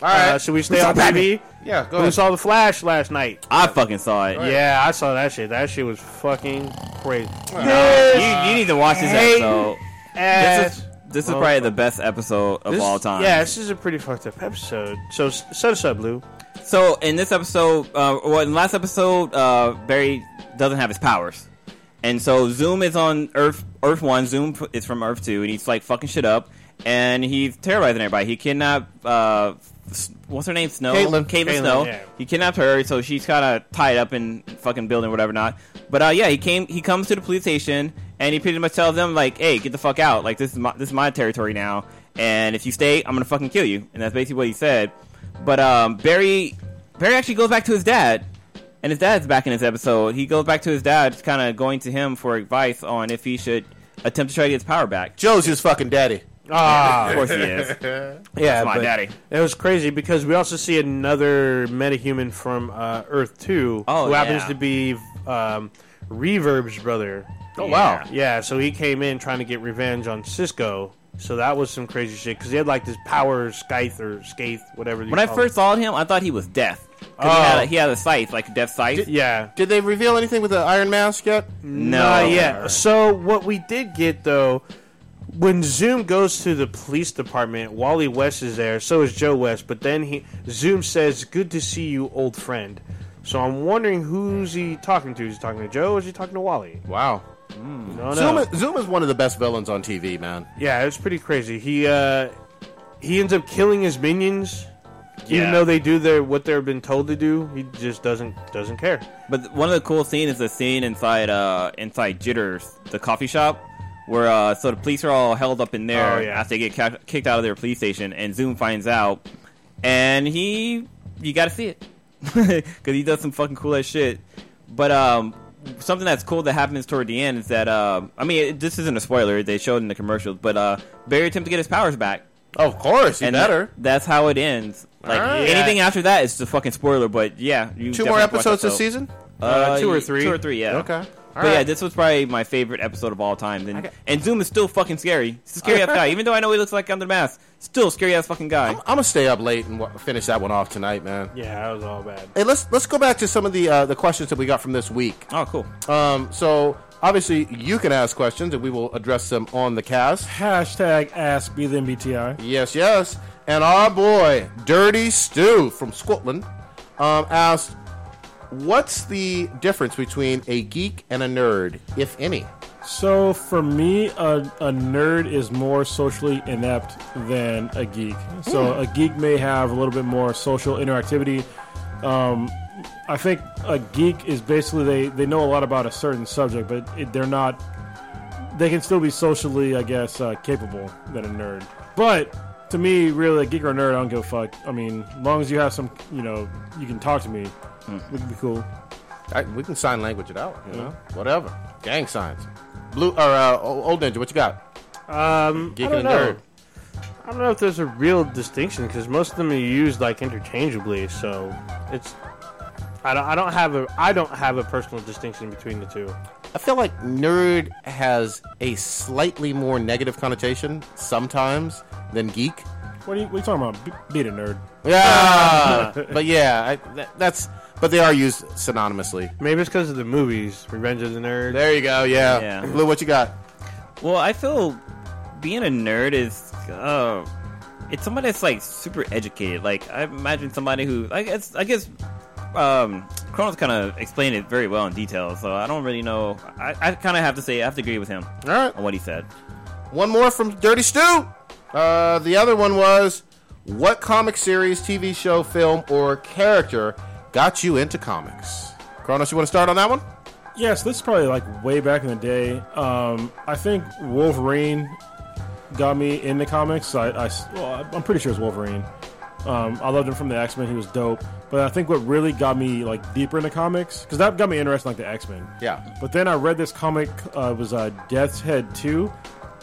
Speaker 6: All right.
Speaker 8: Uh, should we stay
Speaker 6: saw
Speaker 8: on TV?
Speaker 6: Yeah, go
Speaker 8: We
Speaker 6: ahead.
Speaker 8: saw the Flash last night.
Speaker 5: I fucking saw it.
Speaker 8: Yeah, I saw that shit. That shit was fucking crazy.
Speaker 5: You, you need to watch this
Speaker 8: Hey.
Speaker 5: episode. This is, this is
Speaker 8: Well,
Speaker 5: probably the best episode of all time.
Speaker 8: Yeah, this is a pretty fucked up episode. So s- set us up, Lou.
Speaker 5: So in this episode, uh, well, in last episode, uh, Barry doesn't have his powers, and so Zoom is on Earth Earth One. Zoom f- is from Earth Two, and he's like fucking shit up, and he's terrorizing everybody. He kidnapped uh, S- what's her name? Snow.
Speaker 6: Caitlin.
Speaker 5: Caitlin
Speaker 8: Caitlin,
Speaker 5: Snow.
Speaker 8: yeah.
Speaker 5: He kidnapped her, so she's kind of tied up in fucking building whatever not. But uh, yeah, he came. He comes to the police station and he pretty much tells them like, "Hey, get the fuck out! Like this is my this is my territory now, and if you stay, I'm gonna fucking kill you." And that's basically what he said. But um, Barry Barry actually goes back to his dad, and his dad's back in this episode. He goes back to his dad, kind of going to him for advice on if he should attempt to try to get his power back.
Speaker 6: Joe's his fucking daddy.
Speaker 8: Ah,
Speaker 5: Of course he is.
Speaker 8: yeah,
Speaker 5: my
Speaker 8: but
Speaker 5: daddy.
Speaker 8: It was crazy because we also see another metahuman from uh, Earth Two,
Speaker 5: Oh,
Speaker 8: who happens
Speaker 5: yeah.
Speaker 8: to be um, Reverb's brother.
Speaker 5: Oh, wow.
Speaker 8: Yeah, so he came in trying to get revenge on Cisco. So that was some crazy shit because he had like this power scythe or scathe, whatever. you
Speaker 5: When I
Speaker 8: call
Speaker 5: first saw him, I thought he was death. 'Cause he,
Speaker 8: Oh.
Speaker 5: had a, he had a scythe, like a death scythe.
Speaker 8: it. yeah,
Speaker 6: Did they reveal anything with the Iron Mask yet?
Speaker 5: no,
Speaker 8: Not yet. So what we did get though, when Zoom goes to the police department, Wally West is there. So is Joe West. But then he Zoom says, "Good to see you, old friend." So I'm wondering who's he talking to? Is he talking to Joe? or Is he talking to Wally?
Speaker 6: Wow.
Speaker 8: No,
Speaker 6: Zoom,
Speaker 8: no.
Speaker 6: is, Zoom is one of the best villains on TV, man.
Speaker 8: Yeah, it's pretty crazy. He uh, he ends up killing his minions.
Speaker 5: Yeah.
Speaker 8: Even though they do their what they've been told to do, he just doesn't doesn't care.
Speaker 5: But th- one of the cool scenes is the scene inside uh inside Jitters, the coffee shop, where uh so the police are all held up in there
Speaker 8: Oh, yeah.
Speaker 5: after they get ca- kicked out of their police station, and Zoom finds out, and he you got to see it because he does some fucking cool ass shit. But um. Something that's cool that happens toward the end is that uh, I mean it, this isn't a spoiler they showed in the commercials but uh, Barry attempts to get his powers back
Speaker 6: Of course, he
Speaker 5: and
Speaker 6: better.
Speaker 5: that- that's how it ends like
Speaker 6: Alright.
Speaker 5: anything after that is a fucking spoiler but yeah you
Speaker 6: Two
Speaker 5: definitely
Speaker 6: more
Speaker 5: watch
Speaker 6: episodes
Speaker 5: that
Speaker 6: this
Speaker 5: show.
Speaker 6: season?
Speaker 5: Uh,
Speaker 8: two or
Speaker 5: y-
Speaker 8: three.
Speaker 5: Two or three, yeah.
Speaker 6: Okay. All
Speaker 5: but
Speaker 6: right.
Speaker 5: yeah, this was probably my favorite episode of all time. And, and Zoom is still fucking scary. He's a scary ass guy. Even though I know he looks like under the mask, still scary ass fucking guy.
Speaker 6: I'm, I'm gonna stay up late and w- finish that one off tonight, man.
Speaker 8: Yeah, that was all bad.
Speaker 6: Hey, let's let's go back to some of the uh, the questions that we got from this week.
Speaker 5: Oh, cool.
Speaker 6: Um, so obviously you can ask questions and we will address them on the cast.
Speaker 7: Hashtag ask be the MBTI.
Speaker 6: Yes, yes. And our boy Dirty Stew from Scotland um, asked, "What's the difference between a geek and a nerd, if any?"
Speaker 7: So for me, a, a nerd is more socially inept than a geek. So a geek may have a little bit more social interactivity. Um, I think a geek is basically they, they know a lot about a certain subject, but it, they're not. They can still be socially, I guess, uh, capable than a nerd. But to me, really, a geek or a nerd, I don't give a fuck. I mean, as long as you have some, you know, you can talk to me, we can be cool.
Speaker 6: I, we can sign language it out, you know, whatever. Gang signs. Blue or uh, o- old ninja, what you got?
Speaker 8: Um,
Speaker 6: Geek
Speaker 8: I don't
Speaker 6: and a
Speaker 8: know.
Speaker 6: nerd.
Speaker 8: I don't know if there's a real distinction because most of them are used like interchangeably. So it's I don't I don't have a I don't have a personal distinction between the two.
Speaker 6: I feel like nerd has a slightly more negative connotation sometimes than geek.
Speaker 7: What are you, what are you talking about? Be, being a nerd.
Speaker 6: Yeah, but yeah, I, that, that's. But they are used synonymously.
Speaker 8: Maybe it's because of the movies, Revenge of the Nerd.
Speaker 6: There you go. Yeah.
Speaker 5: Yeah.
Speaker 6: Blue, what you got?
Speaker 5: Well, I feel being a nerd is uh, it's somebody that's like super educated. Like I imagine somebody who I guess I guess um, Chronos kind of explained it very well in detail. So I don't really know. I, I kind of have to say I have to agree with him
Speaker 6: All right.
Speaker 5: on what he said.
Speaker 6: One more from Dirty Stew. Uh, the other one was, what comic series, TV show, film, or character got you into comics? Kronos, you want to start on that one?
Speaker 7: Yes, this is probably like way back in the day. Um, I think Wolverine got me into comics. I, I s- well, I'm pretty sure it's Wolverine. Um, I loved him from the X Men. He was dope. But I think what really got me like deeper into comics because that got me interested in, like the X Men.
Speaker 6: Yeah.
Speaker 7: But then I read this comic. Uh, it was uh, Death's Head two,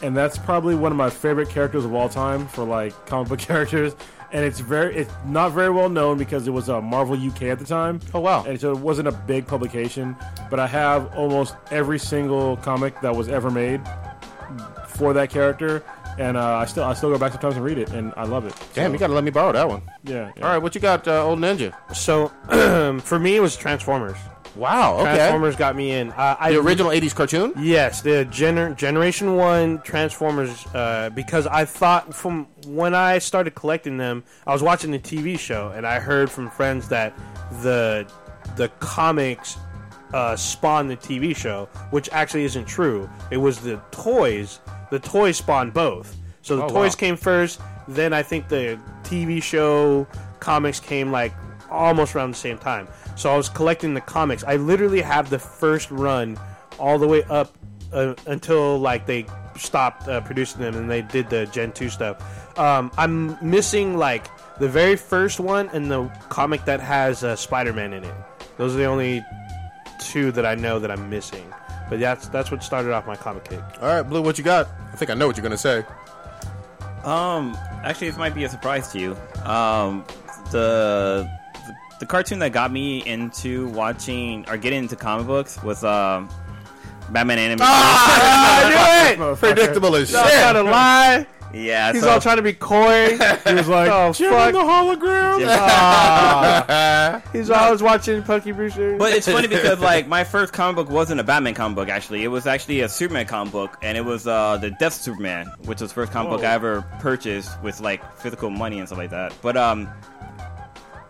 Speaker 7: and that's probably one of my favorite characters of all time for like comic book characters. And it's very it's not very well known because it was uh, Marvel UK at the time.
Speaker 6: Oh, wow.
Speaker 7: And so it wasn't a big publication. But I have almost every single comic that was ever made for that character, and uh, I still I still go back sometimes and read it, and I love it.
Speaker 6: Damn, you got to let me borrow that one.
Speaker 7: Yeah. yeah.
Speaker 6: All right, what you got, uh, Old Ninja?
Speaker 8: So for me, it was Transformers.
Speaker 6: Wow. Okay.
Speaker 8: Transformers got me in. I, I
Speaker 6: The original '80s cartoon.
Speaker 8: Yes, the gener- Generation One Transformers. Uh, because I thought from when I started collecting them, I was watching the TV show, and I heard from friends that the the comics uh, spawned the TV show, which actually isn't true. It was the toys. The toys spawned both. So the
Speaker 6: Oh,
Speaker 8: toys
Speaker 6: wow.
Speaker 8: came first. Then I think the TV show comics came like almost around the same time. So I was collecting the comics. I literally have the first run all the way up uh, until like they stopped uh, producing them and they did the Gen 2 stuff. Um, I'm missing like the very first one and the comic that has uh, Spider-Man in it. Those are the only two that I know that I'm missing. But that's that's what started off my comic kick.
Speaker 6: All right, Blue. What you got? I think I know what you're gonna say.
Speaker 5: Um, actually, this might be a surprise to you. Um, the the, the cartoon that got me into watching or getting into comic books was um, Batman animated.
Speaker 8: Ah! I knew it.
Speaker 6: Predictable as shit.
Speaker 8: Trying to lie.
Speaker 5: Yeah,
Speaker 8: He's
Speaker 5: so-
Speaker 8: all trying to be coy. He was like, "Oh fuck!"
Speaker 7: hologram.
Speaker 8: He's always watching Punky Brewster.
Speaker 5: But it's funny because like my first comic book wasn't a Batman comic book actually. It was actually a Superman comic book, and it was uh, the Death Superman, which was the first comic book I ever purchased with like physical money and stuff like that. But um,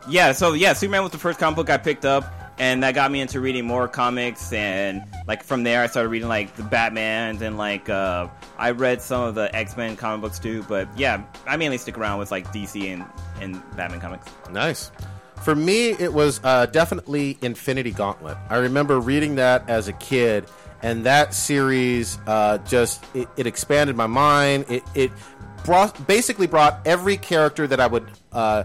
Speaker 5: yeah, so yeah, Superman was the first comic book I picked up, and that got me into reading more comics, and like from there I started reading like the Batman's and like uh, I read some of the X Men comic books too. But yeah, I mainly stick around with like DC and and Batman comics.
Speaker 6: Nice. For me, it was uh, definitely Infinity Gauntlet. I remember reading that as a kid, and that series uh, just it, it expanded my mind. It, it brought basically brought every character that I would uh,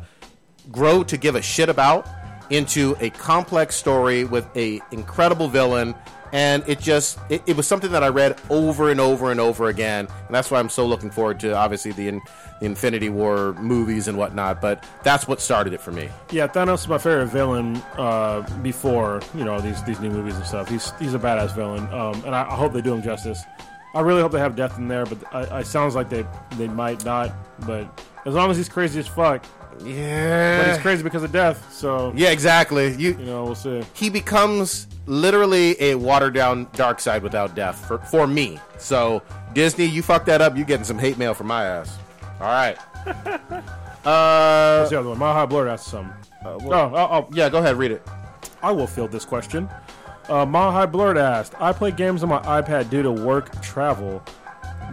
Speaker 6: grow to give a shit about into a complex story with a incredible villain and it just it, it was something that i read over and over and over again and that's why i'm so looking forward to obviously the, in, the infinity war movies and whatnot but that's what started it for me
Speaker 7: Yeah, Thanos is my favorite villain uh, before you know these these new movies and stuff. He's he's a badass villain, um, and I, I hope they do him justice. I really hope they have death in there, but I, I sounds like they they might not. But as long as he's crazy as fuck, but he's
Speaker 6: yeah
Speaker 7: crazy because of death. So
Speaker 6: yeah exactly you
Speaker 7: you know we'll see.
Speaker 6: he becomes literally a watered down dark side without death for, for me so disney you fuck that up you getting some hate mail from my ass all right
Speaker 7: What's the other one? Mile High Blur asked some. oh, oh, oh,
Speaker 6: yeah go ahead read it
Speaker 7: I will field this question. Uh, Mile High Blurred asked, I play games on my iPad due to work travel.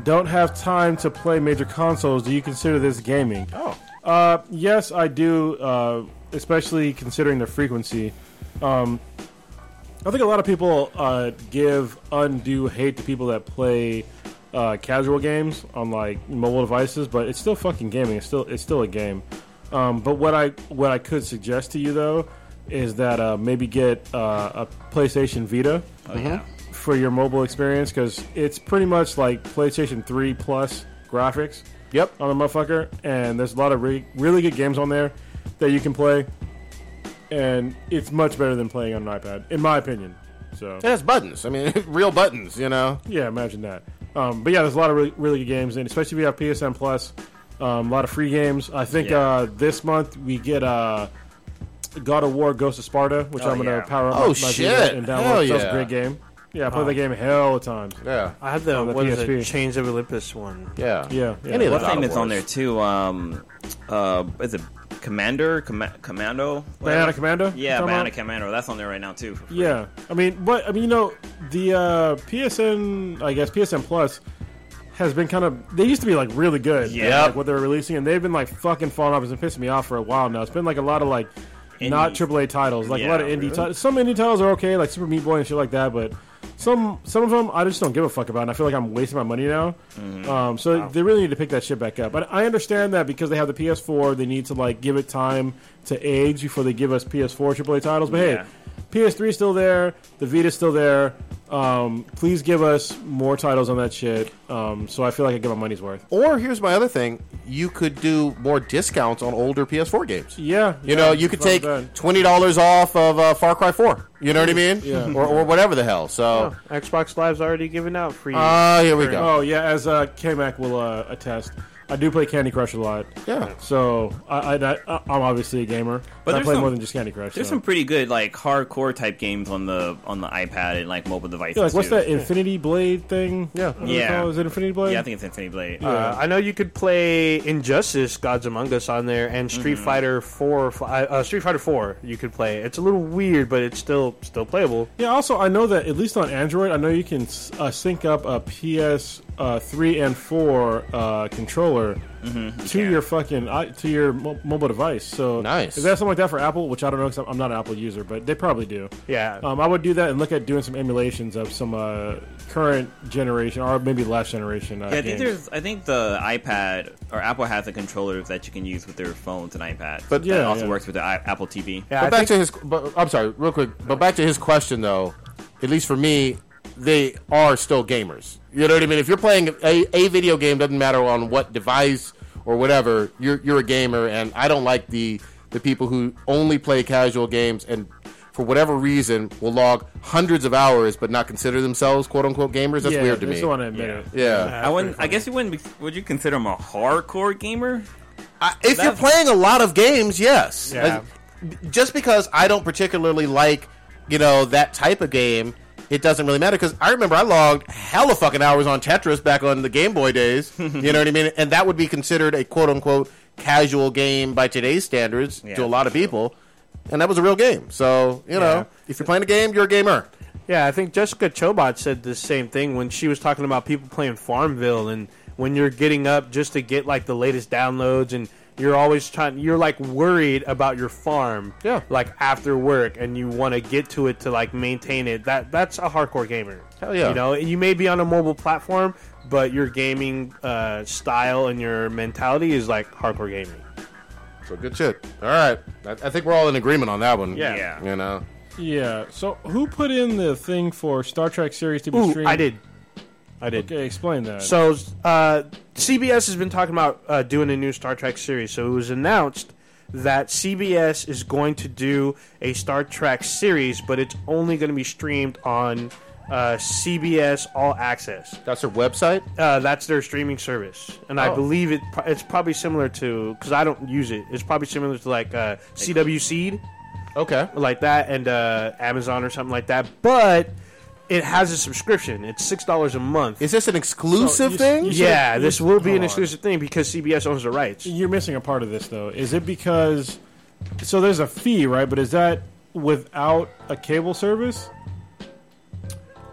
Speaker 7: Don't have time to play major consoles. Do you consider this gaming? Oh. Uh, yes, I do, uh, especially considering the frequency. Um, I think a lot of people uh, give undue hate to people that play uh, casual games on like mobile devices, but it's still fucking gaming. It's still it's still a game. Um, but what I what I could suggest to you though is that uh, maybe get uh, a PlayStation Vita
Speaker 6: Oh,
Speaker 7: for your mobile experience because it's pretty much like PlayStation Three plus graphics.
Speaker 6: Yep.
Speaker 7: on the motherfucker, and there's a lot of re- really good games on there that you can play, and it's much better than playing on an iPad, in my opinion. So
Speaker 6: It has buttons. I mean, real buttons. You know.
Speaker 7: yeah, imagine that. Um, but yeah, there's a lot of really, really good games, and especially if you have PSN Plus, um, a lot of free games. I think
Speaker 5: Yeah.
Speaker 7: uh, this month we get uh, God of War: Ghost of Sparta, which
Speaker 5: Oh,
Speaker 7: I'm gonna
Speaker 5: yeah.
Speaker 7: power up
Speaker 6: Oh,
Speaker 7: my- my
Speaker 6: shit.
Speaker 7: Vita and download.
Speaker 6: Hell
Speaker 7: So it's
Speaker 6: yeah.
Speaker 7: a great game. Yeah, I play the game hell of times.
Speaker 6: Yeah.
Speaker 8: I have the,
Speaker 7: On the
Speaker 8: what is
Speaker 7: PSP.
Speaker 8: it? Chains of Olympus one.
Speaker 6: Yeah.
Speaker 7: Yeah, yeah.
Speaker 6: Any of the
Speaker 5: What's
Speaker 6: God
Speaker 5: name
Speaker 6: of
Speaker 5: is on
Speaker 6: Wars.
Speaker 5: there too? Um, uh, is it Commander, Com- Commando,
Speaker 7: Banana
Speaker 5: Whatever.
Speaker 7: Commando.
Speaker 5: Yeah,
Speaker 7: Come on.
Speaker 5: Bionic Commando. That's on there right now too. for free.
Speaker 7: Yeah, I mean, but I mean, you know, the uh, PSN, I guess PSN Plus has been kind of. They used to be like really good.
Speaker 5: Yeah.
Speaker 7: like, what they were releasing, and they've been like fucking falling off. It's been pissing me off for a while now. It's been like a lot of like not
Speaker 5: Indies.
Speaker 7: AAA titles, like a
Speaker 5: Yeah,
Speaker 7: lot of indie
Speaker 5: really.
Speaker 7: titles. Some indie titles are okay, like Super Meat Boy and shit like that, but. Some some of them I just don't give a fuck about, and I feel like I'm wasting my money now.
Speaker 5: Mm-hmm.
Speaker 7: Um, so they really need to pick that shit back up. But I understand that because they have the PS4, they need to like give it time to age before they give us PS4 AAA titles. But hey,
Speaker 5: Yeah.
Speaker 7: PS3 is still there, the Vita's still there. Um, please give us more titles on that shit. Um, so I feel like I get my money's worth.
Speaker 6: Or here's my other thing: you could do more discounts on older PS4 games.
Speaker 7: Yeah,
Speaker 6: You know, you could take twenty dollars off of uh, Far Cry Four. You know what I mean?
Speaker 7: Yeah.
Speaker 6: Or, or whatever the hell. So,
Speaker 8: Oh, Xbox Live's already given out free.
Speaker 6: ah, here we go.
Speaker 7: Oh yeah, as uh, K Mac will uh, attest. I do play Candy Crush a lot.
Speaker 6: Yeah.
Speaker 7: So I, I, that- I I'm obviously a gamer, but I
Speaker 5: there's
Speaker 7: play
Speaker 5: some-
Speaker 7: more than just Candy Crush.
Speaker 5: There's
Speaker 7: so.
Speaker 5: some pretty good like hardcore type games on the on the iPad and like mobile devices.
Speaker 7: Yeah, like what's
Speaker 5: too.
Speaker 7: that Infinity Blade thing? Yeah. what is it
Speaker 5: Yeah.
Speaker 7: called? Is it Infinity Blade?
Speaker 5: Yeah, I think it's Infinity Blade.
Speaker 8: Uh, I know you could play Injustice, Gods Among Us on there, and Street
Speaker 5: Mm-hmm.
Speaker 8: Fighter Four. or fi- Uh, Street Fighter Four, you could play. It's a little weird, but it's still still playable.
Speaker 7: Yeah, also, I know that at least on Android, I know you can uh, sync up a PS3 and 4 uh, controller
Speaker 5: Mm-hmm.
Speaker 7: to your fucking i- to your mo- mobile device. So
Speaker 6: Nice.
Speaker 7: Is that something like that for Apple? Which I don't know because I'm not an Apple user, but they probably do.
Speaker 8: Yeah.
Speaker 7: Um, I would do that and look at doing some emulations of some uh, current generation or maybe last generation.
Speaker 5: Yeah,
Speaker 7: Uh,
Speaker 5: I think
Speaker 7: games.
Speaker 5: there's. I think the iPad or Apple has a controller that you can use with their phones and iPads.
Speaker 6: But-
Speaker 5: that
Speaker 7: Yeah,
Speaker 5: also
Speaker 7: yeah.
Speaker 5: works with the I- Apple TV.
Speaker 8: Yeah,
Speaker 6: But
Speaker 8: I
Speaker 6: back
Speaker 8: think-
Speaker 6: to his. But, I'm sorry, real quick. But back to his question, though. At least for me, they are still gamers. You know what I mean? If you're playing a, a video game, doesn't matter on what device or whatever, you're you're a gamer. And I don't like the the people who only play casual games and for whatever reason will log hundreds of hours but not consider themselves quote unquote gamers. That's
Speaker 7: yeah,
Speaker 6: weird to
Speaker 7: they
Speaker 6: me.
Speaker 7: still want to admit it.
Speaker 6: yeah.
Speaker 5: I wouldn't. I guess you wouldn't. be- Would you consider him a hardcore gamer?
Speaker 6: I, if you're
Speaker 5: That's-
Speaker 6: playing a lot of games, yes.
Speaker 8: Yeah.
Speaker 6: As- Just because I don't particularly like, you know, that type of game, it doesn't really matter. Because I remember I logged hella fucking hours on Tetris back on the Game Boy days. you know what I mean? And that would be considered a quote unquote casual game by today's standards to a lot of people. And that was a real game. So, you know, if you're playing a game, you're a gamer.
Speaker 8: Yeah, I think Jessica Chobot said the same thing when she was talking about people playing Farmville and when you're getting up just to get like the latest downloads and you're always trying you're like worried about your farm.
Speaker 6: Yeah.
Speaker 8: Like after work and you want to get to it to like maintain it. That that's a hardcore gamer.
Speaker 6: Hell yeah.
Speaker 8: You know, you may be on a mobile platform, but your gaming uh, style and your mentality is like hardcore gaming.
Speaker 6: So, good shit. All right. I, I think we're all in agreement on that one.
Speaker 8: Yeah.
Speaker 5: Yeah.
Speaker 6: You know?
Speaker 7: Yeah. So who put in the thing for Star Trek series to be
Speaker 8: Ooh,
Speaker 7: streamed?
Speaker 8: I did. I did.
Speaker 7: Okay, explain that.
Speaker 8: So uh, CBS has been talking about uh, doing a new Star Trek series. So it was announced that CBS is going to do a Star Trek series, but it's only going to be streamed on uh, CBS All Access.
Speaker 6: That's our website.
Speaker 8: Uh, that's their streaming service, and I
Speaker 6: Oh.
Speaker 8: believe it. pro- It's probably similar to because I don't use it. It's probably similar to like uh, CW Seed
Speaker 6: Okay.
Speaker 8: like that and uh, Amazon or something like that. But it has a subscription. It's six dollars a month.
Speaker 6: Is this an exclusive
Speaker 7: Oh, you-
Speaker 6: thing?
Speaker 7: you-
Speaker 8: Yeah,
Speaker 7: should've-
Speaker 8: this will be
Speaker 7: hold
Speaker 8: an
Speaker 7: on.
Speaker 8: exclusive thing because CBS owns the rights.
Speaker 7: You're missing a part of this though. Is it because so there's a fee, right? But is that without a cable service?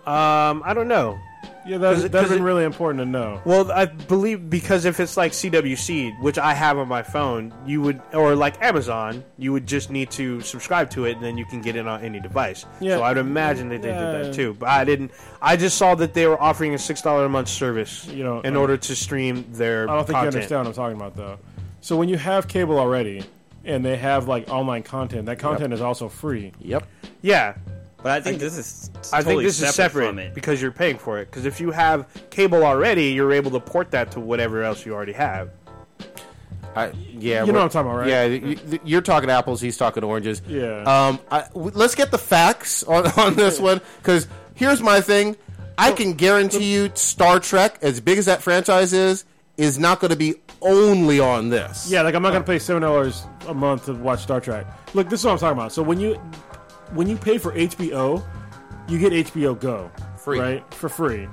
Speaker 8: Um, I don't know.
Speaker 7: Yeah,
Speaker 8: Does
Speaker 7: that's
Speaker 8: it-
Speaker 7: that's
Speaker 8: does
Speaker 7: been
Speaker 8: it-
Speaker 7: really important to know.
Speaker 8: Well, I believe because if it's like CWC, which I have on my phone, you would, or like Amazon, you would just need to subscribe to it, and then you can get it on any device.
Speaker 7: Yeah.
Speaker 8: So I'd imagine that they did
Speaker 7: Yeah.
Speaker 8: that too. But I didn't. I just saw that they were offering a six dollar a month service,
Speaker 7: You know,
Speaker 8: in
Speaker 7: um,
Speaker 8: order to stream their.
Speaker 7: I don't think
Speaker 8: content.
Speaker 7: you understand what I'm talking about though. So when you have cable already and they have like online content, that content is also free.
Speaker 6: Yep.
Speaker 8: Yeah,
Speaker 5: But I think this is.
Speaker 8: I
Speaker 5: totally
Speaker 8: think this is separate
Speaker 5: from it.
Speaker 8: because you're paying for it. Because if you have cable already, you're able to port that to whatever else you already have.
Speaker 6: I, yeah,
Speaker 7: You know
Speaker 6: we're-
Speaker 7: what I'm talking about, right?
Speaker 6: Yeah, y- y- you're talking apples, he's talking oranges.
Speaker 7: Yeah.
Speaker 6: Um, I, w- let's get the facts on, on this one because here's my thing: I can guarantee you, Star Trek, as big as that franchise is, is not going to be only on this.
Speaker 7: Yeah, like I'm not gonna pay seven dollars a month to watch Star Trek. Look, this is what I'm talking about. So when you when you pay for HBO, you get HBO Go
Speaker 6: Free.
Speaker 7: right for free.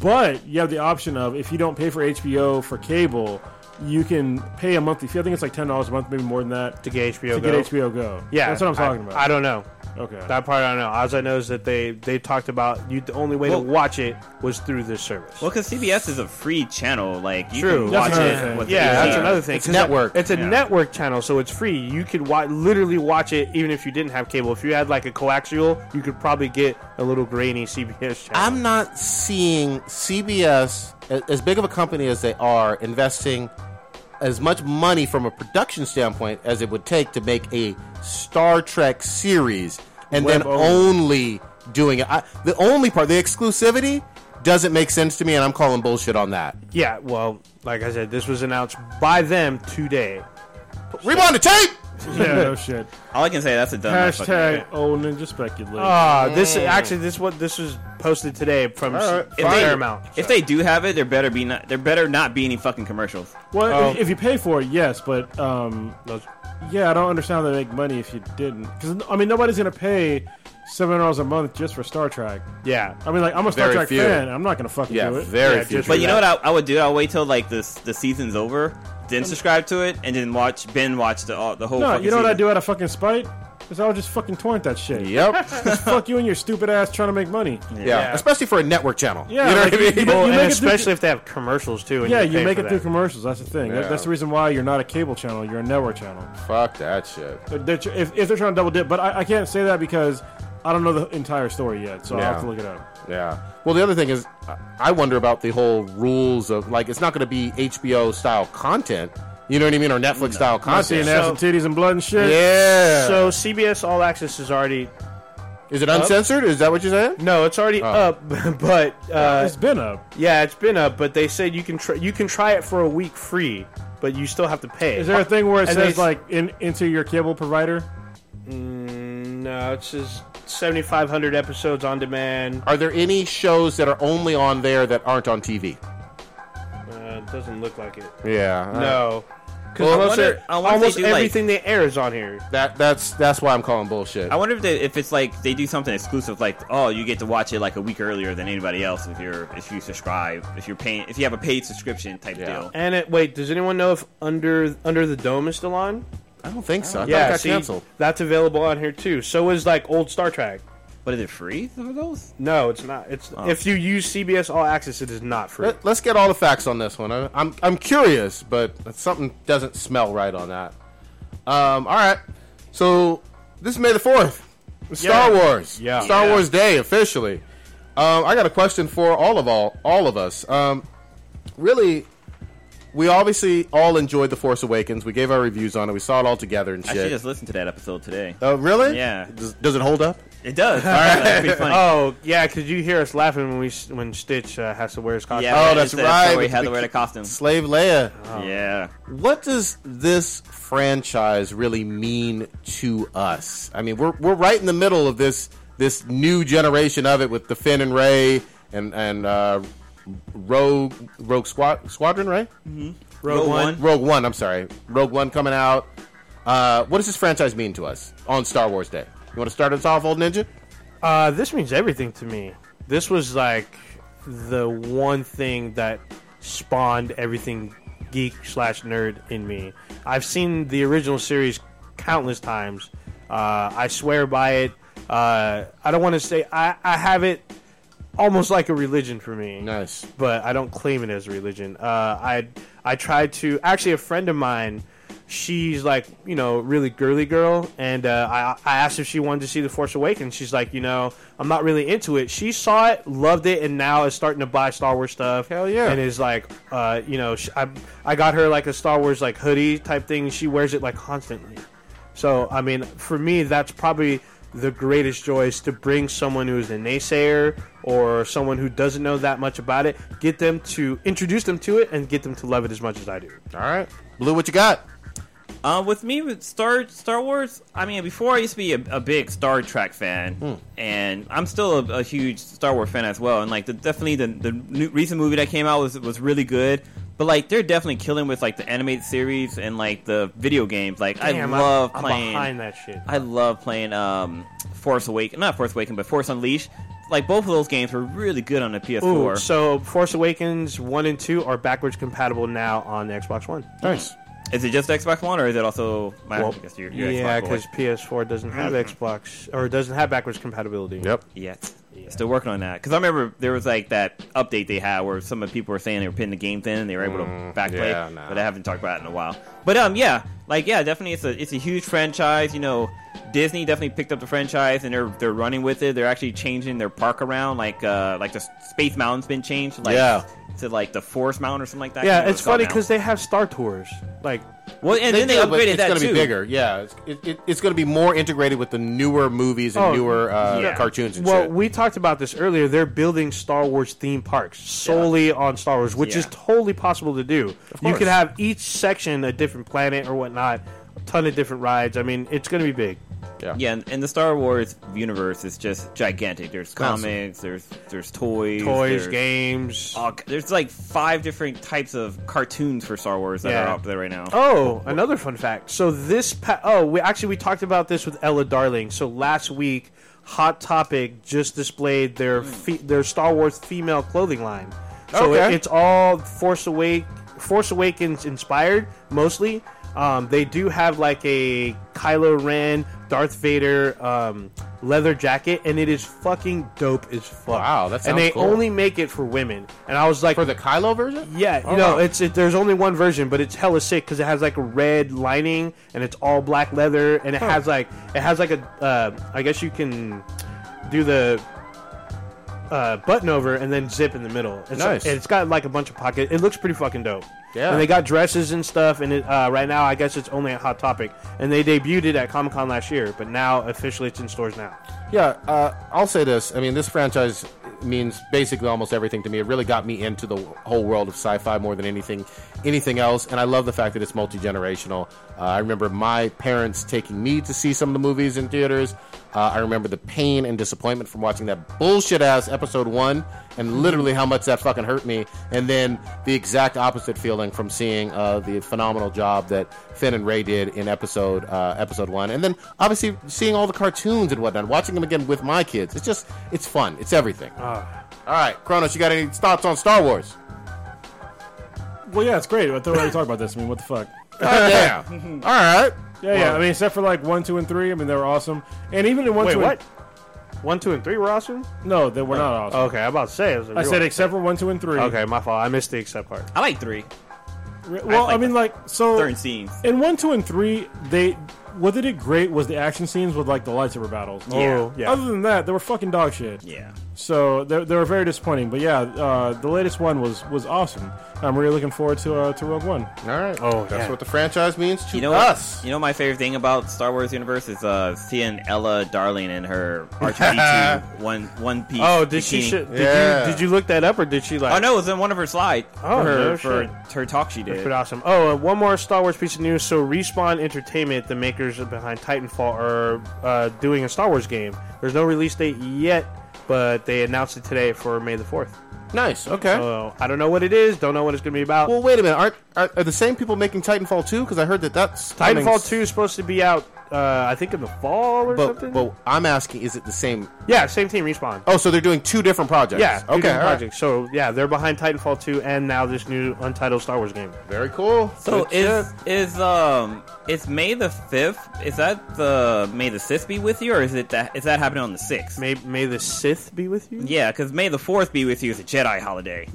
Speaker 7: But you have the option of if you don't pay for HBO for cable, you can pay a monthly fee. I think it's like ten dollars a month, maybe more than that,
Speaker 8: to get HBO
Speaker 7: to
Speaker 8: Go.
Speaker 7: get HBO Go.
Speaker 8: Yeah,
Speaker 7: that's what I'm talking
Speaker 8: I,
Speaker 7: about.
Speaker 8: I don't know.
Speaker 7: okay,
Speaker 8: That part I don't know. All I know is that they they talked about you. The only way
Speaker 5: Well-
Speaker 8: to watch it was through this service.
Speaker 5: Well, because CBS is a free channel, like you
Speaker 8: True.
Speaker 5: can
Speaker 8: That's
Speaker 5: watch
Speaker 7: another
Speaker 5: it.
Speaker 7: thing.
Speaker 5: With
Speaker 8: yeah, that's
Speaker 5: the-
Speaker 8: another thing.
Speaker 6: It's
Speaker 8: 'cause
Speaker 6: network.
Speaker 8: It's a
Speaker 5: Yeah.
Speaker 8: network channel, so it's free. You could wa- literally watch it even if you didn't have cable. If you had like a coaxial, you could probably get a little grainy CBS channel.
Speaker 6: I'm not seeing CBS, a- as big of a company as they are, investing as much money from a production standpoint as it would take to make a Star Trek series, and then only doing it. I, the only part, the exclusivity, doesn't make sense to me, and I'm calling bullshit on that.
Speaker 8: yeah, well, like I said, this was announced by them today.
Speaker 6: Rewind the tape.
Speaker 7: Yeah, no shit.
Speaker 5: All I can say that's a dumb motherfucking idea.
Speaker 7: Hashtag own and just speculate.
Speaker 8: Ah, this actually this what this was posted today from
Speaker 6: Alright,
Speaker 8: s-
Speaker 5: If they-
Speaker 8: Paramount.
Speaker 5: If they do have it, there better be not there better not be any fucking commercials.
Speaker 7: well,
Speaker 8: Oh.
Speaker 7: if, if you pay for it, yes, but um,
Speaker 8: Those-
Speaker 7: yeah, I don't understand how they make money if you didn't. Because I mean, nobody's gonna pay seven dollars a month just for Star Trek.
Speaker 8: Yeah,
Speaker 7: I mean, like I'm a Star
Speaker 6: Very
Speaker 7: Trek
Speaker 6: few.
Speaker 7: fan. I'm not gonna fucking
Speaker 6: Yeah,
Speaker 7: do it.
Speaker 6: very
Speaker 8: Yeah,
Speaker 6: few.
Speaker 8: just-
Speaker 5: But you know what I, I would do? I'll wait till like this the season's over, then subscribe to it, and then watch Ben watch the all, the whole.
Speaker 7: no,
Speaker 5: fucking
Speaker 7: you know what I
Speaker 5: season.
Speaker 7: do out of fucking spite? Is I'll just fucking torrent that shit.
Speaker 6: Yep. yeah.
Speaker 7: Fuck you and your stupid ass trying to make money.
Speaker 6: Especially for a network channel.
Speaker 7: Yeah,
Speaker 6: You know
Speaker 7: like,
Speaker 6: what I mean?
Speaker 7: you-
Speaker 8: Well, and
Speaker 7: make it through-
Speaker 8: especially if they have commercials too. And
Speaker 7: Yeah,
Speaker 8: you,
Speaker 7: you
Speaker 8: pay
Speaker 7: make
Speaker 8: for
Speaker 7: it through
Speaker 8: that.
Speaker 7: commercials. That's the thing. That-
Speaker 6: Yeah.
Speaker 7: That's the reason why you're not a cable channel. You're a network channel.
Speaker 6: Fuck that shit.
Speaker 7: They're- they're tr- if, if they're trying to double dip, but I, I can't say that because I don't know the entire story yet, so I'll have
Speaker 6: Yeah.
Speaker 7: to look it up.
Speaker 6: Yeah. Well, the other thing is, I- I wonder about the whole rules of like it's not going to be HBO style content. You know what I mean, or Netflix style
Speaker 7: I see
Speaker 6: content.
Speaker 7: ass and titties and blood and shit.
Speaker 6: yeah.
Speaker 8: So CBS All Access is already
Speaker 6: is it uncensored? Is that what you're saying?
Speaker 8: no, it's already up, but uh,
Speaker 7: It's been up.
Speaker 8: yeah, it's been up. But they said you can try you can try it for a week free, but you still have to pay.
Speaker 7: Is there a thing where it
Speaker 8: And
Speaker 7: says
Speaker 8: they-
Speaker 7: like in, into your cable provider?
Speaker 8: No, it says seventy five hundred episodes on demand. Uh,
Speaker 6: Are there any shows that are only on there that aren't on TV?
Speaker 8: Uh, it doesn't look like it.
Speaker 6: Yeah.
Speaker 8: No. Because
Speaker 6: Well, I
Speaker 8: almost,
Speaker 5: wonder-
Speaker 8: e-
Speaker 5: I wonder if
Speaker 8: almost
Speaker 5: they do, like-
Speaker 8: everything they air is on here.
Speaker 6: That that's that's why I'm calling bullshit.
Speaker 5: I wonder if they, if it's like they do something exclusive, like oh, you get to watch it like a week earlier than anybody else if you're if you subscribe, if you're paying, if you have a paid subscription type
Speaker 6: Yeah.
Speaker 5: deal.
Speaker 8: And it, wait, does anyone know if under Under the Dome is still on?
Speaker 6: I don't think so. I thought it
Speaker 8: yeah,
Speaker 6: got
Speaker 8: see,
Speaker 6: canceled.
Speaker 8: that's available on here too. So is like old Star Trek.
Speaker 5: But is it free for those?
Speaker 8: No, it's not. It's if you use CBS All Access, it is not free.
Speaker 6: Let, us get all the facts on this one. I, I'm I'm curious, but something doesn't smell right on that. Um, all right, so this is May the fourth, Star Wars.
Speaker 8: Yeah.
Speaker 6: Star
Speaker 8: Yeah.
Speaker 6: Wars Day officially. Um, I got a question for all of all all of us. Um, really, we obviously all enjoyed the Force Awakens. We gave our reviews on it. We saw it all together and
Speaker 5: I should
Speaker 6: shit.
Speaker 5: just listen to that episode today.
Speaker 6: uh, really?
Speaker 5: Yeah.
Speaker 6: Does, does it hold up?
Speaker 5: It does. All right, that's pretty funny.
Speaker 8: Oh yeah, because you hear us laughing when we s- when Stitch uh, has to wear his costume.
Speaker 5: yeah,
Speaker 6: oh,
Speaker 5: man,
Speaker 6: that's
Speaker 5: it's the
Speaker 6: right,
Speaker 5: episode Where he
Speaker 6: with
Speaker 5: had
Speaker 6: the
Speaker 5: to wear the
Speaker 6: bikini-
Speaker 5: costume.
Speaker 6: Slave Leia.
Speaker 5: Yeah.
Speaker 6: what does this franchise really mean to us? I mean, we're we're right in the middle of this this new generation of it with the Finn and Ray and and uh, Rogue Rogue Squad Squadron, right?
Speaker 5: Rogue One.
Speaker 6: Rogue One. I'm sorry, Rogue One coming out. Uh, what does this franchise mean to us on Star Wars Day? You want to start us off, old ninja?
Speaker 8: Uh, this means everything to me. This was like the one thing that spawned everything geek slash nerd in me. I've seen the original series countless times. Uh, I swear by it. Uh, I don't want to say I, I have it almost like a religion for me
Speaker 6: Nice.
Speaker 8: but I don't claim it as a religion. Uh, I I tried to actually a friend of mine. She's like you know really girly girl, and uh, I I asked if she wanted to see the Force Awakens. She's like you know I'm not really into it. She saw it, loved it, and now is starting to buy Star Wars stuff.
Speaker 6: Hell yeah.
Speaker 8: And is like uh, you know sh I I got her like a Star Wars like hoodie type thing. She wears it like constantly. So I mean, for me, that's probably the greatest joy is to bring someone who is a naysayer or someone who doesn't know that much about it, get them to introduce them to it, and get them to love it as much as I do.
Speaker 6: All right, Blue, what you got?
Speaker 5: Uh, with me with Star Star Wars, I mean, before I used to be a, a big Star Trek fan, and I'm still a, a huge Star Wars fan as well. And like, the, definitely the the new, recent movie that came out was was really good. But like, they're definitely killing with like the animated series and like the video games. Like,
Speaker 8: Damn,
Speaker 5: I love
Speaker 8: I'm,
Speaker 5: playing.
Speaker 8: I'm behind that shit.
Speaker 5: I love playing um, Force Awaken, not Force Awaken, but Force Unleashed. Like both of those games were really good on the PS4.
Speaker 8: Ooh, so Force Awakens one and two are backwards compatible now on the Xbox One.
Speaker 6: Nice.
Speaker 5: is it just Xbox One or is it also? My,
Speaker 8: Well,
Speaker 5: I guess your, your
Speaker 8: yeah,
Speaker 5: Xbox One.
Speaker 8: because PS4 doesn't have
Speaker 6: Mm-hmm.
Speaker 8: Xbox or doesn't have backwards compatibility.
Speaker 6: Yep.
Speaker 5: Yeah. Still working on that because I remember there was like that update they had where some of the people were saying they were pinning the game thin and they were able to backplay,
Speaker 6: Mm, yeah, nah.
Speaker 5: but I haven't talked about it in a while. But um, yeah, like yeah, definitely it's a it's a huge franchise. You know, Disney definitely picked up the franchise and they're they're running with it. They're actually changing their park around, like uh like the Space Mountain's been changed, like
Speaker 6: Yeah.
Speaker 5: to like the Forest Mountain or something like that. I
Speaker 8: Yeah,
Speaker 5: can't
Speaker 8: it's
Speaker 5: remember
Speaker 8: funny
Speaker 5: what
Speaker 8: because
Speaker 5: it's
Speaker 8: they have Star Tours. Like,
Speaker 5: called now. well, and then they
Speaker 6: do, but
Speaker 5: upgraded
Speaker 6: it's
Speaker 5: that
Speaker 6: gonna
Speaker 5: too.
Speaker 6: be bigger. Yeah, it's, it, it, it's going to be more integrated with the newer movies and
Speaker 8: Oh,
Speaker 6: newer uh,
Speaker 5: yeah.
Speaker 6: cartoons and
Speaker 8: well,
Speaker 6: shit.
Speaker 8: we talked about this earlier. They're building Star Wars theme parks solely on Star Wars, which is
Speaker 5: Yeah.
Speaker 8: totally possible to do. You
Speaker 6: course.
Speaker 8: could have each section a different planet or whatnot. ton of different rides. I mean, it's going to be big.
Speaker 5: Yeah, and, and the Star Wars universe is just gigantic. There's
Speaker 6: Massive.
Speaker 5: comics, there's there's toys,
Speaker 8: Toys,
Speaker 5: there's,
Speaker 8: games.
Speaker 5: all ki- there's like five different types of cartoons for Star Wars that
Speaker 8: Yeah.
Speaker 5: are out there right now.
Speaker 8: Oh, another fun fact. So this pa- oh, we actually we talked about this with Ella Darling. So last week, Hot Topic just displayed their
Speaker 6: Hmm.
Speaker 8: fe- their Star Wars female clothing line. So it-
Speaker 6: Okay.
Speaker 8: it's all Force Awake Force Awakens inspired mostly. Um, they do have like a Kylo Ren, Darth Vader um, leather jacket, and it is fucking dope as fuck.
Speaker 6: Wow, that
Speaker 8: and
Speaker 6: sounds
Speaker 8: they
Speaker 6: cool.
Speaker 8: only make it for women. And I was like,
Speaker 6: For the Kylo version?
Speaker 8: yeah, you
Speaker 6: Oh,
Speaker 8: know,
Speaker 6: wow.
Speaker 8: it's it, there's only one version, but it's hella sick because it has like a red lining and it's all black leather, and it has like it has like a uh, I guess you can do the uh, button over and then zip in the middle. It's,
Speaker 6: Nice.
Speaker 8: and it's got like a bunch of pockets. It looks pretty fucking dope.
Speaker 6: Yeah.
Speaker 8: And they got dresses and stuff, and it, uh, right now I guess it's only at Hot Topic, and they debuted it at Comic Con last year, but now officially it's in stores now.
Speaker 6: Yeah, uh, I'll say this. I mean, this franchise means basically almost everything to me. It really got me into the whole world of sci-fi more than anything, anything else. And I love the fact that it's multi-generational. Uh, I remember my parents taking me to see some of the movies in theaters. Uh, I remember the pain and disappointment from watching that bullshit ass episode one, and literally how much that fucking hurt me. And then the exact opposite feeling from seeing uh, the phenomenal job that Finn and Ray did in episode uh, episode one. And then obviously seeing all the cartoons and whatnot, watching them again with my kids. It's just it's fun. It's everything. all right, Kronos, you got any thoughts on Star Wars?
Speaker 7: Well, yeah, it's great. I thought we already talked about this. I mean, what the fuck?
Speaker 5: Oh,
Speaker 6: God damn. all right.
Speaker 7: Yeah, yeah. I mean, except for like one, two, and three. I mean, they were awesome. And even in one,
Speaker 8: Wait,
Speaker 7: two,
Speaker 8: what? Oh.
Speaker 7: and-
Speaker 8: One, two, and three were awesome.
Speaker 7: no, they were not awesome.
Speaker 8: Okay, I'm about to say. I, was like,
Speaker 7: I
Speaker 8: you
Speaker 7: said
Speaker 8: were-
Speaker 7: except for one, two, and three.
Speaker 8: okay, my fault. I missed the except part.
Speaker 5: I like three
Speaker 7: Re- Well,
Speaker 5: like
Speaker 7: I mean,
Speaker 5: the
Speaker 7: like so.
Speaker 5: certain scenes.
Speaker 7: In one, two, and three, they what they did great was the action scenes with like the lightsaber battles.
Speaker 8: Oh, yeah.
Speaker 7: Other than that, they were fucking dog shit.
Speaker 5: Yeah,
Speaker 7: So they, they were very disappointing. But yeah, uh, the latest one was was awesome. I'm really looking forward to uh, to Rogue One.
Speaker 6: All right. Oh, that's
Speaker 8: yeah.
Speaker 6: what the franchise means to
Speaker 5: you know what?
Speaker 6: us.
Speaker 5: You know my favorite thing about Star Wars universe is uh, seeing Ella Darling and her R2D2 one one piece.
Speaker 8: Oh, did she?
Speaker 5: bikini.
Speaker 8: sh- Did,
Speaker 6: Yeah.
Speaker 8: you, did you look that up, or did she like?
Speaker 5: Oh no, it was in one of her slides.
Speaker 8: Oh,
Speaker 5: for her,
Speaker 8: no
Speaker 5: for
Speaker 8: shit.
Speaker 5: her talk she
Speaker 8: That's
Speaker 5: did.
Speaker 8: pretty awesome. Oh, uh, one more Star Wars piece of news. So, Respawn Entertainment, the makers behind Titanfall, are uh, doing a Star Wars game. There's no release date yet, but they announced it today for May the 4th.
Speaker 6: Nice. Okay.
Speaker 8: So, I don't know what it is. Don't know what it's going to be about.
Speaker 6: well, wait a minute. Aren't, are, are the same people making Titanfall 2? Because I heard that that's coming
Speaker 8: Titanfall 2 is supposed to be out, uh, I think, in the fall or something.
Speaker 6: But, but I'm asking, is it the same?
Speaker 8: yeah, same team, Respawn.
Speaker 6: Oh, so they're doing two different projects.
Speaker 8: Yeah, two
Speaker 6: Okay.
Speaker 8: different
Speaker 6: all right.
Speaker 8: projects. So, yeah, they're behind Titanfall 2 and now this new untitled Star Wars game.
Speaker 6: Very cool.
Speaker 5: So
Speaker 6: Good
Speaker 5: is
Speaker 6: shit.
Speaker 5: is um is May the fifth? Is that the May the sixth be with you, or is it that is that happening on the sixth?
Speaker 8: May, may the Sith be with you?
Speaker 5: Yeah, because May the fourth be with you is a Jedi holiday,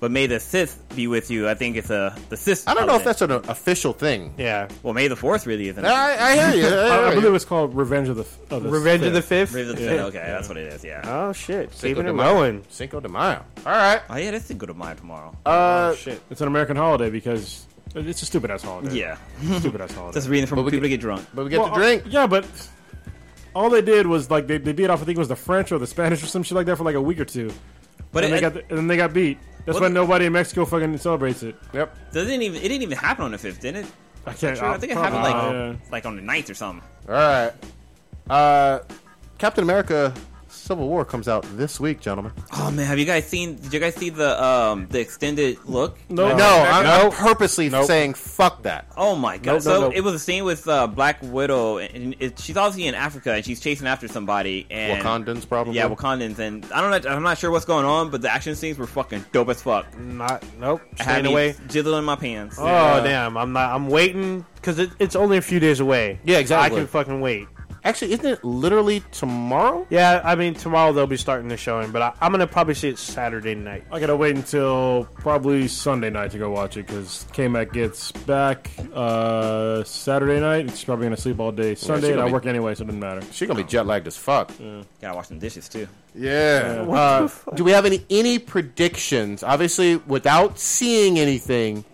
Speaker 5: but May the sixth be with you. I think it's a the sixth.
Speaker 6: Mm-hmm. I don't know if
Speaker 5: holiday.
Speaker 6: that's Ah. an official thing.
Speaker 8: Yeah.
Speaker 5: well May the fourth really isn't. it?
Speaker 6: I, I hear you. I,
Speaker 7: I, I
Speaker 6: hear you.
Speaker 7: believe it's called Revenge of the F- of the
Speaker 8: Revenge of the
Speaker 7: Sith.
Speaker 8: Fifth?
Speaker 5: May the fifth, Okay, that's what it is.
Speaker 6: Ah.
Speaker 5: Yeah.
Speaker 8: Oh shit,
Speaker 6: Cinco
Speaker 8: keeping
Speaker 6: de
Speaker 8: it
Speaker 6: Mayo.
Speaker 8: rolling.
Speaker 6: Cinco de Mayo. All right.
Speaker 5: Oh yeah, that's a good of mine tomorrow.
Speaker 6: Uh,
Speaker 7: Shit, it's an American holiday because it's a stupid ass holiday.
Speaker 5: yeah,
Speaker 7: stupid ass holiday.
Speaker 5: that's reading from
Speaker 6: But we
Speaker 5: people to get drunk.
Speaker 6: but we get
Speaker 7: Well,
Speaker 6: to drink.
Speaker 7: uh, yeah, but all they did was like they, they beat off. I think it was the French or the Spanish or some shit like that for like a week or two.
Speaker 5: But
Speaker 7: and
Speaker 5: it,
Speaker 7: they got the, and then they got beat. That's
Speaker 5: What
Speaker 7: why
Speaker 5: the-
Speaker 7: nobody in Mexico fucking celebrates it.
Speaker 6: Yep.
Speaker 5: doesn't even it didn't even happen on the fifth, did it?
Speaker 7: I can't.
Speaker 5: Sure, I think it happened like
Speaker 7: probably-
Speaker 5: like on the 9th or something.
Speaker 6: All right. Uh, Captain America: Civil War comes out this week, gentlemen.
Speaker 5: Oh man, have you guys seen? Did you guys see the um the extended look?
Speaker 8: Oh,
Speaker 7: No,
Speaker 6: No, I'm, I'm purposely saying fuck that.
Speaker 5: Oh my god!
Speaker 8: Nope,
Speaker 5: so
Speaker 8: nope, nope.
Speaker 5: it was a scene with uh, Black Widow, and it, she's obviously in Africa, and she's chasing after somebody. And
Speaker 6: Wakandans, probably.
Speaker 5: Yeah, Wakandans, and I don't know. I'm not sure what's going on, but the action scenes were fucking dope as fuck.
Speaker 8: Not nope.
Speaker 5: I had
Speaker 8: Staying
Speaker 5: me
Speaker 8: away.
Speaker 5: jiggling my pants.
Speaker 8: Oh damn, I'm not. I'm waiting because it, it's only a few days away.
Speaker 6: Yeah, exactly.
Speaker 8: I can fucking wait.
Speaker 6: Actually, isn't it literally tomorrow?
Speaker 8: Yeah, I mean tomorrow they'll be starting the showing, but I, I'm gonna probably see it Saturday night.
Speaker 7: I gotta wait until probably Sunday night to go watch it because K-Mac gets back uh, Saturday night. She's probably gonna sleep all day Sunday, and I
Speaker 6: gonna be-
Speaker 7: work anyway, so it doesn't matter.
Speaker 6: She's gonna be jet lagged as fuck.
Speaker 5: Gotta wash some dishes too.
Speaker 6: Yeah. Uh, do we have any any predictions? Obviously, without seeing anything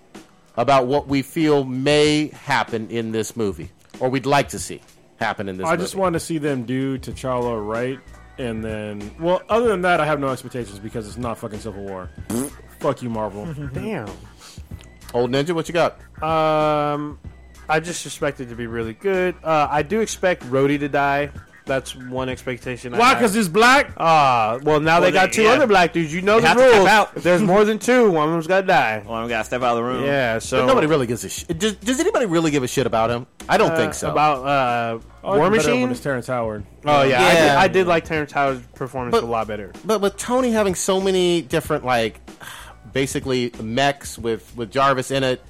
Speaker 6: about what we feel may happen in this movie, or we'd like to see happen in this.
Speaker 7: I just
Speaker 6: movie.
Speaker 7: want to see them do T'Challa right, and then well, other than that, I have no expectations because it's not fucking Civil War. Fuck you, Marvel.
Speaker 8: Damn.
Speaker 6: old ninja. What you got?
Speaker 8: Um, I just expect it to be really good. Uh, I do expect Rhodey to die. That's one expectation. I
Speaker 7: Why?
Speaker 8: have.
Speaker 7: Because he's black.
Speaker 8: Ah, well, now they
Speaker 5: Well,
Speaker 8: got
Speaker 5: they-
Speaker 8: two
Speaker 5: yeah.
Speaker 8: other black dudes. You know the
Speaker 5: have to step
Speaker 8: rules.
Speaker 5: out. Um,
Speaker 8: If there's more than two, one of them's got to die.
Speaker 5: Well, I gotta step out of the room.
Speaker 8: Yeah, so
Speaker 6: Nobody really gives a shit. Does, does anybody really give a shit about him? I don't
Speaker 8: uh,
Speaker 6: think so.
Speaker 8: about uh, War Machine.
Speaker 7: It's Terrence Howard.
Speaker 8: Oh yeah, I,
Speaker 6: Yeah.
Speaker 8: did, I did like Terrence Howard's performance
Speaker 6: But-
Speaker 8: a lot better.
Speaker 6: but with Tony having so many different, like, basically mechs with with Jarvis in it,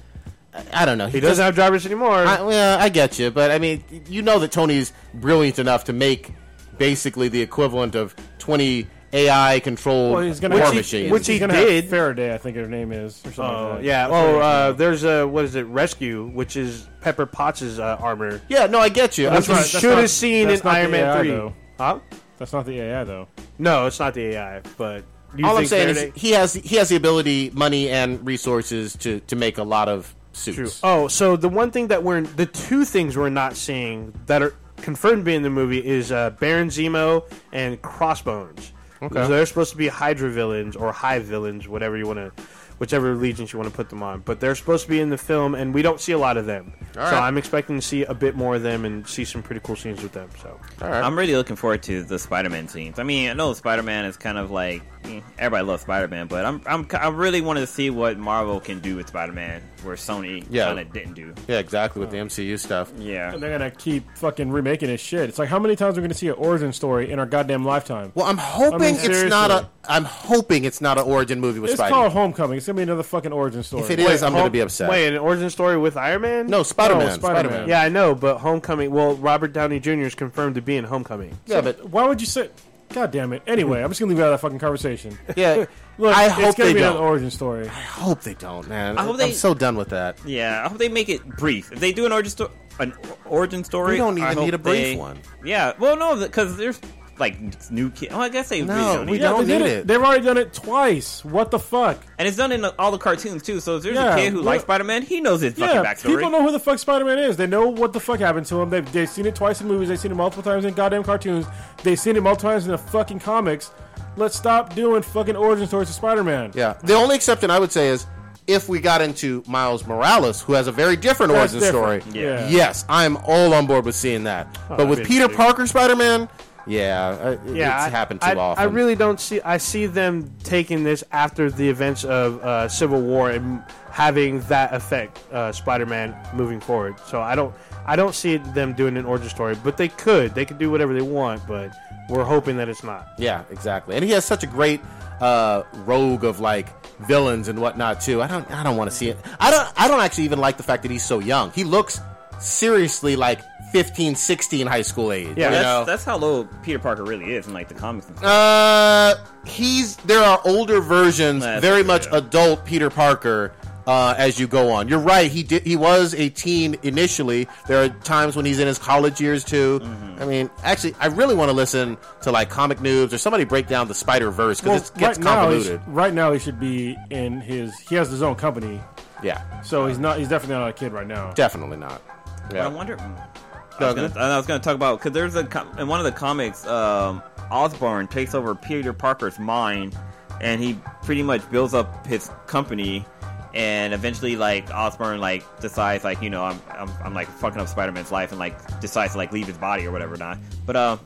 Speaker 6: I- I don't know.
Speaker 8: He doesn't have Jarvis anymore. Oh,
Speaker 6: I, well, I get you, but I mean, you know that Tony's brilliant enough to make basically the equivalent of twenty AI controlled
Speaker 7: Well, he's gonna
Speaker 6: war
Speaker 7: have-
Speaker 6: machines.
Speaker 8: which
Speaker 7: he's
Speaker 8: he
Speaker 7: gonna
Speaker 8: did.
Speaker 7: Have Faraday, I think her name is. Or something
Speaker 8: Oh
Speaker 7: like that.
Speaker 8: yeah. Oh, uh, there's a what is it? Rescue, which is Pepper Potts' uh, armor.
Speaker 6: yeah, no, I get you.
Speaker 7: That's
Speaker 6: I'm
Speaker 8: You
Speaker 7: right,
Speaker 6: just-
Speaker 7: that's
Speaker 8: should
Speaker 7: not-
Speaker 8: have seen in
Speaker 7: that's not
Speaker 8: Iron
Speaker 7: the
Speaker 8: Man
Speaker 7: AI
Speaker 8: three.
Speaker 7: though.
Speaker 8: Huh?
Speaker 7: That's not the AI though.
Speaker 8: No, it's not the AI. But you
Speaker 6: all I'm
Speaker 8: think
Speaker 6: saying
Speaker 8: Faraday-
Speaker 6: is he has he has the ability, money, and resources to to make a lot of suits.
Speaker 8: True. Oh, so the one thing that we're the two things we're not seeing that are confirmed to be in the movie is uh, Baron Zemo and Crossbones. Okay. So they're supposed to be Hydra villains or Hive villains, whatever you want to, whichever allegiance you want to put them on. But they're supposed to be in the film, and we don't see a lot of them. so
Speaker 6: right.
Speaker 8: I'm expecting to see a bit more of them and see some pretty cool scenes with them. So
Speaker 5: I'm really looking forward to the Spider-Man scenes. I mean, I know Spider-Man is kind of like eh, everybody loves Spider-Man, but I'm I'm I really wanted to see what Marvel can do with Spider-Man, where Sony
Speaker 6: Yeah.
Speaker 5: kind of didn't do.
Speaker 6: Yeah, exactly with the MCU stuff.
Speaker 5: Yeah,
Speaker 7: And they're gonna keep fucking remaking his shit. It's like how many times we're gonna see an origin story in our goddamn lifetime?
Speaker 6: Well, I'm hoping it's
Speaker 7: seriously.
Speaker 6: not a. I'm hoping it's not an origin movie with
Speaker 7: It's
Speaker 6: Spider.
Speaker 7: called Homecoming. It's gonna be another fucking origin story.
Speaker 6: if it is, I'm going to be upset.
Speaker 8: Wait, an origin story with Iron Man? Oh,
Speaker 6: no, Spider Man.
Speaker 7: No, Spider-Man.
Speaker 6: Spider Man.
Speaker 8: Yeah, I know, but Homecoming. Well, Robert Downey Jr. is confirmed to be in Homecoming.
Speaker 6: yeah, but
Speaker 7: Why would you say? God damn it. Anyway, I'm just gonna leave it out of that fucking conversation.
Speaker 6: yeah.
Speaker 7: Look,
Speaker 6: I
Speaker 7: it's
Speaker 6: hope
Speaker 7: gonna
Speaker 6: they
Speaker 7: be
Speaker 6: don't.
Speaker 7: another origin story.
Speaker 6: I hope they don't, man. I
Speaker 5: hope
Speaker 6: am
Speaker 5: they-
Speaker 6: so done with that.
Speaker 5: yeah. I hope they make it brief. If they do an origin story, an origin story,
Speaker 6: We don't
Speaker 5: I
Speaker 6: even need
Speaker 5: hope
Speaker 6: a brief
Speaker 5: they-
Speaker 6: one.
Speaker 5: Yeah. Well, no, because there's like new kids. Well, I guess they really
Speaker 6: No,
Speaker 5: don't
Speaker 6: we
Speaker 5: need
Speaker 6: don't.
Speaker 7: they did
Speaker 6: need it.
Speaker 7: They've already done it twice. What the fuck?
Speaker 5: And it's done in all the cartoons too. So if there's a
Speaker 7: Yeah,
Speaker 5: kid who
Speaker 7: well-
Speaker 5: likes Spider-Man, he knows his fucking
Speaker 7: Yeah,
Speaker 5: backstory.
Speaker 7: people know who the fuck Spider-Man is. They know what the fuck happened to him. They've, they've seen it twice in movies. They've seen it multiple times in goddamn cartoons. They've seen it multiple times in the fucking comics. Let's stop doing fucking origin stories of Spider-Man.
Speaker 6: Yeah. The only exception I would say is if we got into Miles Morales, who has a very different
Speaker 7: That's
Speaker 6: origin
Speaker 7: different.
Speaker 6: story.
Speaker 7: Yeah.
Speaker 6: Yes, I'm all on board with seeing that. but
Speaker 8: Oh, that'd
Speaker 6: with
Speaker 8: be
Speaker 6: Peter
Speaker 8: interesting.
Speaker 6: Parker Spider Man, yeah, I-
Speaker 8: yeah,
Speaker 6: it's
Speaker 8: I,
Speaker 6: happened too
Speaker 8: I,
Speaker 6: often.
Speaker 8: I really don't see. I see them taking this after the events of uh, Civil War and having that affect uh, Spider-Man moving forward. So I don't. I don't see them doing an origin story, but they could. They could do whatever they want, but we're hoping that it's not.
Speaker 6: Yeah, exactly. And he has such a great uh, rogue of like villains and whatnot too. I don't I don't want to see it. I don't I don't actually even like the fact that he's so young. He looks seriously like 15, 16 high school age.
Speaker 8: Yeah,
Speaker 6: you
Speaker 5: That's,
Speaker 6: know?
Speaker 5: that's how low Peter Parker really is in like the comics. And stuff.
Speaker 6: Uh, he's there are older versions,
Speaker 5: That's
Speaker 6: very
Speaker 5: true,
Speaker 6: much
Speaker 5: yeah.
Speaker 6: adult Peter Parker. Uh, as you go on, you're right. He did. He was a teen initially. There are times when he's in his college years too.
Speaker 5: Mm-hmm.
Speaker 6: I mean, actually, I really want to listen to like comic noobs or somebody break down the Spider Verse
Speaker 7: Well,
Speaker 6: because it gets
Speaker 7: now, he
Speaker 6: convoluted.
Speaker 7: should- right now he should be in his. He has his own company,
Speaker 6: yeah,
Speaker 7: so he's not. He's definitely not a kid right now.
Speaker 6: definitely not.
Speaker 5: But I
Speaker 6: Yeah.
Speaker 5: wonder. I was, gonna, I was gonna talk about because there's a com- in one of the comics, um, Osborn takes over Peter Parker's mind, and he pretty much builds up his company, and eventually like Osborn like decides like you know I'm I'm, I'm like fucking up Spider Man's life and like decides to like leave his body or whatever not. But uh,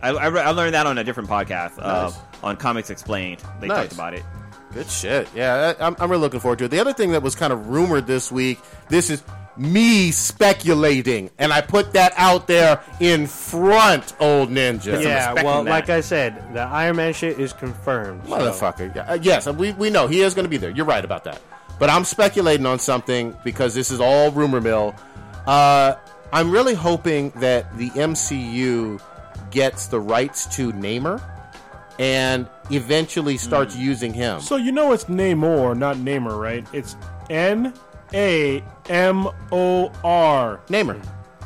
Speaker 5: I, I, re- I learned that on a different podcast uh,
Speaker 6: Nice.
Speaker 5: on Comics Explained. They
Speaker 6: Nice.
Speaker 5: talked about it.
Speaker 6: Good shit. Yeah, I- I'm, I'm really looking forward to it. The other thing that was kind of rumored this week, this is me speculating, and I put that out there in front, old ninja.
Speaker 8: Yeah,
Speaker 5: respect
Speaker 8: well,
Speaker 5: in that.
Speaker 8: like uh, I said, the Iron Man shit is confirmed. so-
Speaker 6: Motherfucker. Yeah, uh, Yes, we, we know he is going to be there. You're right about that. But I'm speculating on something because this is all rumor mill. Uh, I'm really hoping that the MCU gets the rights to Namer and eventually starts using him.
Speaker 7: So you know it's Namor, not Namor, right? It's N A M O R.
Speaker 6: Namer.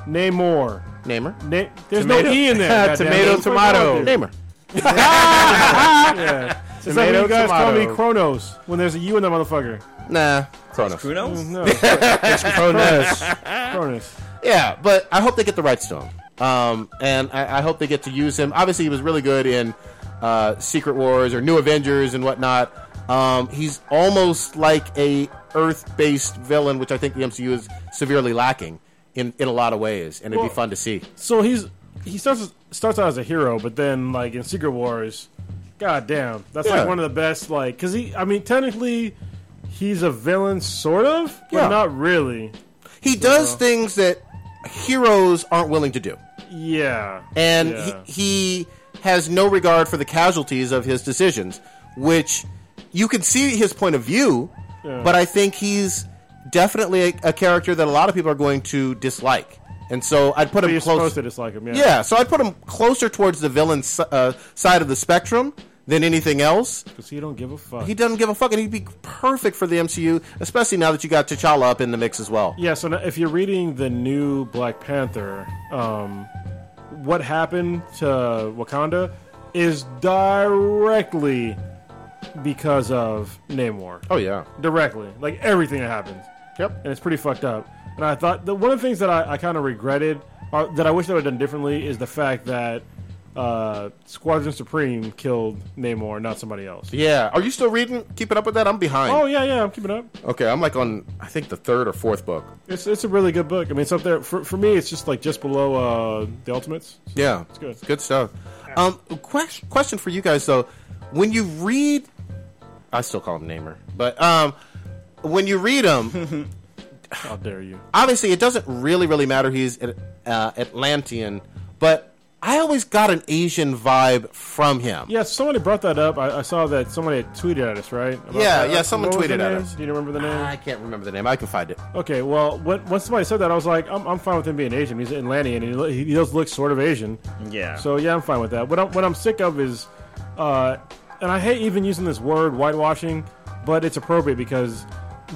Speaker 7: Namor.
Speaker 6: Namer.
Speaker 7: Na- there's
Speaker 8: Tomato-
Speaker 7: no e in there.
Speaker 8: Tomato,
Speaker 7: goddamn. What's going
Speaker 8: tomato.
Speaker 7: on there?
Speaker 6: Namer.
Speaker 7: Yeah. It's like
Speaker 8: Tomato,
Speaker 7: when you guys call
Speaker 8: tomato.
Speaker 7: me Kronos when there's a U in that motherfucker.
Speaker 6: Nah. Cronus.
Speaker 5: Who knows?
Speaker 8: Mm-hmm.
Speaker 7: No, Cronus.
Speaker 6: Yeah, but I hope they get the rights to him. Um, and I, I hope they get to use him. Obviously, he was really good in uh, Secret Wars or New Avengers and whatnot. Um, he's almost like a Earth-based villain, which I think the MCU is severely lacking. in, in a lot of ways, and it'd
Speaker 7: Well-
Speaker 6: be fun to see.
Speaker 7: So he's he starts starts out as a hero, but then like in Secret Wars, god damn, that's
Speaker 6: Yeah.
Speaker 7: like one of the best. Like, cause he, I mean, technically, he's a villain, sort of, but
Speaker 6: Yeah.
Speaker 7: not really.
Speaker 6: He does things that heroes aren't willing to do,
Speaker 7: Yeah,
Speaker 6: and
Speaker 7: Yeah.
Speaker 6: he, he has no regard for the casualties of his decisions, which you can see his point of view, but I think he's definitely a, a character that a lot of people are going to dislike, and so I'd put him
Speaker 7: you're
Speaker 6: close.
Speaker 7: supposed to dislike him. Yeah,
Speaker 6: Yeah, so I'd put him closer towards the villain s- uh, side of the spectrum than anything else.
Speaker 7: because he don't give a fuck.
Speaker 6: He doesn't give a fuck, and he'd be perfect for the MCU, especially now that you got T'Challa up in the mix as well.
Speaker 7: Yeah, so now, if you're reading the new Black Panther, um, what happened to Wakanda is directly because of Namor.
Speaker 9: Oh yeah.
Speaker 7: Directly. Like everything that happens.
Speaker 9: Yep.
Speaker 7: And it's pretty fucked up. And I thought the one of the things that I, I kind of regretted, or that I wish I would have done differently, is the fact that uh, Squadron Supreme killed Namor, not somebody else.
Speaker 9: Yeah.
Speaker 6: Are you still reading? Keeping up with that? I'm behind.
Speaker 7: Oh yeah, yeah, I'm keeping up.
Speaker 9: Okay, I'm like on I think the third or fourth book.
Speaker 7: It's it's a really good book. I mean, it's up there for, for me. It's just like just below uh, the Ultimates.
Speaker 6: Yeah,
Speaker 7: good.
Speaker 6: It's good stuff. Um, question, question for you guys though: When you read, I still call him Namer, but um, when you read him,
Speaker 7: How dare you?
Speaker 6: obviously it doesn't really, really matter. He's an, uh, Atlantean, but I always got an Asian vibe from him.
Speaker 7: Yeah, somebody brought that up. I, I saw that somebody had tweeted at us, right? About
Speaker 6: Yeah,
Speaker 7: that.
Speaker 6: yeah, someone
Speaker 7: What was the
Speaker 6: tweeted at
Speaker 7: name?
Speaker 6: us.
Speaker 7: Do you remember the name?
Speaker 6: I can't remember the name. I can find it.
Speaker 7: Okay, well, when, when somebody said that, I was like, I'm, I'm fine with him being Asian. He's Atlantean, and he, lo- he does look sort of Asian.
Speaker 5: Yeah.
Speaker 7: So yeah, I'm fine with that. What I'm, what I'm sick of is, uh, and I hate even using this word whitewashing, but it's appropriate because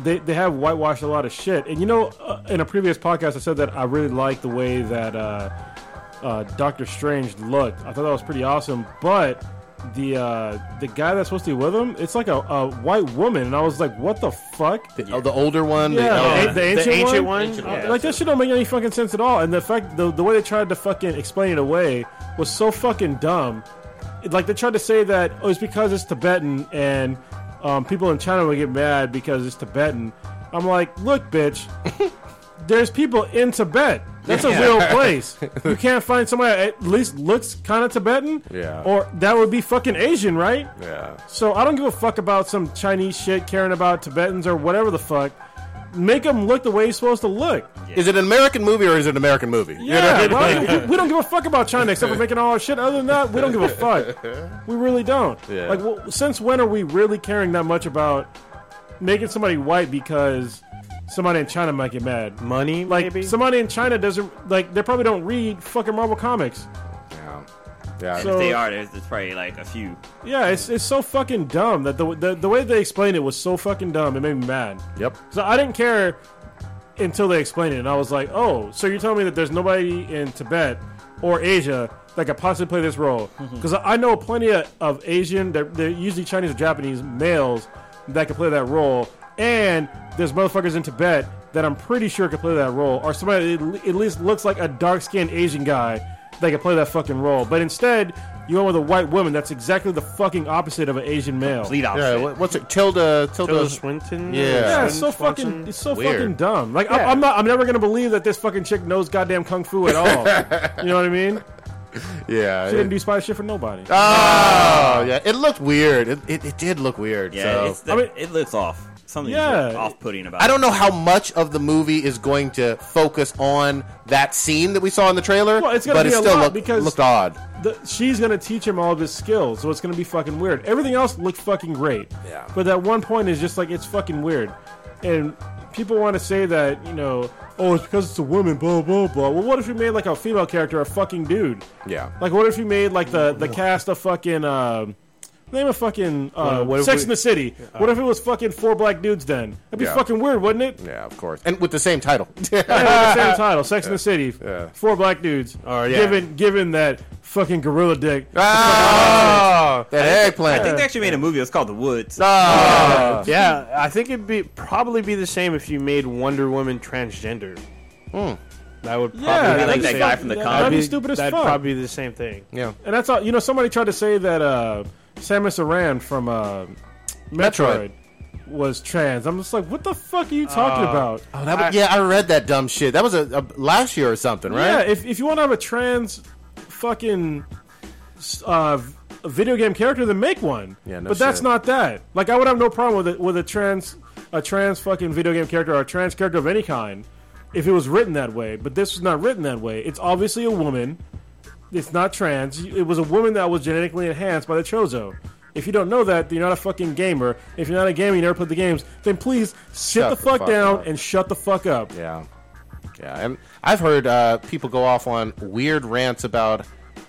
Speaker 7: they, they have whitewashed a lot of shit. And you know, uh, in a previous podcast, I said that I really like the way that uh, uh, Doctor Strange looked. I thought that was pretty awesome. But the uh, the guy that's supposed to be with him, it's like a, a white woman, and I was like, what the fuck?
Speaker 6: The, oh, the older one. the
Speaker 7: Yeah,
Speaker 6: elder-
Speaker 7: the, the ancient,
Speaker 8: ancient
Speaker 7: one.
Speaker 8: one?
Speaker 7: Uh,
Speaker 8: Yeah.
Speaker 7: like that shit don't make any fucking sense at all. And the fact, the, the way they tried to fucking explain it away was so fucking dumb. It- Like they tried to say that oh, it's because it's Tibetan and um, people in China will get mad because it's Tibetan. I'm like, look, bitch. There's people in Tibet. That's a real place. You can't find somebody that at least looks kind of Tibetan.
Speaker 9: Yeah.
Speaker 7: Or that would be fucking Asian, right?
Speaker 9: Yeah.
Speaker 7: So I don't give a fuck about some Chinese shit caring about Tibetans or whatever the fuck. Make them look the way he's supposed to look.
Speaker 6: Is it an American movie or is it an American movie?
Speaker 7: Yeah, why- we- we don't give a fuck about China except for making all our shit. Other than that, we don't give a fuck. We really don't.
Speaker 9: Yeah.
Speaker 7: Like, well, since when are we really caring that much about making somebody white because somebody in China might get mad?
Speaker 8: Money,
Speaker 7: Like,
Speaker 8: maybe?
Speaker 7: somebody in China doesn't like they probably don't read fucking Marvel comics.
Speaker 9: Yeah. Yeah.
Speaker 7: So-
Speaker 5: if they are, there's, there's probably like a few.
Speaker 7: Yeah, it's, it's so fucking dumb that the, the the way they explained it was so fucking dumb. It made me mad.
Speaker 9: yep.
Speaker 7: So I didn't care until they explained it, and I was like, "Oh, so you're telling me that there's nobody in Tibet or Asia that could possibly play this role?" Because I know plenty of, of Asian, they're, they're usually Chinese or Japanese males that could play that role, and there's motherfuckers in Tibet that I'm pretty sure could play that role, or somebody that at le- at least looks like a dark skinned Asian guy that could play that fucking role. But instead, you went with a white woman that's exactly the fucking opposite of an Asian male.
Speaker 5: Lead off.
Speaker 6: Yeah, what- what's it? Tilda.
Speaker 8: Tilda
Speaker 6: Tilda.
Speaker 8: Swinton.
Speaker 7: Yeah,
Speaker 6: Yeah.
Speaker 7: it's so
Speaker 8: Swanson.
Speaker 7: fucking, it's so
Speaker 6: Weird.
Speaker 7: fucking dumb. Like I, I'm not, I'm never gonna believe that this fucking chick knows goddamn kung fu at all. you know what I mean?
Speaker 9: Yeah.
Speaker 7: She didn't do spy shit for nobody.
Speaker 6: Oh, yeah. It looked weird. It, it, it did look weird.
Speaker 5: Yeah,
Speaker 6: so.
Speaker 5: it's the,
Speaker 7: I mean-
Speaker 5: it looks off. Something's
Speaker 7: Yeah.
Speaker 5: off putting about
Speaker 6: I don't know how much of the movie is going to focus on that scene that we saw in the trailer,
Speaker 7: Well, it's gonna
Speaker 6: but
Speaker 7: be
Speaker 6: it
Speaker 7: a
Speaker 6: still
Speaker 7: lot
Speaker 6: looked,
Speaker 7: because-
Speaker 6: looked odd.
Speaker 7: The- she's gonna teach him all of his skills, so it's gonna be fucking weird. Everything else looked fucking great.
Speaker 6: Yeah.
Speaker 7: But that one point is just like it's fucking weird, and people want to say that you know, oh, it's because it's a woman, blah blah blah. Well, what if you made like a female character a fucking dude?
Speaker 9: Yeah.
Speaker 7: Like, what if you made like the the cast of fucking um name a fucking uh,
Speaker 8: What- what if
Speaker 7: Sex
Speaker 8: we-
Speaker 7: in the City? what if it was fucking four black dudes? Then that'd be
Speaker 9: Yeah.
Speaker 7: fucking weird, wouldn't it?
Speaker 9: Yeah, of course.
Speaker 6: And with the same title.
Speaker 7: Yeah, with the same title, Sex in the City,
Speaker 9: Yeah.
Speaker 7: four black dudes.
Speaker 8: Or, Oh, yeah.
Speaker 7: Given given that fucking gorilla dick.
Speaker 6: oh, that eggplant.
Speaker 5: I think they actually made a movie. It's called The Woods.
Speaker 6: Oh.
Speaker 8: Yeah, I think it'd be probably be the same if you made Wonder Woman transgender.
Speaker 6: Hmm.
Speaker 8: That would probably
Speaker 7: Yeah,
Speaker 8: be
Speaker 5: I like
Speaker 8: the
Speaker 5: that
Speaker 8: same-
Speaker 5: guy from the
Speaker 7: That'd
Speaker 5: comic.
Speaker 7: be
Speaker 8: that'd
Speaker 7: stupid as
Speaker 8: that'd
Speaker 7: fuck.
Speaker 8: probably be the same thing.
Speaker 6: yeah.
Speaker 7: And that's all. You know, somebody tried to say that uh, Samus Aran from uh, Metroid.
Speaker 6: Metroid.
Speaker 7: was trans. I'm just like, what the fuck are you talking about?
Speaker 6: Oh, that was- yeah, I read that dumb shit. That was a, a last year or something,
Speaker 7: Yeah,
Speaker 6: right?
Speaker 7: if, if you want to have a trans fucking uh, v- video game character, then make one.
Speaker 6: Yeah, no
Speaker 7: but that's
Speaker 6: shit.
Speaker 7: not that. Like, I would have no problem with a, with a trans a trans fucking video game character or a trans character of any kind if it was written that way. But this was not written that way. It's obviously a woman. It's not trans. It was a woman that was genetically enhanced by the Chozo. If you don't know that, then you're not a fucking gamer. If you're not a gamer, you never played the games. Then please sit
Speaker 6: Shut
Speaker 7: the, fuck, down
Speaker 6: up.
Speaker 7: and shut the fuck up.
Speaker 6: Yeah, yeah. And I've heard uh, people go off on weird rants about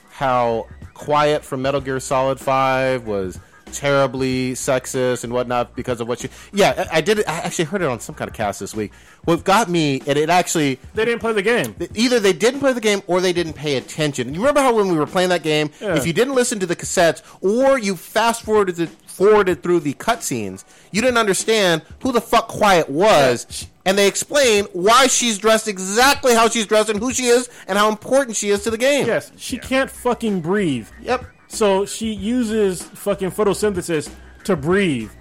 Speaker 6: how Quiet from Metal Gear Solid Five was terribly sexist and whatnot because of what she. Yeah, I, I did. I actually heard it on some kind of cast this week. What got me, and it actually
Speaker 7: They didn't play the game.
Speaker 6: either they didn't play the game or they didn't pay attention. You remember how when we were playing that game,
Speaker 7: Yeah.
Speaker 6: if you didn't listen to the cassettes or you fast forwarded the, forwarded through the cutscenes, you didn't understand who the fuck Quiet was, and they explain why she's dressed exactly how she's dressed and who she is and how important she is to the game.
Speaker 7: Yes, she can't fucking breathe.
Speaker 6: Yep.
Speaker 7: So she uses fucking photosynthesis to breathe.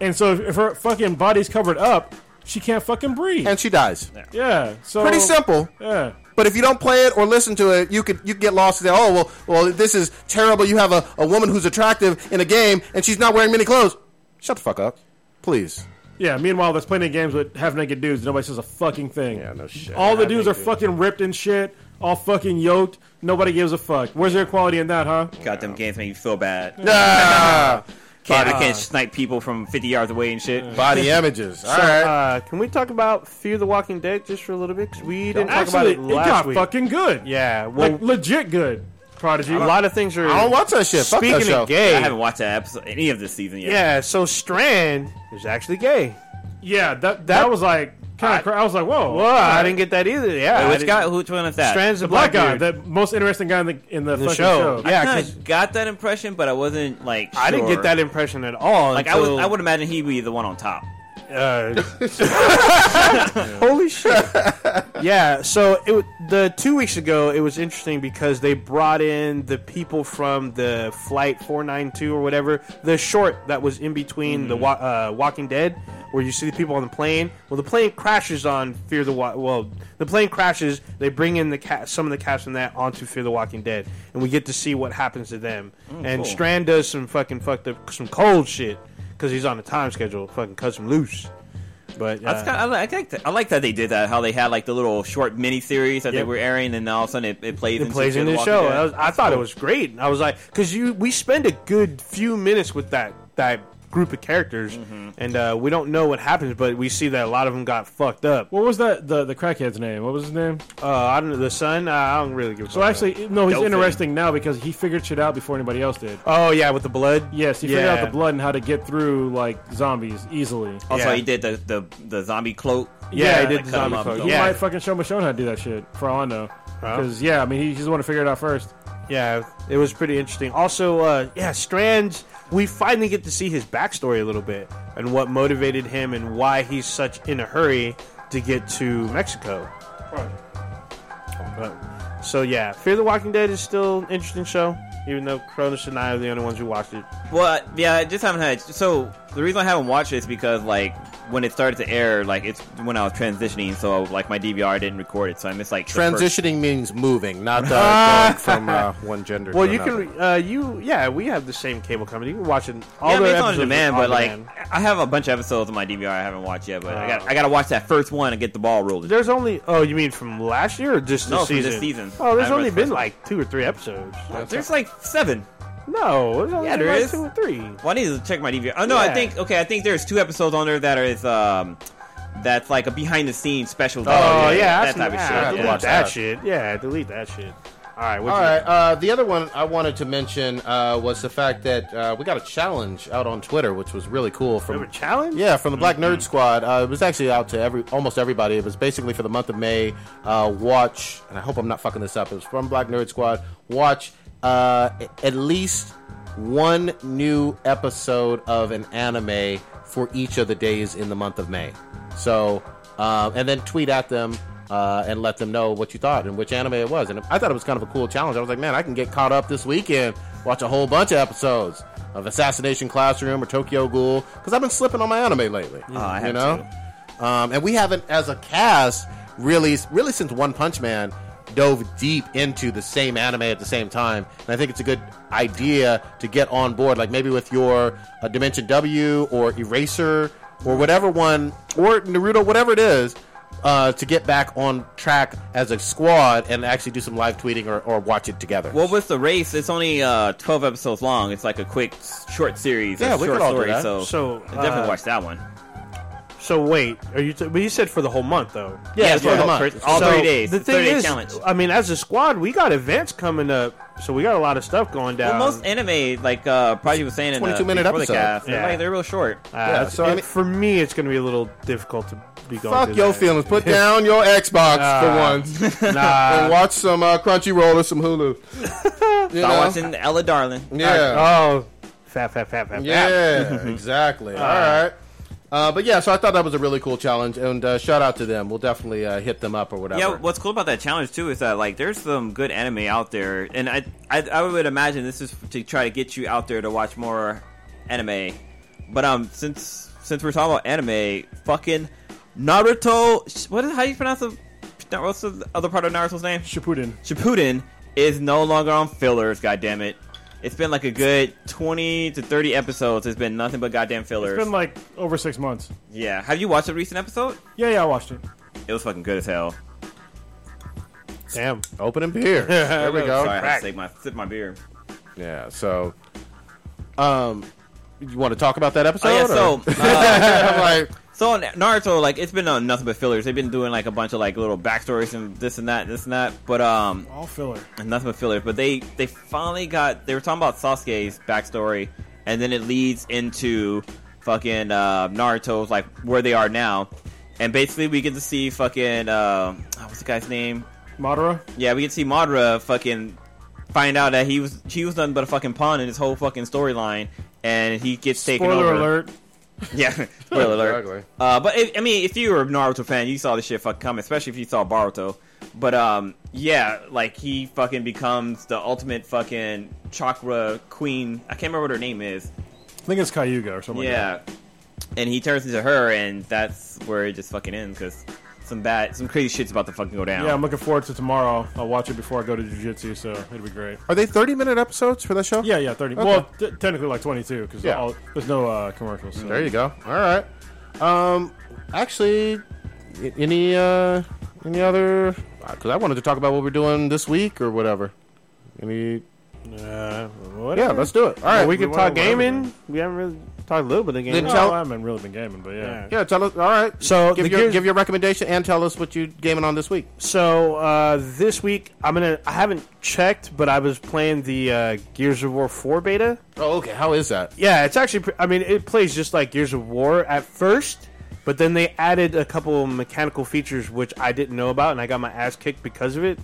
Speaker 7: And so if, if her fucking body's covered up, she can't fucking breathe.
Speaker 6: And she dies.
Speaker 7: yeah. So
Speaker 6: Pretty simple.
Speaker 7: Yeah.
Speaker 6: But if you don't play it or listen to it, you could you could get lost and say, "Oh well, well, this is terrible." You have a, a woman who's attractive in a game and she's not wearing many clothes. Shut the fuck up, please.
Speaker 7: Yeah. Meanwhile, there's plenty of games with half naked dudes. Nobody says a fucking thing. Yeah,
Speaker 6: no shit.
Speaker 7: All the dudes are fucking ripped and shit, all fucking yoked. Nobody gives a fuck. Where's the equality in that, huh?
Speaker 5: Goddamn games make you feel bad.
Speaker 6: Ah,
Speaker 5: Can't, I can't snipe people from 50 yards away and shit.
Speaker 6: body images. All right.
Speaker 8: Uh, can we talk about Fear the Walking Dead just for a little bit? 'Cause we didn't talk about
Speaker 7: Actually,
Speaker 8: it
Speaker 7: it,
Speaker 8: last
Speaker 7: got
Speaker 8: week.
Speaker 7: fucking good.
Speaker 8: yeah, well,
Speaker 7: Like legit good. Prodigy.
Speaker 8: a lot of things are.
Speaker 6: I don't watch that shit. Fuck
Speaker 8: Speaking
Speaker 6: that show.
Speaker 8: of gay,
Speaker 5: I haven't watched that episode, any of this season yet.
Speaker 8: yeah. So Strand is actually gay.
Speaker 7: Yeah. That that, was like kind of. Cra- I was like, whoa.
Speaker 8: Well, I didn't get that either. Yeah, I
Speaker 5: Wait, which
Speaker 8: didn't-
Speaker 5: guy? Which one is that?
Speaker 8: Strand's a
Speaker 7: The black guy,
Speaker 8: dude.
Speaker 7: the most interesting guy in the in the,
Speaker 8: the
Speaker 7: fucking
Speaker 8: show.
Speaker 7: show.
Speaker 8: Yeah,
Speaker 5: I kind
Speaker 8: 'cause-
Speaker 5: of got that impression, but I wasn't like.
Speaker 8: I didn't
Speaker 5: sure.
Speaker 8: get that impression at all.
Speaker 5: Like I
Speaker 8: until, uh,
Speaker 5: was, I would imagine he'd be the one on top.
Speaker 8: Holy shit! yeah, so it w- the two weeks ago it was interesting because they brought in the people from the flight 492 or whatever, the short that was in between
Speaker 5: Mm.
Speaker 8: the wa- uh, Walking Dead, where you see the people on the plane. Well, the plane crashes on Fear the Wa- well, the plane crashes. They bring in the ca- some of the cast from that onto Fear the Walking Dead, and we get to see what happens to them. and
Speaker 5: Mm, cool.
Speaker 8: Strand does some fucking fucked up, some cold shit because he's on a time schedule. Fucking cuts him loose. But uh,
Speaker 5: That's kind of, I, like- I like that. I like that they did that. How they had like the little short mini series that they
Speaker 8: Yep.
Speaker 5: were airing, and all of a sudden it, it plays.
Speaker 8: it
Speaker 5: into
Speaker 8: plays
Speaker 5: Fear
Speaker 8: in the
Speaker 5: Walking
Speaker 8: show.
Speaker 5: Dead.
Speaker 8: I, was, I thought it was great. And I was like, because you we spend a good few minutes with that that group of characters,
Speaker 5: Mm-hmm.
Speaker 8: and uh, we don't know what happens, but we see that a lot of them got fucked up.
Speaker 7: What was that? The the crackhead's name? What was his name?
Speaker 8: Uh, I don't know the son. Uh, I don't really give. A
Speaker 7: So actually, no, he's
Speaker 5: Dolphin.
Speaker 7: interesting now because he figured shit out before anybody else did.
Speaker 8: oh yeah, with the blood.
Speaker 7: Yes, he figured out the blood and how to get through like zombies easily.
Speaker 5: also
Speaker 8: yeah.
Speaker 5: he did the the, the zombie cloak.
Speaker 8: Yeah, he did
Speaker 5: Cut
Speaker 8: the
Speaker 5: him
Speaker 8: zombie
Speaker 5: up,
Speaker 8: code.
Speaker 5: though.
Speaker 7: He
Speaker 8: Yeah,
Speaker 7: might fucking show Michonne how to do that shit for all I know. Because yeah, I mean, he, he's the one to figure it out first.
Speaker 8: yeah, it was pretty interesting. Also, uh, yeah, Strands. We finally get to see his backstory a little bit and what motivated him and why he's such in a hurry to get to Mexico. But, so yeah, Fear the Walking Dead is still an interesting show, even though Cronus and I are the only ones who watched it.
Speaker 5: Well, yeah, I just haven't had. So the reason I haven't watched it is because like when it started to air, like it's when I was transitioning, so like my DVR didn't record it, so I missed like the first-
Speaker 6: Transitioning means moving, not uh, going from uh, one gender.
Speaker 8: Well,
Speaker 6: to
Speaker 8: you
Speaker 6: another.
Speaker 8: can, uh, you yeah, we have the same cable company. You can watch it. All
Speaker 5: yeah, I
Speaker 8: the
Speaker 5: mean, it's on
Speaker 8: episodes
Speaker 5: demand,
Speaker 8: are on
Speaker 5: but like
Speaker 8: demand. Oh.
Speaker 5: I have a bunch of episodes on my DVR I haven't watched yet, but I got I got to watch that first one and get the ball rolling.
Speaker 8: there's only oh, you mean from last year or just
Speaker 5: No,
Speaker 8: this
Speaker 5: from
Speaker 8: season?
Speaker 5: this season.
Speaker 8: Oh, there's
Speaker 5: I read
Speaker 8: only
Speaker 5: the
Speaker 8: been
Speaker 5: first one.
Speaker 8: like two or three episodes.
Speaker 5: There's like seven.
Speaker 8: No, there's only
Speaker 5: Yeah, there
Speaker 8: like
Speaker 5: is. Oh,
Speaker 8: two or three.
Speaker 5: Well, I need to check my DVR. Oh no,
Speaker 8: Yeah.
Speaker 5: I think okay, I think there's two episodes on there that are is um that's like a behind the scenes special. Oh
Speaker 8: Oh yeah,
Speaker 5: that
Speaker 8: that's
Speaker 5: type of
Speaker 8: yeah,
Speaker 5: shit.
Speaker 6: to
Speaker 8: Delete
Speaker 6: watch
Speaker 8: that,
Speaker 6: that.
Speaker 8: shit. Yeah, delete that shit. All right,
Speaker 6: All right. Uh, the other one I wanted to mention uh, was the fact that uh, we got a challenge out on Twitter, which was really cool. From
Speaker 8: Remember challenge?
Speaker 6: Yeah, from the Black Nerd Squad. Uh, it was actually out to every almost everybody. It was basically for the month of May. Uh, watch, and I hope I'm not fucking this up. It was from Black Nerd Squad. Watch uh, a- at least one new episode of an anime for each of the days in the month of May. So, um, and then tweet at them. Uh, and let them know what you thought and which anime it was. And I thought it was kind of a cool challenge. I was like, man, I can get caught up this weekend, watch a whole bunch of episodes. of Assassination Classroom or Tokyo Ghoul because I've been slipping on my anime lately.
Speaker 5: Oh, I have
Speaker 6: you know, um, and we haven't as a cast really, really since One Punch Man dove deep into the same anime at the same time, and I think it's a good idea to get on board, like maybe with your uh, Dimension W or Eraser or whatever one or Naruto, whatever it is. Uh, to get back on track as a squad and actually do some live tweeting or, or watch it together.
Speaker 5: Well, with the race, it's only uh, twelve episodes long. It's like a quick, s- short series.
Speaker 6: Yeah,
Speaker 5: a
Speaker 6: we
Speaker 5: short
Speaker 6: could all do
Speaker 5: story,
Speaker 6: that.
Speaker 5: So,
Speaker 8: So,
Speaker 5: I definitely
Speaker 8: uh,
Speaker 5: watch that one.
Speaker 8: So wait, are you? T- but you said for the whole month though.
Speaker 5: Yeah,
Speaker 6: yeah,
Speaker 5: it's for
Speaker 6: yeah.
Speaker 5: the month. all
Speaker 8: So,
Speaker 5: thirty days.
Speaker 8: The thing
Speaker 5: thirty day
Speaker 8: is, uh,
Speaker 5: challenge.
Speaker 8: I mean, as a squad, we got events coming up, so we got a lot of stuff going down.
Speaker 5: Well, most anime, like uh, probably was saying in
Speaker 6: 22
Speaker 5: the,
Speaker 6: minute
Speaker 5: before
Speaker 6: episode.
Speaker 5: the cast, they're,
Speaker 8: Yeah.
Speaker 5: like, they're real short.
Speaker 8: Uh,
Speaker 6: yeah, so, I
Speaker 8: it-
Speaker 6: mean-
Speaker 8: for me, it's going to be a little difficult to be going.
Speaker 6: Fuck
Speaker 8: through
Speaker 6: your
Speaker 8: that.
Speaker 6: feelings. Put down your Xbox
Speaker 8: Ah.
Speaker 6: for once.
Speaker 8: Nah.
Speaker 6: and watch some uh, Crunchyroll or some Hulu. You
Speaker 5: Start
Speaker 6: know?
Speaker 5: watching Ella Darling.
Speaker 6: Yeah.
Speaker 8: Oh, fat, fat, fat, fat, fat.
Speaker 6: Yeah, exactly. All right. Uh, but yeah, so I thought that was a really cool challenge, and uh, shout out to them. We'll definitely uh, hit them up or whatever.
Speaker 5: Yeah, what's cool about that challenge too is that like there's some good anime out there, and I I, I would imagine this is to try to get you out there to watch more anime. But um, since since we're talking about anime, fucking Naruto. What is how do you pronounce the what's the other part of Naruto's name?
Speaker 7: Shippuden.
Speaker 5: Shippuden is no longer on fillers. Goddamn it! It's been like a good twenty to thirty episodes. It's been nothing but goddamn fillers.
Speaker 7: It's been like over six months.
Speaker 5: yeah, have you watched a recent episode?
Speaker 7: Yeah, yeah, I watched it.
Speaker 5: It was fucking good as hell.
Speaker 8: Damn.
Speaker 6: Open and beer. there we go.
Speaker 5: Sorry, I had to take my sip my beer.
Speaker 6: Yeah. So, um, you want to talk about that episode?
Speaker 5: Oh yeah,
Speaker 6: or-
Speaker 5: so. Uh,
Speaker 6: I'm like,
Speaker 5: So on Naruto, like it's been on nothing but fillers. They've been doing like a bunch of like little backstories and this and that, this and that. But um,
Speaker 7: All filler.
Speaker 5: and nothing but fillers. But they they finally got they were talking about Sasuke's backstory, and then it leads into fucking uh, Naruto's like where they are now, and basically we get to see fucking uh, oh, what's the guy's name?
Speaker 7: Madara.
Speaker 5: Yeah, we get to see Madara fucking find out that he was he was nothing but a fucking pawn in his whole fucking storyline, and he gets taken
Speaker 7: Spoiler
Speaker 5: over.
Speaker 7: alert.
Speaker 5: Yeah, spoiler alert.
Speaker 6: Exactly.
Speaker 5: Uh, but if, I mean, if you were a Naruto fan, you saw this shit fucking coming, especially if you saw Baruto. But um, yeah, like he fucking becomes the ultimate fucking chakra queen. I can't remember what her name is.
Speaker 7: I think it's Kyuga or
Speaker 8: Oh,
Speaker 7: something. Like that.
Speaker 5: yeah, and he turns into her, and that's where it just fucking ends because some bad, some crazy shit's about to fucking go down.
Speaker 7: Yeah, I'm looking forward to tomorrow. I'll watch it before I go to jujitsu, so it'll be great.
Speaker 6: are they thirty-minute episodes for that show?
Speaker 7: Yeah, yeah, 30.
Speaker 6: Okay.
Speaker 7: Well, t- technically like 22 because
Speaker 6: Yeah.
Speaker 7: there's no uh, commercials. So.
Speaker 6: There you go. All right. Um, actually, a- any uh, any other? Because I wanted to talk about what we're doing this week or whatever. Any?
Speaker 8: Uh,
Speaker 6: Yeah,
Speaker 8: whatever.
Speaker 6: let's do it. All right.
Speaker 8: we can
Speaker 7: we
Speaker 8: talk
Speaker 7: wanna- whatever,
Speaker 8: gaming. We haven't really talked a little bit of gaming.
Speaker 6: Then
Speaker 8: Oh,
Speaker 7: No,
Speaker 6: tell-
Speaker 7: I haven't really been gaming, but yeah.
Speaker 8: Yeah.
Speaker 6: Yeah, tell us. All right.
Speaker 8: So,
Speaker 6: give
Speaker 8: the
Speaker 6: your
Speaker 8: gear-
Speaker 6: give your recommendation and tell us what you gaming on this week.
Speaker 8: So uh, this week, I'm gonna. I haven't checked, but I was playing the uh, Gears of War 4 beta.
Speaker 6: Oh, okay. How is that?
Speaker 8: Yeah, it's actually. pre- I mean, it plays just like Gears of War at first, but then they added a couple mechanical features which I didn't know about, and I got my ass kicked because of it.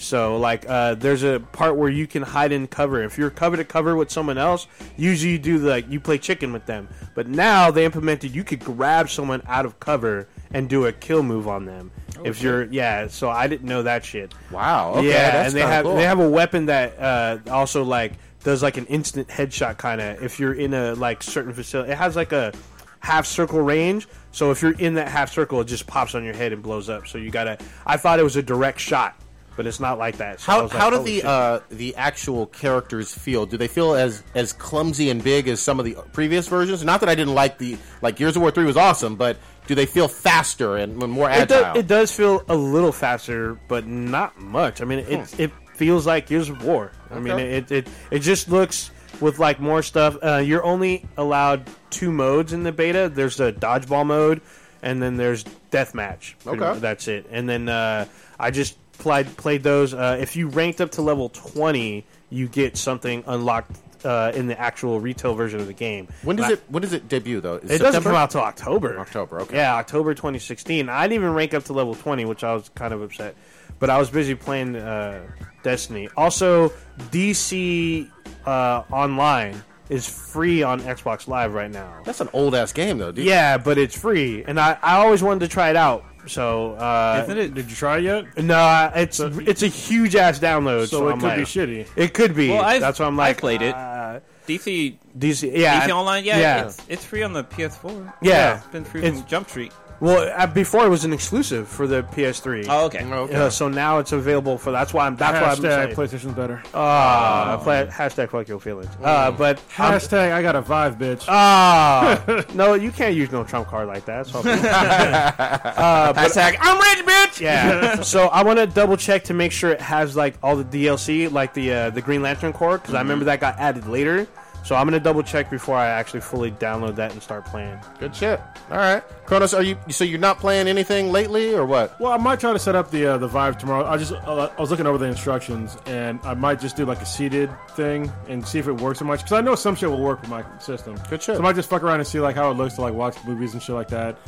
Speaker 8: So, like, uh, there's a part where you can hide in cover. If you're cover to cover with someone else, usually you do like you play chicken with them. But now they implemented you could grab someone out of cover and do a kill move on them. if you're, yeah. So I didn't know that shit
Speaker 6: Wow. Okay,
Speaker 8: yeah,
Speaker 6: that's
Speaker 8: and they
Speaker 6: kinda
Speaker 8: have
Speaker 6: cool.
Speaker 8: they have a weapon that uh, also like does like an instant headshot kind of. If you're in a like certain facility, it has like a half circle range. So if you're in that half circle, it just pops on your head and blows up. So you gotta. I thought it was a direct shot, but it's not like that. So I
Speaker 6: How,
Speaker 8: was like,
Speaker 6: how do
Speaker 8: "Holy
Speaker 6: the
Speaker 8: shit."
Speaker 6: uh, the actual characters feel? Do they feel as as clumsy and big as some of the previous versions? Not that I didn't like the like Gears of War three was awesome, but do they feel faster and more
Speaker 8: it,
Speaker 6: agile?
Speaker 8: does, it does feel a little faster, but not much. I mean, it it feels like Gears of War. I mean,
Speaker 6: Hmm. Okay.
Speaker 8: it, it it just looks with like more stuff. Uh, you're only allowed two modes in the beta. There's the dodgeball mode, and then there's deathmatch. Pretty
Speaker 6: Okay.
Speaker 8: mu- that's it. And then uh, I just played played those. Uh, if you ranked up to level twenty, you get something unlocked. Uh, in the actual retail version of the game.
Speaker 6: when does
Speaker 8: And I-
Speaker 6: it when does it debut though? Is
Speaker 8: it doesn't
Speaker 6: September?
Speaker 8: come out till October.
Speaker 6: October, okay.
Speaker 8: Yeah, October 2016. I didn't even rank up to level 20, which I was kind of upset. But I was busy playing uh, Destiny. Also, DC uh, Online is free on Xbox Live right now.
Speaker 6: That's an old ass game though. Dude.
Speaker 8: Yeah, but it's free, and I, I always wanted to try it out. So uh,
Speaker 7: Isn't it? Did you try it yet?
Speaker 8: no, I- it's it's a huge ass download. So,
Speaker 7: So it
Speaker 8: I'm
Speaker 7: could be
Speaker 8: like-
Speaker 7: shitty.
Speaker 8: It could be.
Speaker 5: Well, I've-
Speaker 8: That's why I'm
Speaker 5: I
Speaker 8: like
Speaker 5: played it.
Speaker 8: uh,
Speaker 5: DC
Speaker 8: DC, yeah,
Speaker 5: DC Online, yeah,
Speaker 8: yeah.
Speaker 5: It's, it's free on the PS4.
Speaker 8: Yeah.
Speaker 5: it's been free
Speaker 8: It's-
Speaker 5: from Jump Street.
Speaker 8: well, uh, before it was an exclusive for the PS3.
Speaker 5: Oh, okay.
Speaker 8: Uh, so now it's available for. That's why I'm. That's why I'm.
Speaker 7: Hashtag
Speaker 8: saying-
Speaker 7: PlayStation's better.
Speaker 8: Ah, play, hashtag fuck your feelings. Uh,
Speaker 7: Mm.
Speaker 8: but I'm-
Speaker 7: Hashtag Uh, I got a vibe, bitch.
Speaker 8: Ah, no, you can't use no trump card like that. So
Speaker 5: Hashtag, I'm rich, bitch!
Speaker 8: Uh, yeah. so I want to double check to make sure it has like all the DLC, like the uh, the Green Lantern Corps, because
Speaker 7: Mm-hmm.
Speaker 8: I remember that got added later. So I'm gonna double check before I actually fully download that and start playing.
Speaker 10: Good shit. All right, Kronos, are you so you're not playing anything lately or what?
Speaker 7: Well, I might try to set up the uh, the Vive tomorrow. I just uh, I was looking over the instructions, and I might just do like a seated thing and see if it works so much because I know some shit will work with my system.
Speaker 10: Good shit.
Speaker 7: So I might just fuck around and see like how it looks to like watch movies and shit like that.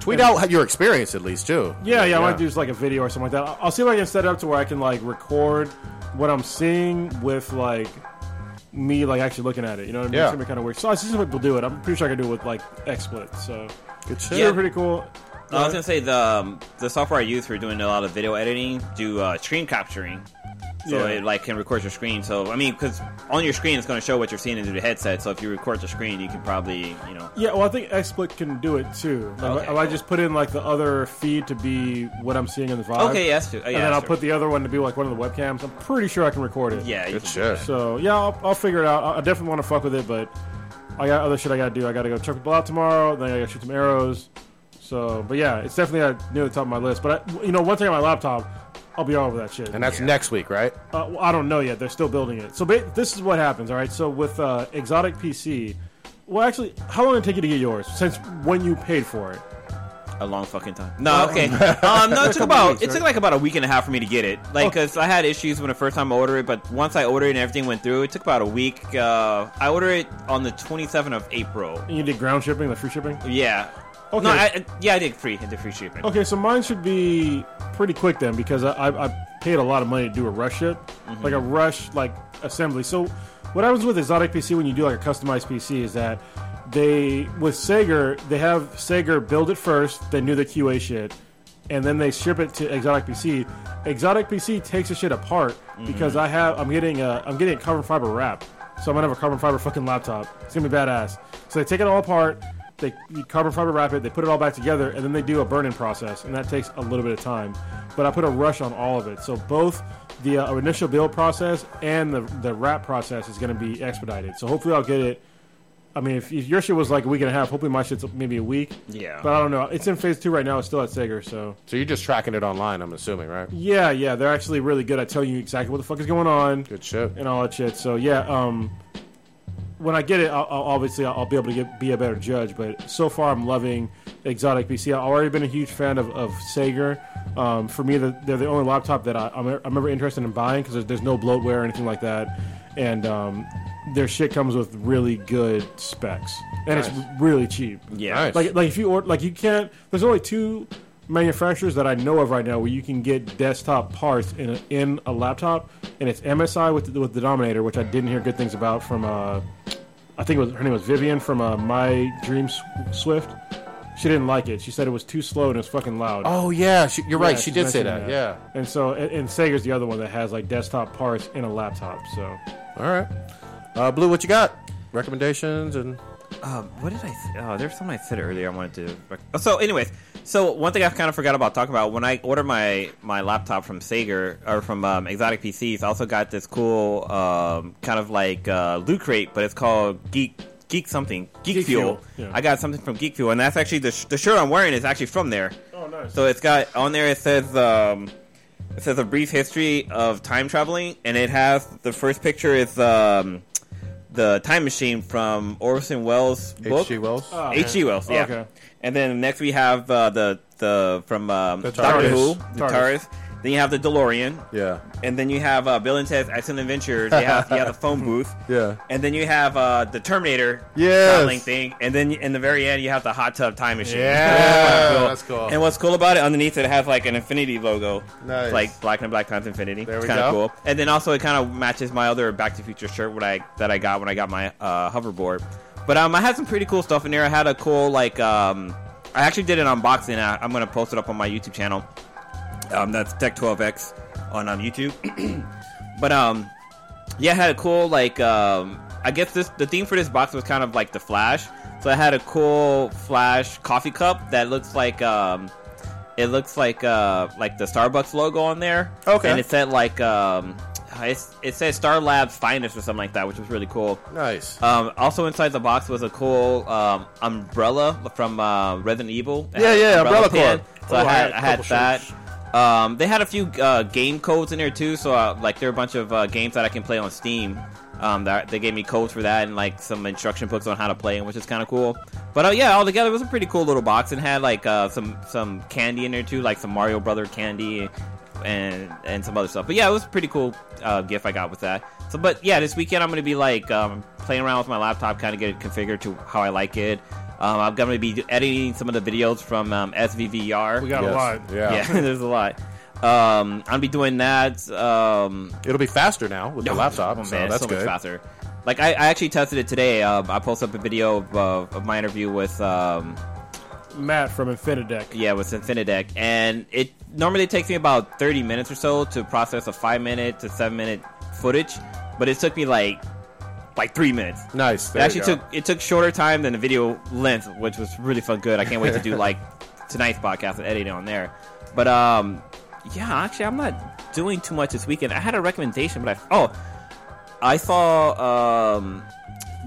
Speaker 10: Tweet out your experience at least too.
Speaker 7: Yeah, yeah, I might do just like a video or something like that. I- I'll see if I can set it up to where I can like record what I'm seeing with like me like actually looking at it. You know what I mean?
Speaker 10: Yeah.
Speaker 7: It's gonna be kind of weird. So I see some people do it. I'm pretty sure I can do it with like XSplit. So
Speaker 10: Good shit.
Speaker 7: it's
Speaker 5: Yeah.
Speaker 7: pretty cool.
Speaker 5: No, I was gonna say the um, the software I use for doing a lot of video editing do uh, screen capturing, so
Speaker 7: Yeah.
Speaker 5: it like can record your screen. So I mean, because on your screen it's gonna show what you're seeing into the headset. So if you record the screen, you can probably you know.
Speaker 7: Yeah, well, I think XSplit can do it too. Like,
Speaker 5: Okay,
Speaker 7: Oh, I might just put in like the other feed to be what I'm seeing in the vibe.
Speaker 5: Okay, yes, too. Uh,
Speaker 7: and
Speaker 5: yeah,
Speaker 7: then I'll
Speaker 5: sure.
Speaker 7: put the other one to be like one of the webcams. I'm pretty sure I can record it.
Speaker 5: Yeah, you
Speaker 10: Good
Speaker 5: can-
Speaker 10: shit.
Speaker 7: So yeah, I'll, I'll figure it out. I I definitely want to fuck with it, but I got other shit I gotta do. I gotta go check people out tomorrow. Then I gotta shoot some arrows. So, but yeah, it's definitely uh, near the top of my list. But I, you know, once I get my laptop, I'll be all over that shit.
Speaker 10: And that's next week, right?
Speaker 7: Uh, well, I don't know yet. They're still building it. So ba- this is what happens. All right. So with uh, Exotic PC, well, actually, how long did it take you to get yours? Since when you paid for it?
Speaker 5: a long fucking time. No, okay. Um, no, it took about it took like about a week and a half for me to get it.
Speaker 7: Oh.
Speaker 5: Like, cause I had issues when the first time I ordered it, but once I ordered it and everything went through, it took about a week. Uh, I ordered it on the 27th of April.
Speaker 7: And you did ground shipping, the free shipping.
Speaker 5: Yeah.
Speaker 7: Okay.
Speaker 5: No, I, I- yeah, I did free. I did free shipping.
Speaker 7: Okay, so mine should be pretty quick then because I, I, I paid a lot of money to do a rush ship, like a rush like assembly. So what happens with Exotic PC when you do like a customized PC is that they with Sager they have Sager build it first, they do the QA shit, and then they ship it to Exotic PC. Exotic PC takes the shit apart because I have I'm getting a I'm getting a carbon fiber wrap, so I'm gonna have a carbon fiber fucking laptop. It's gonna be badass. So they take it all apart they carbon fiber wrap it, they put it all back together, and then they do a burn-in process, and that takes a little bit of time. But I put a rush on all of it, so both the uh, initial build process and the the wrap process is going to be expedited. So hopefully, I'll get it. I mean, if, if your shit was like a week and a half, hopefully my shit's maybe a week.
Speaker 5: Yeah.
Speaker 7: But I don't know. It's in phase two right now. It's still at Sager, so
Speaker 10: So you're just tracking it online, I'm assuming, right?
Speaker 7: yeah, yeah, they're actually really good at telling you exactly what the fuck is going on
Speaker 10: Good shit.
Speaker 7: and all that shit. So yeah, um, when I get it, I'll, I'll obviously I'll be able to get, be a better judge. But so far, I'm loving Exotic PC. I've already been a huge fan of, of Sager. Um, for me, the, they're the only laptop that I, I'm, I'm ever interested in buying because there's, there's no bloatware or anything like that, and um, their shit comes with really good specs, and it's really cheap.
Speaker 5: Yeah.
Speaker 10: Nice.
Speaker 7: Like, like if you order, like you can't. There's only two manufacturers that I know of right now where you can get desktop parts in a, in a laptop, and it's MSI with the, with the Dominator, which I didn't hear good things about from. Uh, I think it was her name was Vivian from uh, My Dream Sw- Swift. She didn't like it. She said it was too slow and it was fucking loud.
Speaker 10: Oh yeah, she, you're right.
Speaker 7: Yeah,
Speaker 10: She did say that.
Speaker 7: mentioned
Speaker 10: Yeah.
Speaker 7: And so, and, and Sega's the other one that has like desktop parts in a laptop. So
Speaker 10: All right. Uh, Blue, what you got? Recommendations and
Speaker 5: Um, what did I? Say? Oh, there's something I said earlier. I wanted to. rec- oh, So, anyways, so one thing I've kind of forgot about talking about when I ordered my my laptop from Sager or from um, Exotic PCs, I also got this cool um, kind of like uh, loot crate, but it's called Geek Geek something Geek,
Speaker 7: Geek
Speaker 5: Fuel.
Speaker 7: Fuel, yeah.
Speaker 5: I got something from Geek Fuel, and that's actually the sh- the shirt I'm wearing is actually from there.
Speaker 7: Oh, nice.
Speaker 5: So it's got on there. It says. Um, it says a brief history of time traveling, and it has the first picture is um, the time machine from Orson Welles' book.
Speaker 6: H.G. Wells.
Speaker 5: H.G. Wells, yeah.
Speaker 7: Oh, Okay.
Speaker 5: And then next we have uh, the the from um, Doctor
Speaker 7: TARDIS.
Speaker 5: Who, the
Speaker 7: TARDIS.
Speaker 5: TARDIS. Then you have the DeLorean,
Speaker 6: yeah.
Speaker 5: and then you have uh, Bill and Ted's Excellent Adventures. You have, you have the phone booth,
Speaker 6: Yeah.
Speaker 5: and then you have uh, the Terminator
Speaker 6: Yes.
Speaker 5: traveling thing, and then in the very end you have the hot tub time machine.
Speaker 6: Yeah, that's cool.
Speaker 5: And what's cool about it, underneath it has like an infinity logo.
Speaker 6: Nice.
Speaker 5: It's like black and black times infinity.
Speaker 6: There
Speaker 5: it's
Speaker 6: we
Speaker 5: kind of
Speaker 6: go.
Speaker 5: cool. And then also it kind of matches my other Back to the Future shirt what I that I got when I got my uh, hoverboard. But um, I had some pretty cool stuff in there. I had a cool like um, I actually did an unboxing. I, I'm gonna post it up on my YouTube channel. Um, that's Tech 12X on um, YouTube. but um, yeah, I had a cool like um, I guess this the theme for this box was kind of like the Flash. So it had a cool Flash coffee cup that looks like um, it looks like uh, like the Starbucks logo on there.
Speaker 6: Okay.
Speaker 5: and it said like um, it's, it said Star Labs Finest or something like that, which was really cool.
Speaker 6: Nice.
Speaker 5: Um, also inside the box was a cool um, umbrella from uh, Resident Evil. It
Speaker 6: Yeah,
Speaker 5: had an
Speaker 6: yeah, Umbrella
Speaker 5: pin.
Speaker 6: Corp.
Speaker 5: So
Speaker 6: Oh,
Speaker 5: I had,
Speaker 6: I
Speaker 5: I
Speaker 6: had
Speaker 5: had
Speaker 6: a couple
Speaker 5: that. Um, they had a few uh, game codes in there too. So uh, like there are a bunch of uh, games that I can play on Steam. Um, that, they gave me codes for that and like some instruction books on how to play, 'em, which is kind of cool. But uh, yeah, all together it was a pretty cool little box and had like uh, some some candy in there too, like some Mario Brother candy and and some other stuff. But yeah, it was a pretty cool uh, gift I got with that. So, but yeah, this weekend I'm gonna be like um, playing around with my laptop, kind of get it configured to how I like it. Um, I'm gonna be editing some of the videos from um, SVVR.
Speaker 7: We got a lot.
Speaker 11: Yeah.
Speaker 5: yeah, there's a lot. Um, I'll be doing that. Um,
Speaker 6: It'll be faster now with the laptop,
Speaker 5: Oh,
Speaker 6: so
Speaker 5: man, it's
Speaker 6: that's
Speaker 5: so
Speaker 6: good.
Speaker 5: much faster. Like I, I actually tested it today. Uh, I posted up a video of, uh, of my interview with um,
Speaker 7: Matt from Infinideck.
Speaker 5: yeah with Infinideck, and it normally takes me about thirty minutes or so to process a five minute to seven minute footage, but it took me like like three minutes.
Speaker 6: Nice.
Speaker 5: It
Speaker 6: There
Speaker 5: actually
Speaker 6: you go.
Speaker 5: took it took shorter time than the video length, which was really fun. Good. I can't wait to do like tonight's podcast and edit it on there. But um, yeah, actually, I'm not doing too much this weekend. I had a recommendation, but I oh, I saw um.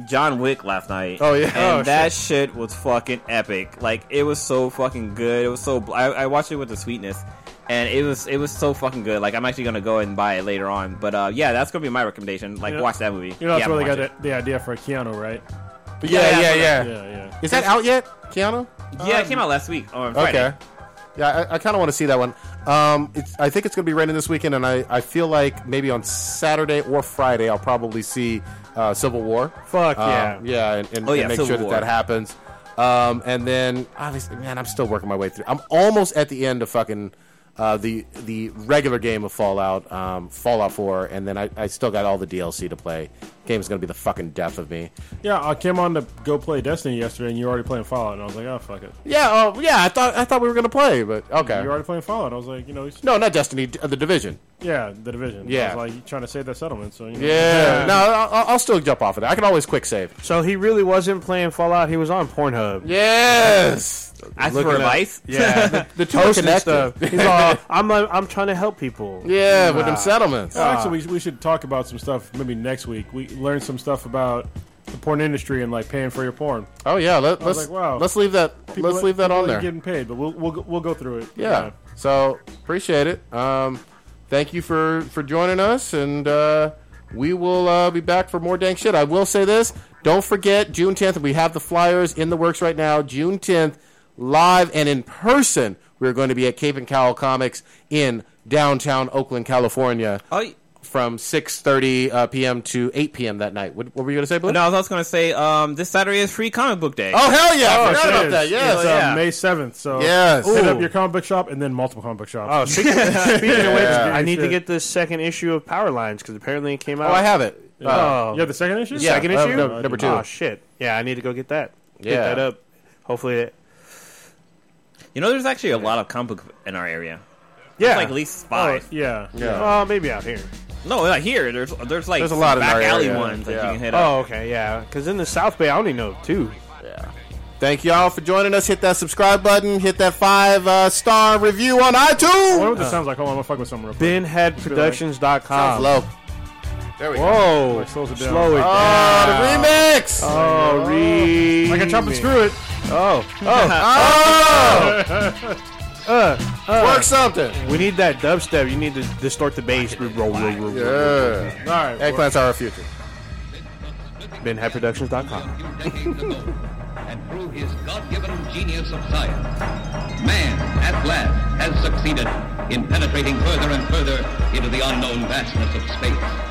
Speaker 5: John Wick last night.
Speaker 6: Oh, yeah.
Speaker 5: and
Speaker 6: Oh,
Speaker 5: that shit. was fucking epic. Like it was so fucking good. It was so. bl- I, I watched it with the sweetness, and it was it was so fucking good. Like I'm actually gonna go and buy it later on. But uh, yeah, that's gonna be my recommendation. Like
Speaker 7: You know-
Speaker 5: watch that movie.
Speaker 7: You know that's
Speaker 5: yeah,
Speaker 7: where they
Speaker 5: watch
Speaker 7: got
Speaker 5: it.
Speaker 7: the, the idea for Keanu, right?
Speaker 6: yeah, yeah,
Speaker 7: Yeah,
Speaker 6: yeah,
Speaker 7: yeah.
Speaker 6: Is that out yet, Keanu?
Speaker 5: Yeah, it came out last week. On Friday.
Speaker 6: Um, Okay. Yeah, I, I kind of want to see that one. Um, it's, I think it's going to be raining this weekend, and I, I feel like maybe on Saturday or Friday I'll probably see uh, Civil War.
Speaker 8: Fuck
Speaker 6: Um,
Speaker 8: yeah.
Speaker 6: yeah, and, and,
Speaker 5: Oh, yeah,
Speaker 6: and make
Speaker 5: Civil
Speaker 6: sure
Speaker 5: War.
Speaker 6: that that happens. Um, and then obviously, man, I'm still working my way through. I'm almost at the end of fucking uh, the the regular game of Fallout, um, Fallout 4, and then I, I still got all the DLC to play. Game's going to be the fucking death of me.
Speaker 7: Yeah, I came on to go play Destiny yesterday, and you were already playing Fallout, and I was like, oh fuck it.
Speaker 6: Yeah, oh yeah, I thought I thought we were going to play, but okay.
Speaker 7: You're already playing Fallout. I was like, you know, he's-
Speaker 6: No, not Destiny, D- uh, the Division.
Speaker 7: yeah, the division.
Speaker 6: Yeah.
Speaker 7: I was like you trying to save that settlement, so you know.
Speaker 6: Yeah. No, I'll, I'll still jump off of that. I can always quick save.
Speaker 8: So he really wasn't playing Fallout. He was on Pornhub.
Speaker 6: Yes.
Speaker 5: Ask for advice.
Speaker 8: Yeah, the, the
Speaker 6: two are connected.
Speaker 8: He's all, I'm, uh, I'm trying to help people.
Speaker 6: Yeah, with them settlements.
Speaker 7: Well, actually, we, we should talk about some stuff maybe next week. We learned some stuff about the porn industry and like paying for your porn.
Speaker 6: Oh yeah. Let,
Speaker 7: was
Speaker 6: let's
Speaker 7: like, wow.
Speaker 6: let's leave that
Speaker 7: People
Speaker 6: let's
Speaker 7: that-
Speaker 6: leave that
Speaker 7: people
Speaker 6: on there.
Speaker 7: Getting paid, but we'll we'll, go- we'll go through it. Uh,
Speaker 6: yeah. So appreciate it. Um, thank you for for joining us, and uh, we will uh, be back for more dang shit. I will say this: don't forget June 10th. We have the flyers in the works right now. June 10th, live and in person. We're going to be at Cape and Cowl Comics in downtown Oakland, California,
Speaker 5: Oh, y-
Speaker 6: from 6:30 uh, p.m. to 8 p.m. that night. What, what were you going to say, Blue?
Speaker 5: no, I was also gonna say um, this Saturday is free comic book day.
Speaker 6: Oh hell yeah! I
Speaker 7: Oh,
Speaker 6: forgot
Speaker 7: it
Speaker 6: about
Speaker 7: is.
Speaker 6: that. Yes.
Speaker 7: It's, uh,
Speaker 5: Yeah.
Speaker 7: May seventh. So
Speaker 6: Yes.
Speaker 7: hit
Speaker 6: Ooh.
Speaker 7: up your comic book shop and then multiple comic book shops.
Speaker 8: Oh, speaking, speaking of which, I need to
Speaker 7: Shit.
Speaker 8: get the second issue of Power Lines because apparently it came out.
Speaker 6: Oh, I have it.
Speaker 8: Oh,
Speaker 7: you have the second issue.
Speaker 6: Yeah.
Speaker 8: second
Speaker 6: uh,
Speaker 8: issue,
Speaker 6: no, number two.
Speaker 8: Oh shit! Yeah, I need to go get that.
Speaker 6: Yeah.
Speaker 8: Get that up. Hopefully, it,
Speaker 5: You know, there's actually a lot of comic book in our area.
Speaker 8: yeah,
Speaker 5: Like at least
Speaker 7: Oh,
Speaker 5: five.
Speaker 7: yeah.
Speaker 6: yeah.
Speaker 8: Oh, maybe out here.
Speaker 5: No, like here, there's there's like
Speaker 6: There's a
Speaker 5: some
Speaker 6: lot in our
Speaker 5: back alley
Speaker 6: area.
Speaker 5: ones that
Speaker 6: Yeah.
Speaker 5: you can hit up.
Speaker 8: Oh, okay, yeah. Because in the South Bay, I only know two.
Speaker 6: Thank y'all for joining us. Hit that subscribe button. Hit that five uh, star review on
Speaker 7: I wonder
Speaker 6: iTunes.
Speaker 7: what this sounds like. Hold on, I'm gonna fuck with something real quick.
Speaker 8: BenHeadProductions.com.
Speaker 6: Low. There we go.
Speaker 8: Whoa,
Speaker 7: Like, slows it down.
Speaker 8: slow it down.
Speaker 6: Oh, the remix. Oh,
Speaker 8: Oh, re-
Speaker 7: Like a chop and screw it.
Speaker 8: Oh.
Speaker 6: Oh. work something.
Speaker 8: We need that dubstep. You need to distort the bass.
Speaker 6: Yeah.
Speaker 7: All right.
Speaker 6: Eggplants are our future.
Speaker 8: BenHeadProductions.com.
Speaker 12: decades ago and through his God-given genius of science, man at last has succeeded in penetrating further and further into the unknown vastness of space.